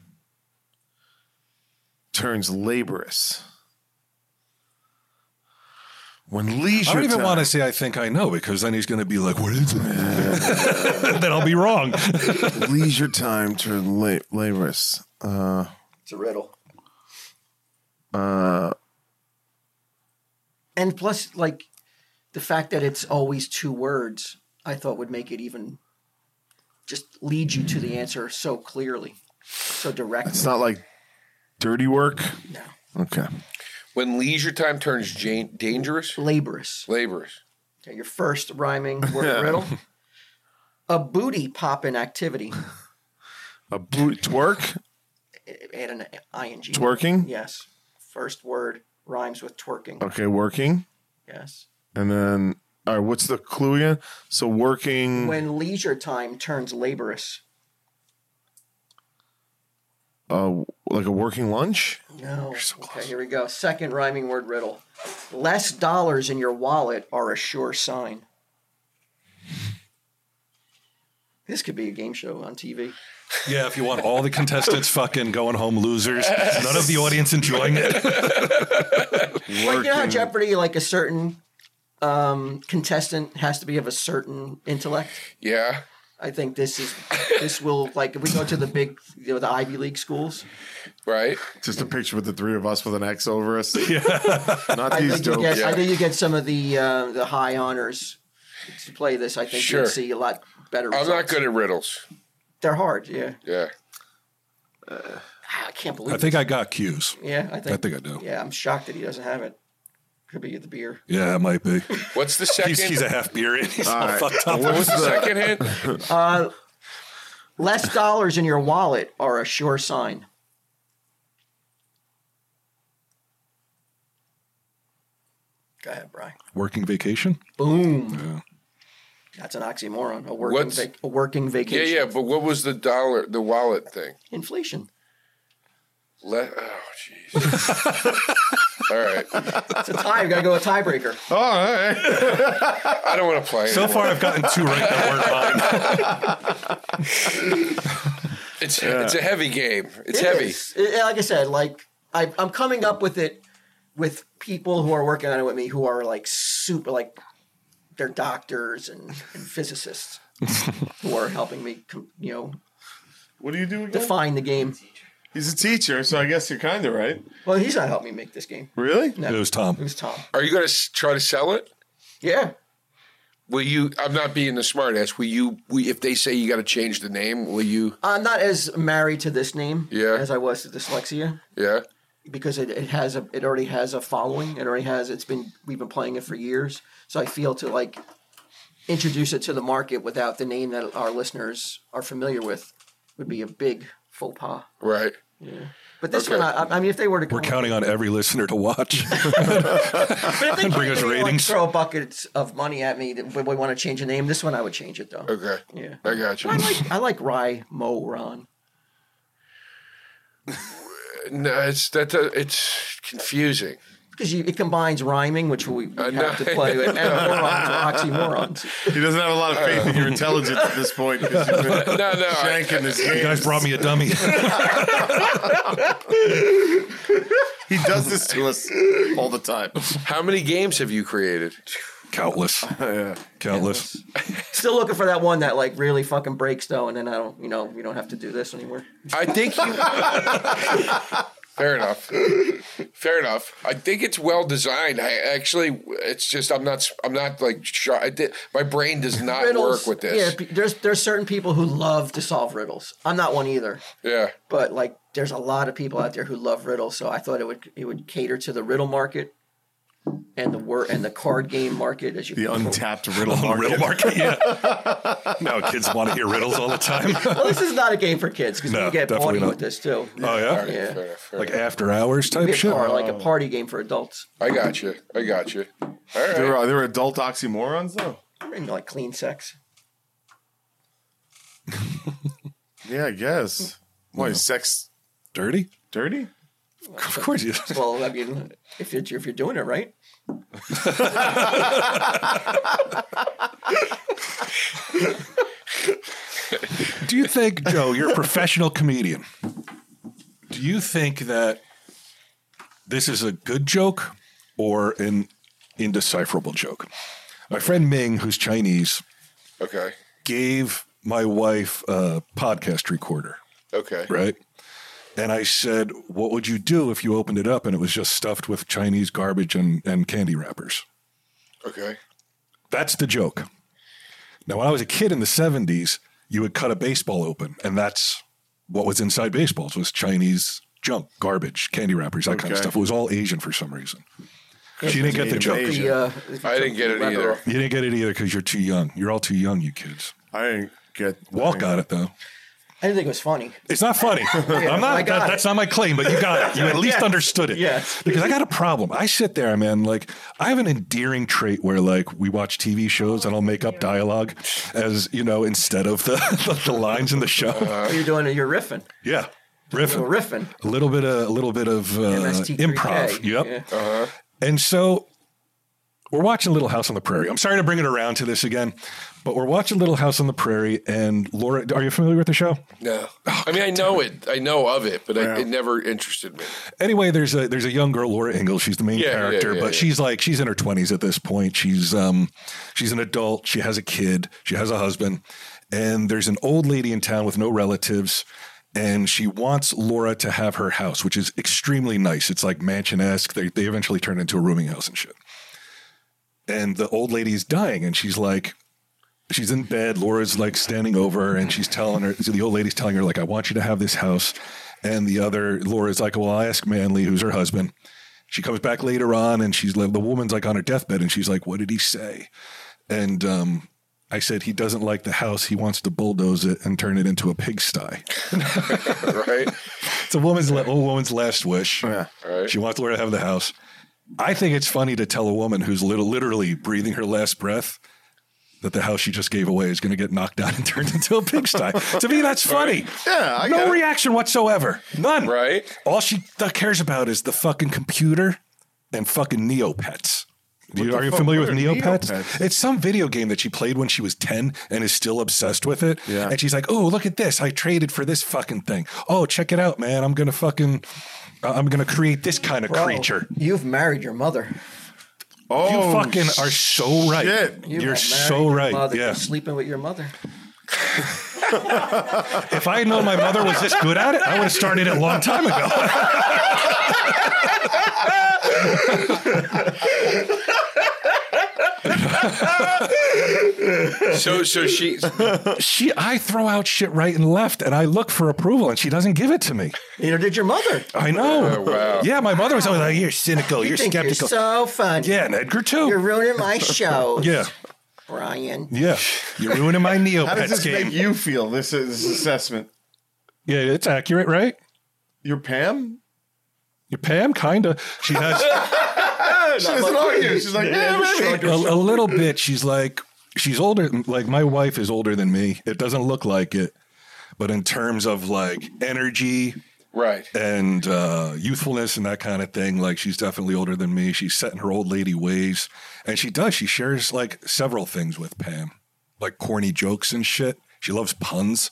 Speaker 5: turns laborious. When leisure
Speaker 2: I don't even
Speaker 5: time.
Speaker 2: want to say I think I know because then he's going to be like, "What is it?" then I'll be wrong.
Speaker 5: leisure time turn la- laborious. Uh,
Speaker 3: It's a riddle. Uh, and plus, like the fact that it's always two words, I thought would make it even just lead you to the answer so clearly, so directly.
Speaker 5: it's not like dirty work.
Speaker 3: No.
Speaker 5: Okay.
Speaker 1: When leisure time turns ja- dangerous,
Speaker 3: Laborious.
Speaker 1: laborers.
Speaker 3: Okay, your first rhyming word riddle. A booty popping activity.
Speaker 5: A boot twerk,
Speaker 3: Add an ing.
Speaker 5: twerking.
Speaker 3: Yes. First word rhymes with twerking.
Speaker 5: Okay, working,
Speaker 3: Yes.
Speaker 5: and then all right. What's the clue again? So working.
Speaker 3: When leisure time turns laborious.
Speaker 5: uh, like a working lunch.
Speaker 3: No. okay, here we go. Second rhyming word riddle. Less dollars in your wallet are a sure sign. This could be a game show on TV.
Speaker 2: yeah, if you want all the contestants fucking going home losers, none of the audience enjoying it.
Speaker 3: Like, you know how Jeopardy, like a certain um, contestant has to be of a certain intellect.
Speaker 1: Yeah.
Speaker 3: I think this is this will like if we go to the big you know, the Ivy League schools.
Speaker 1: Right.
Speaker 5: Just a picture with the three of us with an X over us. Not
Speaker 3: I
Speaker 5: these
Speaker 3: think, you
Speaker 5: jokes.
Speaker 3: get, I think you get some of the uh, the high honors to play this. I think
Speaker 1: Sure.
Speaker 3: you'd see a lot better.
Speaker 1: I'm not
Speaker 3: results.
Speaker 1: good at riddles.
Speaker 3: They're hard. Yeah.
Speaker 1: Yeah.
Speaker 3: Ah, I can't believe.
Speaker 2: I think I got cues.
Speaker 3: Yeah, I think.
Speaker 2: I think I do.
Speaker 3: Yeah, I'm shocked that he doesn't have it. Could be the beer.
Speaker 2: Yeah, it might be.
Speaker 1: What's the second?
Speaker 2: He's, he's a half beer in. He's all,
Speaker 5: right.
Speaker 2: fucked up.
Speaker 1: what's the second hint?
Speaker 3: Uh, Less dollars in your wallet are a sure sign. Go ahead, Brian.
Speaker 2: Working vacation?
Speaker 3: Boom. That's an oxymoron. A working,
Speaker 1: What's-
Speaker 3: vac- a working
Speaker 1: Yeah,
Speaker 3: vacation.
Speaker 1: yeah. But what was the dollar, the wallet thing?
Speaker 3: Inflation.
Speaker 1: Let, oh, jeez. All right.
Speaker 3: It's a tie. We got to go a tiebreaker.
Speaker 5: Oh, all right.
Speaker 1: I don't want to play.
Speaker 2: So
Speaker 1: anymore.
Speaker 2: far, I've gotten two right that weren't mine.
Speaker 1: it's it's a heavy game. It's
Speaker 3: It
Speaker 1: heavy.
Speaker 3: is. It- like I said, like I, I'm coming up with it with people who are working on it with me who are like super, like they're doctors and, and physicists who are helping me, com- you know,
Speaker 5: What do you do again?
Speaker 3: define the game.
Speaker 5: He's a teacher, so I guess you're kind of right.
Speaker 3: Well, he's not helping me make this game.
Speaker 5: Really?
Speaker 2: It was Tom.
Speaker 3: It was Tom.
Speaker 1: Are you going to try to sell it?
Speaker 3: Yeah.
Speaker 1: Will you? I'm not being the smartass. Will you? Will, if they say you got to change the name, will you?
Speaker 3: I'm not as married to this name
Speaker 1: Yeah.
Speaker 3: as I was to dyslexia
Speaker 1: Yeah.
Speaker 3: because it, it has a it already has a following. It already has it's been we've been playing it for years. So I feel to like introduce it to the market without the name that our listeners are familiar with would be a big faux pas.
Speaker 1: Right.
Speaker 3: But this one, I, I mean, if they were to
Speaker 2: We're counting on every listener to watch.
Speaker 3: but if they
Speaker 2: bring
Speaker 3: were
Speaker 2: us
Speaker 3: to,
Speaker 2: ratings.
Speaker 3: Like, throw buckets of money at me. That we, we want to change the name. This one, I would change it though.
Speaker 1: Okay.
Speaker 3: Yeah.
Speaker 1: I got you.
Speaker 3: I like I like Rye Mo Ron.
Speaker 1: no, it's that. uh, It's confusing.
Speaker 3: Because it combines rhyming, which we, we
Speaker 1: I
Speaker 3: have to
Speaker 1: know.
Speaker 3: play with, and morons are oxymorons.
Speaker 5: He doesn't have a lot of faith in your intelligence at this point. No,
Speaker 1: No, no. I-
Speaker 5: Shanking his
Speaker 2: You guys
Speaker 5: games.
Speaker 2: brought me a dummy.
Speaker 5: He does this to us all the time.
Speaker 1: how many games have you created?
Speaker 2: Countless. Countless.
Speaker 3: Still looking for that one that like really fucking breaks though, and then I don't, you know, we don't have to do this anymore.
Speaker 1: I think you. Fair enough. Fair enough. I think it's well designed. I actually, it's just I'm not. I'm not like. Sure, I did, my brain does not work with
Speaker 3: Yeah,
Speaker 1: this.
Speaker 3: pe- there's there's certain people who love to solve riddles. I'm not one either,
Speaker 1: Yeah.
Speaker 3: but like there's a lot of people out there who love riddles. So I thought it would it would cater to the riddle market and the word and the card game market as you
Speaker 5: The untapped riddle
Speaker 2: On the
Speaker 5: market.
Speaker 2: riddle market. Yeah. now kids want to hear riddles all the time.
Speaker 3: Well, this is not a game for kids because
Speaker 2: No,
Speaker 3: we get
Speaker 2: definitely
Speaker 3: naughty
Speaker 2: not.
Speaker 3: with this too.
Speaker 2: Oh yeah.
Speaker 1: Fair
Speaker 3: Yeah.
Speaker 1: enough, fair
Speaker 2: Like
Speaker 1: enough.
Speaker 2: after hours type
Speaker 3: It's
Speaker 2: shit.
Speaker 3: more like
Speaker 1: Oh.
Speaker 3: a party game for adults.
Speaker 1: I got you. I got you. All right.
Speaker 5: There are there were adult oxymorons though.
Speaker 3: Maybe like clean sex.
Speaker 5: Yeah, I guess. Why is sex
Speaker 2: Dirty.
Speaker 5: dirty?
Speaker 2: Of course. You.
Speaker 3: Well, I mean, if you're if you're doing it right,
Speaker 2: Do you think, Joe, you're a professional comedian? Do you think that this is a good joke or an indecipherable joke? My friend Ming, who's Chinese,
Speaker 1: Okay.
Speaker 2: gave my wife a podcast recorder,
Speaker 1: Okay.
Speaker 2: right? And I said, What would you do if you opened it up and it was just stuffed with Chinese garbage and, and candy wrappers?
Speaker 1: Okay.
Speaker 2: That's the joke. Now, when I was a kid in the 70s, you would cut a baseball open, and that's what was inside baseballs was Chinese junk, garbage, candy wrappers, that kind of
Speaker 5: Okay.
Speaker 2: stuff. It was all Asian for some reason. She didn't get the joke.
Speaker 5: Asian.
Speaker 3: the, uh, if you
Speaker 1: I
Speaker 3: took
Speaker 1: didn't get
Speaker 3: the
Speaker 1: it
Speaker 3: leather
Speaker 1: either.
Speaker 3: off-
Speaker 2: You didn't get it either because you're too young. You're all too young, you kids.
Speaker 5: I didn't get
Speaker 2: Walk on it though.
Speaker 3: I didn't think it was funny.
Speaker 2: It's not funny. I'm
Speaker 3: I
Speaker 2: not.
Speaker 3: got
Speaker 2: That,
Speaker 3: it.
Speaker 2: that's not my claim, but you got it. You at least
Speaker 3: Yes.
Speaker 2: understood it.
Speaker 3: Yes.
Speaker 2: Because I got a problem. I sit there, man. Like I have an endearing trait where, like, we watch TV shows and I'll make up dialogue as you know instead of the the, the lines in the show.
Speaker 3: What are you doing? You're riffing.
Speaker 2: yeah.
Speaker 3: You're
Speaker 2: Riffing.
Speaker 3: riffing.
Speaker 2: A little bit of a little bit of uh,
Speaker 3: MST3K.
Speaker 2: improv. Yep.
Speaker 3: Yeah.
Speaker 2: And so we're watching Little House on the Prairie. I'm sorry to bring it around to this again, but we're watching Little House on the Prairie. And Laura, are you familiar with the show?
Speaker 1: No. I mean, I know it. I know of it, but I, it never interested me.
Speaker 2: anyway, there's a there's a young girl, Laura Ingalls. She's the main
Speaker 1: Yeah, yeah,
Speaker 2: character,
Speaker 1: yeah,
Speaker 2: but
Speaker 1: yeah.
Speaker 2: she's like she's in her twenties at this point. She's um she's an adult. She has a kid. She has a husband, and there's an old lady in town with no relatives. And she wants Laura to have her house, which is extremely nice. It's like mansion esque. They, they eventually turn into a rooming house and shit. And the old lady is dying, and she's like, she's in bed. Laura's like standing over her and she's telling her, so the old lady's telling her, like, I want you to have this house. And the other, Laura's like, well, I'll ask Manley, who's her husband. She comes back later on and she's like, the woman's like on her deathbed and she's like, what did he say? And um, I said, he doesn't like the house. He wants to bulldoze it and turn it into a pigsty.
Speaker 1: Right?
Speaker 2: It's a woman's, la- old woman's last wish.
Speaker 1: Right.
Speaker 2: She wants Laura to have the house. I think it's funny to tell a woman who's little, literally breathing her last breath that the house she just gave away is going to get knocked down and turned into a pigsty. to me, that's funny.
Speaker 5: Yeah, I get
Speaker 2: no
Speaker 5: it.
Speaker 2: reaction whatsoever. None.
Speaker 1: Right?
Speaker 2: All she th- cares about is the fucking computer and fucking Neopets. Do you,
Speaker 5: the
Speaker 2: are you
Speaker 5: fuck?
Speaker 2: familiar
Speaker 5: What
Speaker 2: with
Speaker 5: are
Speaker 2: Neopets?
Speaker 5: Neopets?
Speaker 2: It's some video game that she played when she was 10 and is still obsessed with it.
Speaker 5: Yeah.
Speaker 2: And she's like, oh, look at this. I traded for this fucking thing. Oh, check it out, man. I'm going to fucking, uh, I'm going to create this kind of
Speaker 3: Bro,
Speaker 2: creature.
Speaker 3: You've married your mother.
Speaker 5: Oh,
Speaker 2: you fucking are so right.
Speaker 5: shit.
Speaker 3: You
Speaker 2: You're
Speaker 3: have
Speaker 2: so
Speaker 3: married your
Speaker 2: right.
Speaker 3: Mother.
Speaker 2: Yeah.
Speaker 3: You're sleeping with your mother.
Speaker 2: If I had known my mother was this good at it, I would have started it a long time ago.
Speaker 1: So, so she. Oh,
Speaker 2: she, I throw out shit right and left and I look for approval and she doesn't give it to me.
Speaker 3: Neither did your mother.
Speaker 2: I know.
Speaker 1: Oh, wow.
Speaker 2: Yeah, my mother was always like, "You're cynical. You're
Speaker 3: You think you're
Speaker 2: skeptical."
Speaker 3: so funny.
Speaker 2: yeah, and Edgar too.
Speaker 3: You're ruining my show.
Speaker 2: yeah,
Speaker 3: Brian.
Speaker 2: yeah. You're ruining my
Speaker 5: How does
Speaker 2: Neopets
Speaker 5: this
Speaker 2: game.
Speaker 5: make you feel? This, this assessment.
Speaker 2: yeah, it's accurate, right?
Speaker 5: Your Pam?
Speaker 2: Your Pam, kinda. She has
Speaker 5: She doesn't argue. She's like, yeah, maybe.
Speaker 2: a, a little bit. She's like, she's older. Like my wife is older than me. It doesn't look like it, but in terms of like energy
Speaker 1: Right.
Speaker 2: and uh, youthfulness and that kind of thing, like she's definitely older than me. She's set in her old lady ways, and she does. She shares like several things with Pam, like corny jokes and shit. She loves puns.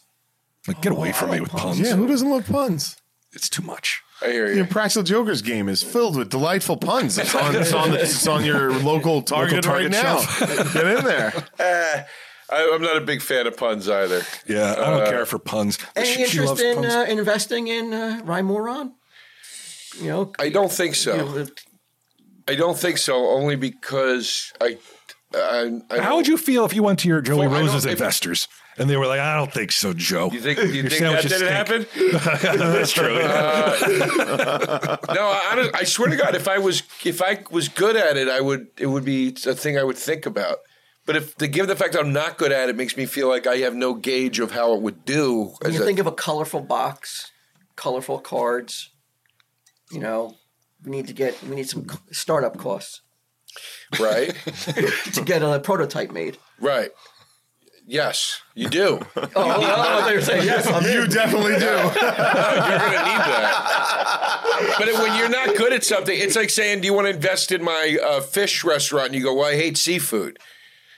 Speaker 2: Like, get away from me with puns.
Speaker 5: Oh, Yeah, who doesn't love puns?
Speaker 2: It's too much.
Speaker 1: I hear
Speaker 5: Your
Speaker 1: you.
Speaker 5: Practical Joker's game is filled with delightful puns. It's on, it's on, it's on your local Target,
Speaker 2: Target
Speaker 5: right now. Get in there.
Speaker 1: I, I'm not a big fan of puns either.
Speaker 2: Yeah, I don't
Speaker 1: Uh,
Speaker 2: care for puns.
Speaker 3: Any interest in uh, investing in uh, Rhymoron? You know,
Speaker 1: I don't think so.
Speaker 3: you know,
Speaker 1: I don't think so. Only because I. I, I
Speaker 2: How would you feel if you went to your Joey
Speaker 1: uh, Well, I don't-
Speaker 2: Rose's
Speaker 1: if-
Speaker 2: investors and they were like, "I don't think so, Joe."
Speaker 1: You think you think that didn't happen?
Speaker 2: That's true.
Speaker 1: No, I, honest- I swear to God, if I was if I was good at it, I would it would be a thing I would think about. But if the given the fact I'm not good at it, makes me feel like I have no gauge of how it would do.
Speaker 3: when
Speaker 1: as
Speaker 3: you
Speaker 1: a-
Speaker 3: think of a colorful box, colorful cards. You know, we need to get we need some c- startup costs
Speaker 1: right,
Speaker 3: to get a prototype made.
Speaker 1: right. Yes, you do. You're
Speaker 3: Oh, I thought you were saying yes. I'm in.
Speaker 5: You definitely do.
Speaker 1: gonna need that. But it- when you're not good at something, it's like saying, "Do you want to invest in my uh, fish restaurant?" And you go, "Well, I hate seafood."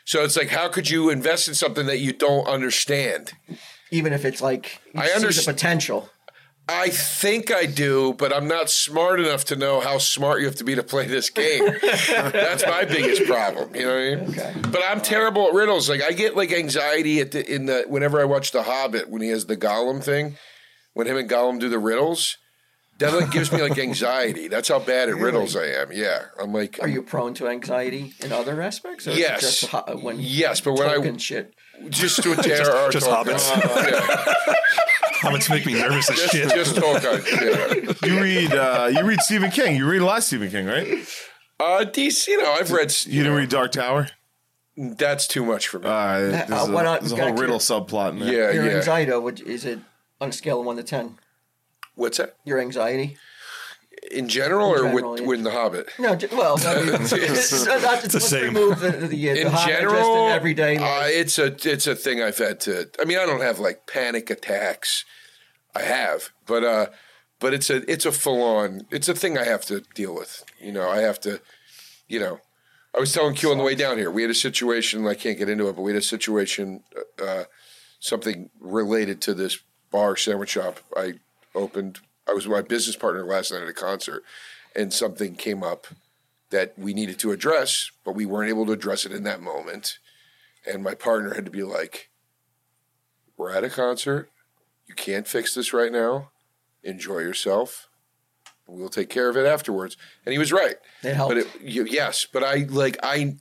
Speaker 1: So it's like, how could you invest in something that you don't understand?
Speaker 3: Even if it's like you
Speaker 1: I
Speaker 3: see
Speaker 1: underst-
Speaker 3: the potential.
Speaker 1: I think I do, but I'm not smart enough to know how smart you have to be to play this game. That's my biggest problem. You know what I mean?
Speaker 3: Okay.
Speaker 1: But I'm terrible at riddles. Like I get like anxiety at the in the whenever I watch The Hobbit when he has the Gollum thing, when him and Gollum do the riddles. That like gives me like anxiety. That's how bad at riddles I am. Yeah, I'm like
Speaker 3: Are you prone to anxiety in other aspects? Or is it
Speaker 1: Yes.
Speaker 3: Just ho- uh, when
Speaker 1: Yes, but when I-
Speaker 3: token shit.
Speaker 1: just to a terror.
Speaker 2: just hobbits. Comments make me nervous as shit.
Speaker 1: Just, just talk. Yeah.
Speaker 5: You read, uh, you read Stephen King. You read a lot of Stephen King, right?
Speaker 1: Uh, DC, you know, I've read.
Speaker 5: You didn't read Dark Tower.
Speaker 1: That's too much for me.
Speaker 5: Uh, there's,
Speaker 3: Uh,
Speaker 5: a,
Speaker 3: why not-
Speaker 5: there's a whole
Speaker 3: gotcha.
Speaker 5: riddle subplot in there.
Speaker 1: yeah,
Speaker 3: Your
Speaker 1: yeah.
Speaker 3: anxiety, would, is it on a scale of 1 to 10?
Speaker 1: What's that?
Speaker 3: Your anxiety?
Speaker 1: In general, or
Speaker 3: general,
Speaker 1: with,
Speaker 3: yeah.
Speaker 1: with The Hobbit?
Speaker 3: No, ju- well, I mean, it's, it's, it's the
Speaker 2: same.
Speaker 3: Remove the, the, the,
Speaker 1: In
Speaker 3: the hot-
Speaker 1: general,
Speaker 3: just in everyday
Speaker 1: uh,
Speaker 3: life.
Speaker 1: it's a it's a thing I've had to. I mean, I don't have like panic attacks. I have, but uh, but it's a it's a full on. It's a thing I have to deal with. You know, I have to. You know, I was telling Q on the way down here. We had a situation. I can't get into it, but we had a situation. Uh, something related to this bar sandwich shop I opened. I was with my business partner last night at a concert, and something came up that we needed to address, but we weren't able to address it in that moment. And my partner had to be like, We're at a concert. You can't fix this right now. Enjoy yourself. We'll take care of it afterwards. And he was right.
Speaker 3: It helped.
Speaker 1: But it, y- yes, but I like, I,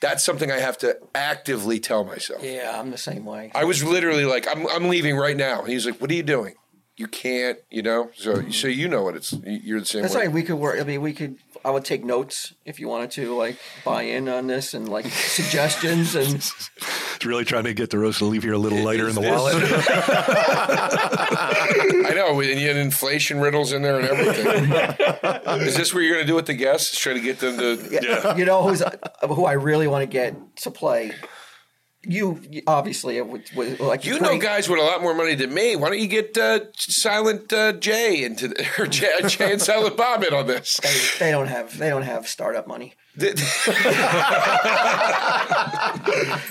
Speaker 1: that's something I have to actively tell myself.
Speaker 3: yeah, I'm the same way.
Speaker 1: I was literally like, I'm, I'm leaving right now. He's like, what are you doing? You can't, you know? So, so you know what it's, you're the same
Speaker 3: That's
Speaker 1: way.
Speaker 3: right. We could work. I mean, we could. I would take notes if you wanted to, like buy in on this and like suggestions and
Speaker 2: It's really trying to get the roast to leave here a little lighter in the
Speaker 1: this-
Speaker 2: wallet.
Speaker 1: I know, and you had inflation riddles in there and everything. Is this what you're going to do with the guests? Try to get them to.
Speaker 3: you know who's who I really want to get to play. You you- obviously it would, would- like
Speaker 1: You know
Speaker 3: putting-
Speaker 1: guys with a lot more money than me. Why don't you get uh, Silent uh, Jay into the, or Jay, Jay and Silent Bob in on this?
Speaker 3: They don't have they don't have startup money.
Speaker 1: Why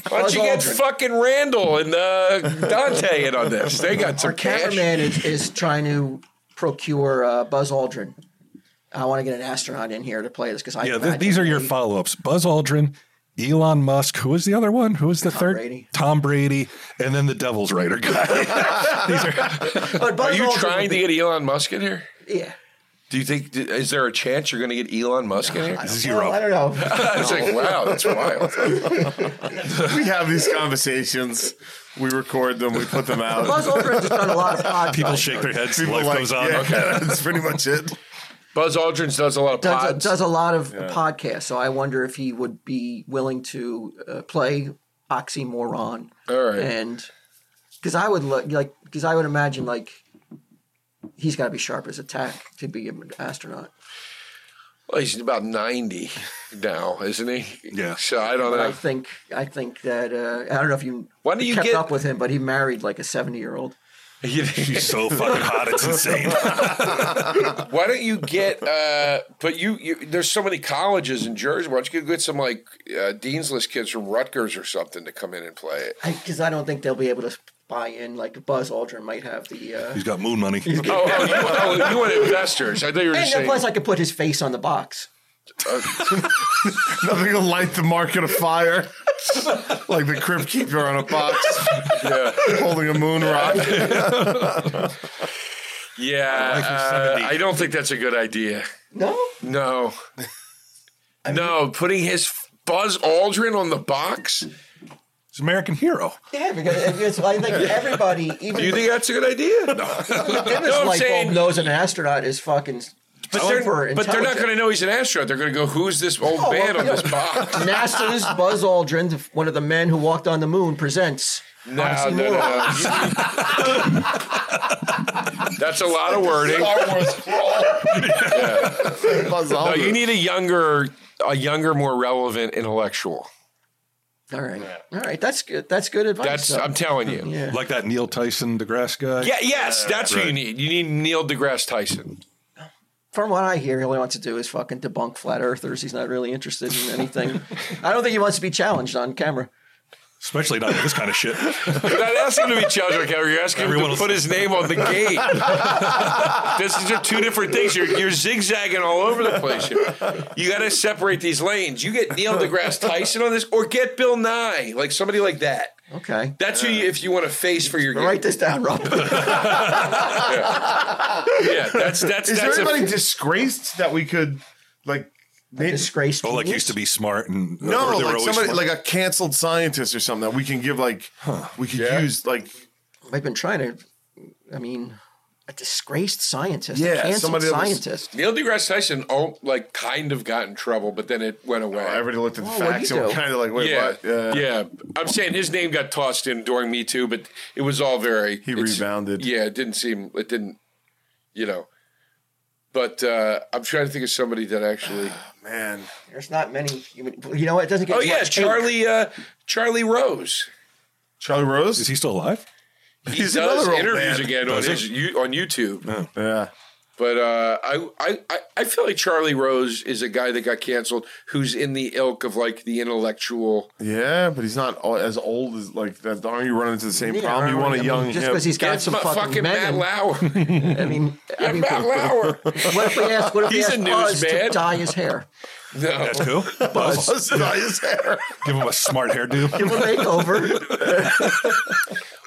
Speaker 1: don't you get fucking Randall and uh, Dante in on this? They got some
Speaker 3: Our
Speaker 1: cash.
Speaker 3: cameraman is, is trying to procure uh, Buzz Aldrin. I want to get an astronaut in here to play this because I
Speaker 2: yeah, th-
Speaker 3: imagine
Speaker 2: these are your
Speaker 3: he-
Speaker 2: follow ups. Buzz Aldrin, Elon Musk. Who is the other one? Who is the third?
Speaker 3: Brady.
Speaker 2: Tom Brady, and then the Devil's Rider guy. these are
Speaker 3: But Buzz
Speaker 1: Are you
Speaker 3: Aldrin
Speaker 1: trying
Speaker 3: would
Speaker 1: to
Speaker 3: be-
Speaker 1: get Elon Musk in here?
Speaker 3: Yeah.
Speaker 1: Do you think is there a chance you're going to get Elon Musk in here?
Speaker 2: zero.
Speaker 3: Well, I don't know.
Speaker 1: I was like, wow, that's wild.
Speaker 5: We have these conversations. We record them. We put them out.
Speaker 3: Buzz Aldrin's done a lot of podcasts.
Speaker 2: People shake their heads.
Speaker 5: People
Speaker 2: Life
Speaker 5: like,
Speaker 2: goes on.
Speaker 5: yeah,
Speaker 2: Okay.
Speaker 5: that's pretty much it.
Speaker 1: Buzz Aldrin does a lot of
Speaker 3: does,
Speaker 1: pods.
Speaker 3: does a lot of podcasts. So I wonder if he would be willing to uh, play oxymoron.
Speaker 1: All right.
Speaker 3: And because I would look like because I would imagine like he's got to be sharp as a tack to be an astronaut.
Speaker 1: Well, he's about 90 now, isn't he?
Speaker 2: Yeah.
Speaker 1: So I don't
Speaker 3: But I
Speaker 1: know.
Speaker 3: think I think that uh, I don't know if you
Speaker 1: Why do you
Speaker 3: kept
Speaker 1: get-
Speaker 3: up with him, but he married like a seventy year old.
Speaker 2: She's so fucking hot, it's insane.
Speaker 1: Why don't you get? Uh, but you, you, there's so many colleges in Jersey. Why don't you get some like uh, dean's list kids from Rutgers or something to come in and play it?
Speaker 3: Because I don't think they'll be able to buy in like Buzz Aldrin might have the. Uh,
Speaker 2: He's got moon money.
Speaker 1: Oh, oh, you, oh, you want investors? I thought you were just
Speaker 3: and
Speaker 1: saying.
Speaker 3: plus, I could put his face on the box.
Speaker 5: Nothing will light the market afire like the crib keeper on a box
Speaker 1: yeah,
Speaker 5: holding a moon rock.
Speaker 1: yeah.
Speaker 2: Life is
Speaker 1: uh,
Speaker 2: 70.
Speaker 1: I don't think that's a good idea.
Speaker 3: No,
Speaker 1: No, no. Putting his f- Buzz Aldrin on the box.
Speaker 2: He's an American hero.
Speaker 3: yeah, because, because I think everybody, even
Speaker 1: Do you think that's a good idea?
Speaker 3: the dimmest
Speaker 1: No, I'm
Speaker 3: light
Speaker 1: saying-
Speaker 3: bulb knows an astronaut is fucking.
Speaker 1: But they're, but they're not going to know he's an astronaut. They're going to go, "Who's this old
Speaker 3: Oh,
Speaker 1: man
Speaker 3: well,
Speaker 1: on
Speaker 3: yeah.
Speaker 1: this box?"
Speaker 3: NASA's Buzz Aldrin, the- one of the men who walked on the moon, presents.
Speaker 1: No, no, no, no. You- That's a lot of wording.
Speaker 5: Buzz
Speaker 1: No,
Speaker 5: Aldrin.
Speaker 1: you need a younger, a younger, more relevant intellectual.
Speaker 3: All right, all right, that's good. That's good advice.
Speaker 1: That's
Speaker 3: though.
Speaker 1: I'm telling you.
Speaker 3: yeah.
Speaker 2: Like that Neil Tyson DeGrasse guy.
Speaker 1: Yeah, yes, that's who you
Speaker 2: Right.
Speaker 1: need. You need Neil deGrasse Tyson.
Speaker 3: From what I hear, all he wants to do is fucking debunk flat earthers. He's not really interested in anything. I don't think he wants to be challenged on camera.
Speaker 2: Especially not this kind of shit.
Speaker 1: You're not asking him to be Chelsea Carver. You're asking
Speaker 2: Everyone
Speaker 1: him
Speaker 2: will
Speaker 1: to put
Speaker 2: see.
Speaker 1: his name on the gate. this, these are two different things. You're, you're zigzagging all over the place. Here. You got to separate these lanes. You get Neil deGrasse Tyson on this, or get Bill Nye, like somebody like that.
Speaker 3: Okay.
Speaker 1: That's who, you, if you want a face for your game.
Speaker 3: Write this down, Rob.
Speaker 1: Yeah, that's that's
Speaker 5: Is
Speaker 1: that's
Speaker 5: there anybody
Speaker 1: a,
Speaker 5: disgraced that we could like? name-
Speaker 3: Disgraced.
Speaker 2: Oh, like
Speaker 3: genius.
Speaker 2: used to be smart and uh,
Speaker 5: No,
Speaker 2: or they were
Speaker 5: like
Speaker 2: always
Speaker 5: somebody
Speaker 2: smart.
Speaker 5: like a canceled scientist or something that we can give like we could
Speaker 1: Yeah.
Speaker 5: use like
Speaker 3: I've been trying to. I mean, a disgraced scientist.
Speaker 5: Yeah,
Speaker 3: a canceled
Speaker 5: somebody that was-
Speaker 3: scientist.
Speaker 1: Neil deGrasse Tyson. Oh, like kind of got in trouble, but then it went away.
Speaker 5: everybody looked at the
Speaker 3: Oh, what'd
Speaker 5: facts
Speaker 3: you
Speaker 5: and we're
Speaker 3: do?
Speaker 5: kind of like wait
Speaker 1: yeah,
Speaker 5: what? Yeah.
Speaker 1: yeah. I'm saying his name got tossed in during Me Too, but it was all very.
Speaker 5: He
Speaker 1: it's-
Speaker 5: rebounded.
Speaker 1: Yeah, it didn't seem. It didn't. You know, but uh, I'm trying to think of somebody that actually.
Speaker 5: man.
Speaker 3: There's not many. Human, you know what? It doesn't get.
Speaker 1: Oh
Speaker 3: as
Speaker 1: yeah,
Speaker 3: much
Speaker 1: Charlie. Uh, Charlie Rose.
Speaker 5: Charlie Rose.
Speaker 2: Is he still alive?
Speaker 1: He
Speaker 5: He's
Speaker 1: does
Speaker 5: another old
Speaker 1: interviews
Speaker 5: man.
Speaker 1: again on
Speaker 2: Does he?
Speaker 1: his, you, on YouTube.
Speaker 5: yeah,
Speaker 1: But uh, I, I, I- I feel like Charlie Rose is a guy that got canceled who's in the ilk of like the intellectual.
Speaker 5: yeah, but he's not all, as old as like that. Aren't you running into the same
Speaker 3: Yeah,
Speaker 5: problem? You
Speaker 3: I
Speaker 5: want a
Speaker 3: mean,
Speaker 5: young
Speaker 3: Just
Speaker 5: hip.
Speaker 3: because he's got some
Speaker 1: Fu-
Speaker 3: fucking,
Speaker 1: Matt
Speaker 3: men.
Speaker 1: Lauer.
Speaker 3: I mean, I mean
Speaker 1: Matt Lauer.
Speaker 3: what if we ask? What if
Speaker 1: He's
Speaker 3: we
Speaker 1: a
Speaker 3: ask Buzz to
Speaker 1: newsman.
Speaker 3: dye his hair?
Speaker 1: No.
Speaker 2: That's cool. Buzz.
Speaker 5: Busted on his hair.
Speaker 2: Give him a smart hairdo.
Speaker 3: Give a makeover.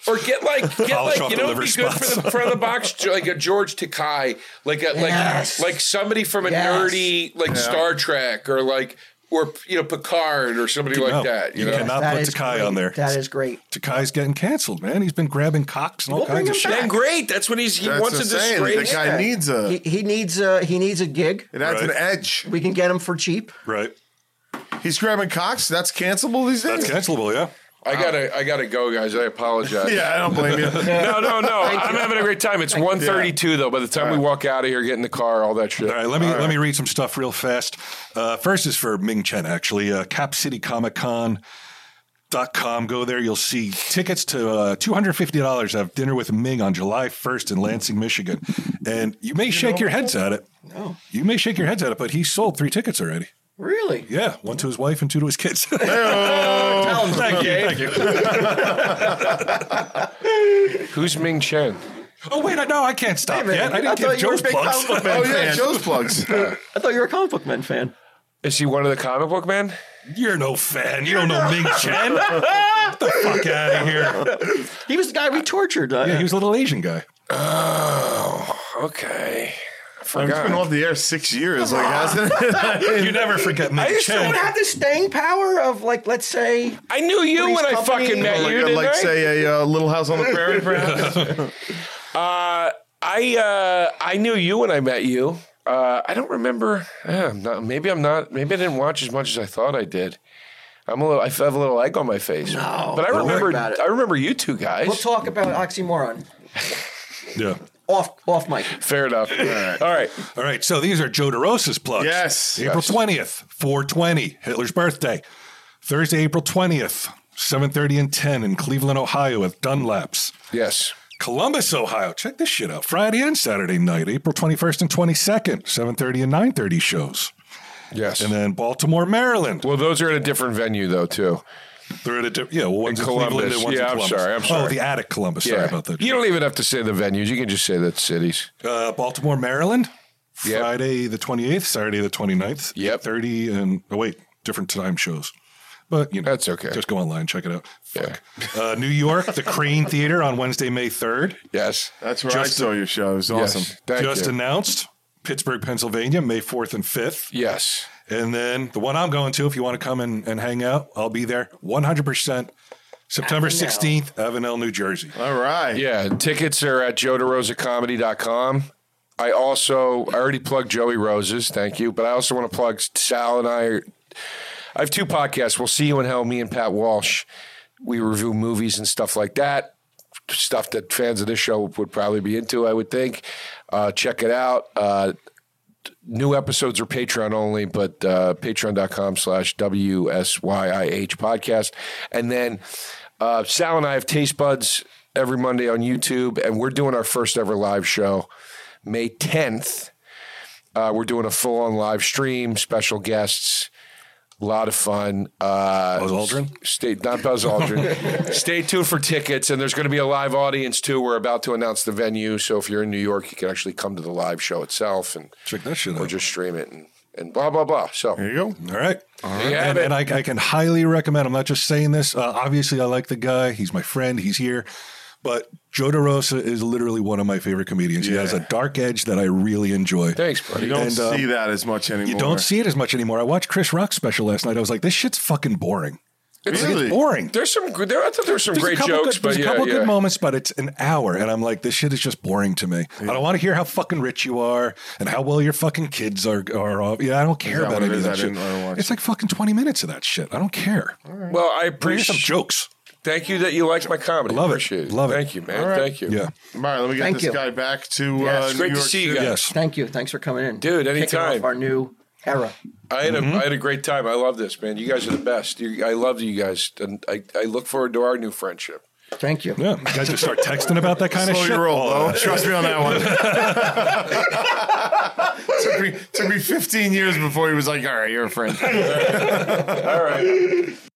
Speaker 1: Or get like get
Speaker 2: Polish
Speaker 1: like
Speaker 2: off
Speaker 1: you
Speaker 2: the
Speaker 1: know what'd be
Speaker 2: liver
Speaker 1: good
Speaker 2: spots.
Speaker 1: for the front of the box J- like a George Takai like a,
Speaker 3: Yes.
Speaker 1: like like somebody from a
Speaker 3: Yes.
Speaker 1: nerdy like Star Trek or like or you know Picard or somebody like
Speaker 2: No,
Speaker 1: that you,
Speaker 2: you
Speaker 1: know
Speaker 2: cannot
Speaker 3: That
Speaker 2: put
Speaker 3: is
Speaker 2: Takai
Speaker 3: great.
Speaker 2: on there.
Speaker 3: That is great.
Speaker 2: Takai's getting canceled, man. He's been grabbing cocks and all
Speaker 3: We'll bring
Speaker 2: kinds of
Speaker 3: him
Speaker 2: shit.
Speaker 1: then great that's what he's he
Speaker 5: That's
Speaker 1: wants
Speaker 5: what
Speaker 1: to
Speaker 5: I'm saying. The
Speaker 1: disgrace
Speaker 5: guy
Speaker 3: Yeah.
Speaker 5: needs a.
Speaker 3: He, he needs a he needs a gig.
Speaker 5: it adds an
Speaker 2: Right.
Speaker 5: edge.
Speaker 3: We can get him for cheap.
Speaker 2: Right.
Speaker 5: He's grabbing cocks. That's cancelable these days.
Speaker 2: That's cancelable, yeah.
Speaker 1: I gotta I gotta go guys I apologize
Speaker 5: yeah, I don't blame you.
Speaker 1: no no no I'm having a great time it's 1:32 though by the time we walk out of here get in the car all that shit
Speaker 2: All right, let me let me read some stuff real fast. Uh, first is for Ming Chen, actually. Uh, CapCityComicCon.com. Go there. You'll see tickets to uh, $250 to have dinner with Ming on July 1st in Lansing, Michigan. And you may shake your heads at it. No. You may shake your heads at it, but he sold three tickets already.
Speaker 3: Really?
Speaker 2: Yeah, one to his wife and two to his kids.
Speaker 3: Tell him.
Speaker 2: thank you. Thank you.
Speaker 1: who's Ming Chen
Speaker 2: Oh, wait, I- no, I can't stop
Speaker 3: minute.
Speaker 2: yet. I
Speaker 3: I
Speaker 2: didn't
Speaker 3: thought
Speaker 2: give
Speaker 3: you were
Speaker 2: Joe's
Speaker 3: big
Speaker 2: plugs.
Speaker 3: Kung Fu
Speaker 5: oh yeah, Joe's plugs.
Speaker 3: I thought you were a comic book man fan.
Speaker 1: is he one of the comic book men
Speaker 2: You're no fan. You don't know Ming Chen. Get the fuck out of here.
Speaker 3: He was the guy we tortured. Uh,
Speaker 2: Yeah, he was a little Asian guy.
Speaker 1: Oh, okay
Speaker 5: It's been off the air six years, like hasn't it?
Speaker 2: You never forget Ming
Speaker 1: used to
Speaker 2: Chen.
Speaker 3: would have the staying power of like, let's say,
Speaker 1: I knew you
Speaker 3: Three's
Speaker 1: when I
Speaker 3: Company.
Speaker 1: fucking met
Speaker 5: like,
Speaker 1: you,
Speaker 5: a-
Speaker 1: didn't
Speaker 5: like,
Speaker 1: I?
Speaker 5: say a uh, Little House on the Prairie, perhaps.
Speaker 1: uh, I uh, I knew you when I met you. Uh, I don't remember. Yeah, I'm not- maybe I'm not. Maybe I didn't watch as much as I thought I did. I'm a little. I have a little egg on my face. but I
Speaker 3: don't worry
Speaker 1: remember.
Speaker 3: about it.
Speaker 1: I remember you two guys.
Speaker 3: we'll talk about oxymoron.
Speaker 2: Yeah.
Speaker 3: off off mic.
Speaker 1: Fair enough. All right. All right.
Speaker 2: All right, so these are Joe DeRosa's plugs.
Speaker 5: Yes,
Speaker 2: April
Speaker 5: yes.
Speaker 2: 20th, 420, Hitler's birthday. Thursday, April 20th, 7.30 and 10 in Cleveland, Ohio at Dunlap's.
Speaker 1: Yes.
Speaker 2: Columbus, Ohio. Check this shit out. Friday and Saturday night, April 21st and 22nd, 7.30 and 9.30 shows.
Speaker 1: Yes.
Speaker 2: And then Baltimore, Maryland.
Speaker 1: well, those are at a different venue though too.
Speaker 2: They're at a diff- yeah, well, one's in,
Speaker 1: Columbus.
Speaker 2: Cleveland and one's
Speaker 1: Yeah,
Speaker 2: in
Speaker 1: I'm
Speaker 2: Columbus.
Speaker 1: sorry, I'm
Speaker 2: Oh,
Speaker 1: sorry.
Speaker 2: the Attic Columbus. Sorry
Speaker 1: yeah.
Speaker 2: about that.
Speaker 1: You don't even have to say the venues. You can just say that cities.
Speaker 2: Uh, Baltimore, Maryland.
Speaker 1: Yep.
Speaker 2: Friday the 28th, Saturday the 29th.
Speaker 1: Yep.
Speaker 2: 30 and, oh, wait, different time shows. But, you know,
Speaker 1: That's okay.
Speaker 2: Just go online, check it out.
Speaker 1: Yeah.
Speaker 2: Uh, New York, the Crane Theater on Wednesday, May 3rd.
Speaker 1: Yes.
Speaker 5: That's where
Speaker 2: Justin-
Speaker 5: I saw your show. It was
Speaker 1: Yes.
Speaker 5: awesome.
Speaker 1: Thank
Speaker 2: just
Speaker 1: you.
Speaker 2: announced Pittsburgh, Pennsylvania, May 4th and 5th.
Speaker 1: yes.
Speaker 2: And then the one I'm going to, if you want to come and, and hang out, I'll be there 100%. September 16th, Avenel, New Jersey.
Speaker 5: All right.
Speaker 1: Yeah, tickets are at joderosacomedy.com. I also I already plugged Joey Roses, thank you, but I also want to plug Sal and I are I have two podcasts. We'll see you in hell, me and Pat Walsh. We review movies and stuff like that. Stuff that fans of this show would probably be into, I would think. Uh, check it out. Uh, new episodes are Patreon only, but uh, patreon.com slash WSYIH podcast. And then uh, Sal and I have Taste Buds every Monday on YouTube, and we're doing our first ever live show May 10th. Uh, we're doing a full on live stream, special guests, a lot of fun. Uh,
Speaker 2: Buzz Aldrin?
Speaker 1: Stay, not Buzz Aldrin. Stay tuned for tickets, and there's going to be a live audience too. We're about to announce the venue, so if you're in New York, you can actually come to the live show itself and
Speaker 2: Check that shit
Speaker 1: or
Speaker 2: out.
Speaker 1: just stream it and, and blah blah blah. So
Speaker 5: There you go.
Speaker 2: All right.
Speaker 1: Yeah,
Speaker 2: and,
Speaker 1: but-
Speaker 2: and I, I can highly recommend. I'm not just saying this. Uh, obviously, I like the guy. He's my friend. He's here. But Joe DeRosa is literally one of my favorite comedians. He has a dark edge that I really enjoy.
Speaker 1: thanks, buddy.
Speaker 5: You don't
Speaker 2: And, um,
Speaker 5: see that as much anymore.
Speaker 2: You don't see it as much anymore. I watched Chris Rock's special last night. I was like, this shit's fucking boring.
Speaker 5: really.
Speaker 2: Boring.
Speaker 1: There's some good. There, I thought there were some
Speaker 2: There's
Speaker 1: great
Speaker 2: a couple
Speaker 1: jokes,
Speaker 2: good,
Speaker 1: but
Speaker 2: there's a
Speaker 1: yeah,
Speaker 2: couple
Speaker 1: yeah.
Speaker 2: good moments, but it's an hour, and I'm like, this shit is just boring to me. I don't want to hear how fucking rich you are and how well your fucking kids are are off. Yeah, I don't care
Speaker 5: that
Speaker 2: about
Speaker 5: what it
Speaker 2: any of
Speaker 5: is?
Speaker 2: that
Speaker 5: I
Speaker 2: shit.
Speaker 5: didn't- I don't watch
Speaker 2: It's like fucking 20 minutes of that shit. I don't care.
Speaker 1: well, I
Speaker 2: Bring some
Speaker 1: appreciate.
Speaker 2: jokes.
Speaker 1: Thank you that you liked my comedy.
Speaker 2: Love it.
Speaker 1: Appreciate
Speaker 2: Love it.
Speaker 1: Thank you, man. Thank you.
Speaker 2: Yeah.
Speaker 5: All right, let me get
Speaker 3: Thank
Speaker 5: this
Speaker 3: you.
Speaker 5: guy back to
Speaker 1: Yeah,
Speaker 5: uh,
Speaker 1: it's
Speaker 5: New
Speaker 1: great to
Speaker 5: York
Speaker 1: see you
Speaker 5: City.
Speaker 1: guys.
Speaker 2: Yes.
Speaker 3: Thank you. Thanks for coming in,
Speaker 1: Dude,
Speaker 3: Kicking
Speaker 1: anytime.
Speaker 3: off Our new era.
Speaker 1: I had a
Speaker 2: Mm-hmm.
Speaker 1: I had a great time. I love this, man. You guys are the best. You, I love you guys, and I, I look forward to our new friendship.
Speaker 3: Thank you.
Speaker 2: Yeah. You guys just start texting about that kind of
Speaker 5: Slow
Speaker 2: shit.
Speaker 5: your roll,
Speaker 2: Oh,
Speaker 5: though. Trust me on that one. took, me, took me 15 years before he was like, all right, you're a friend.
Speaker 1: All right.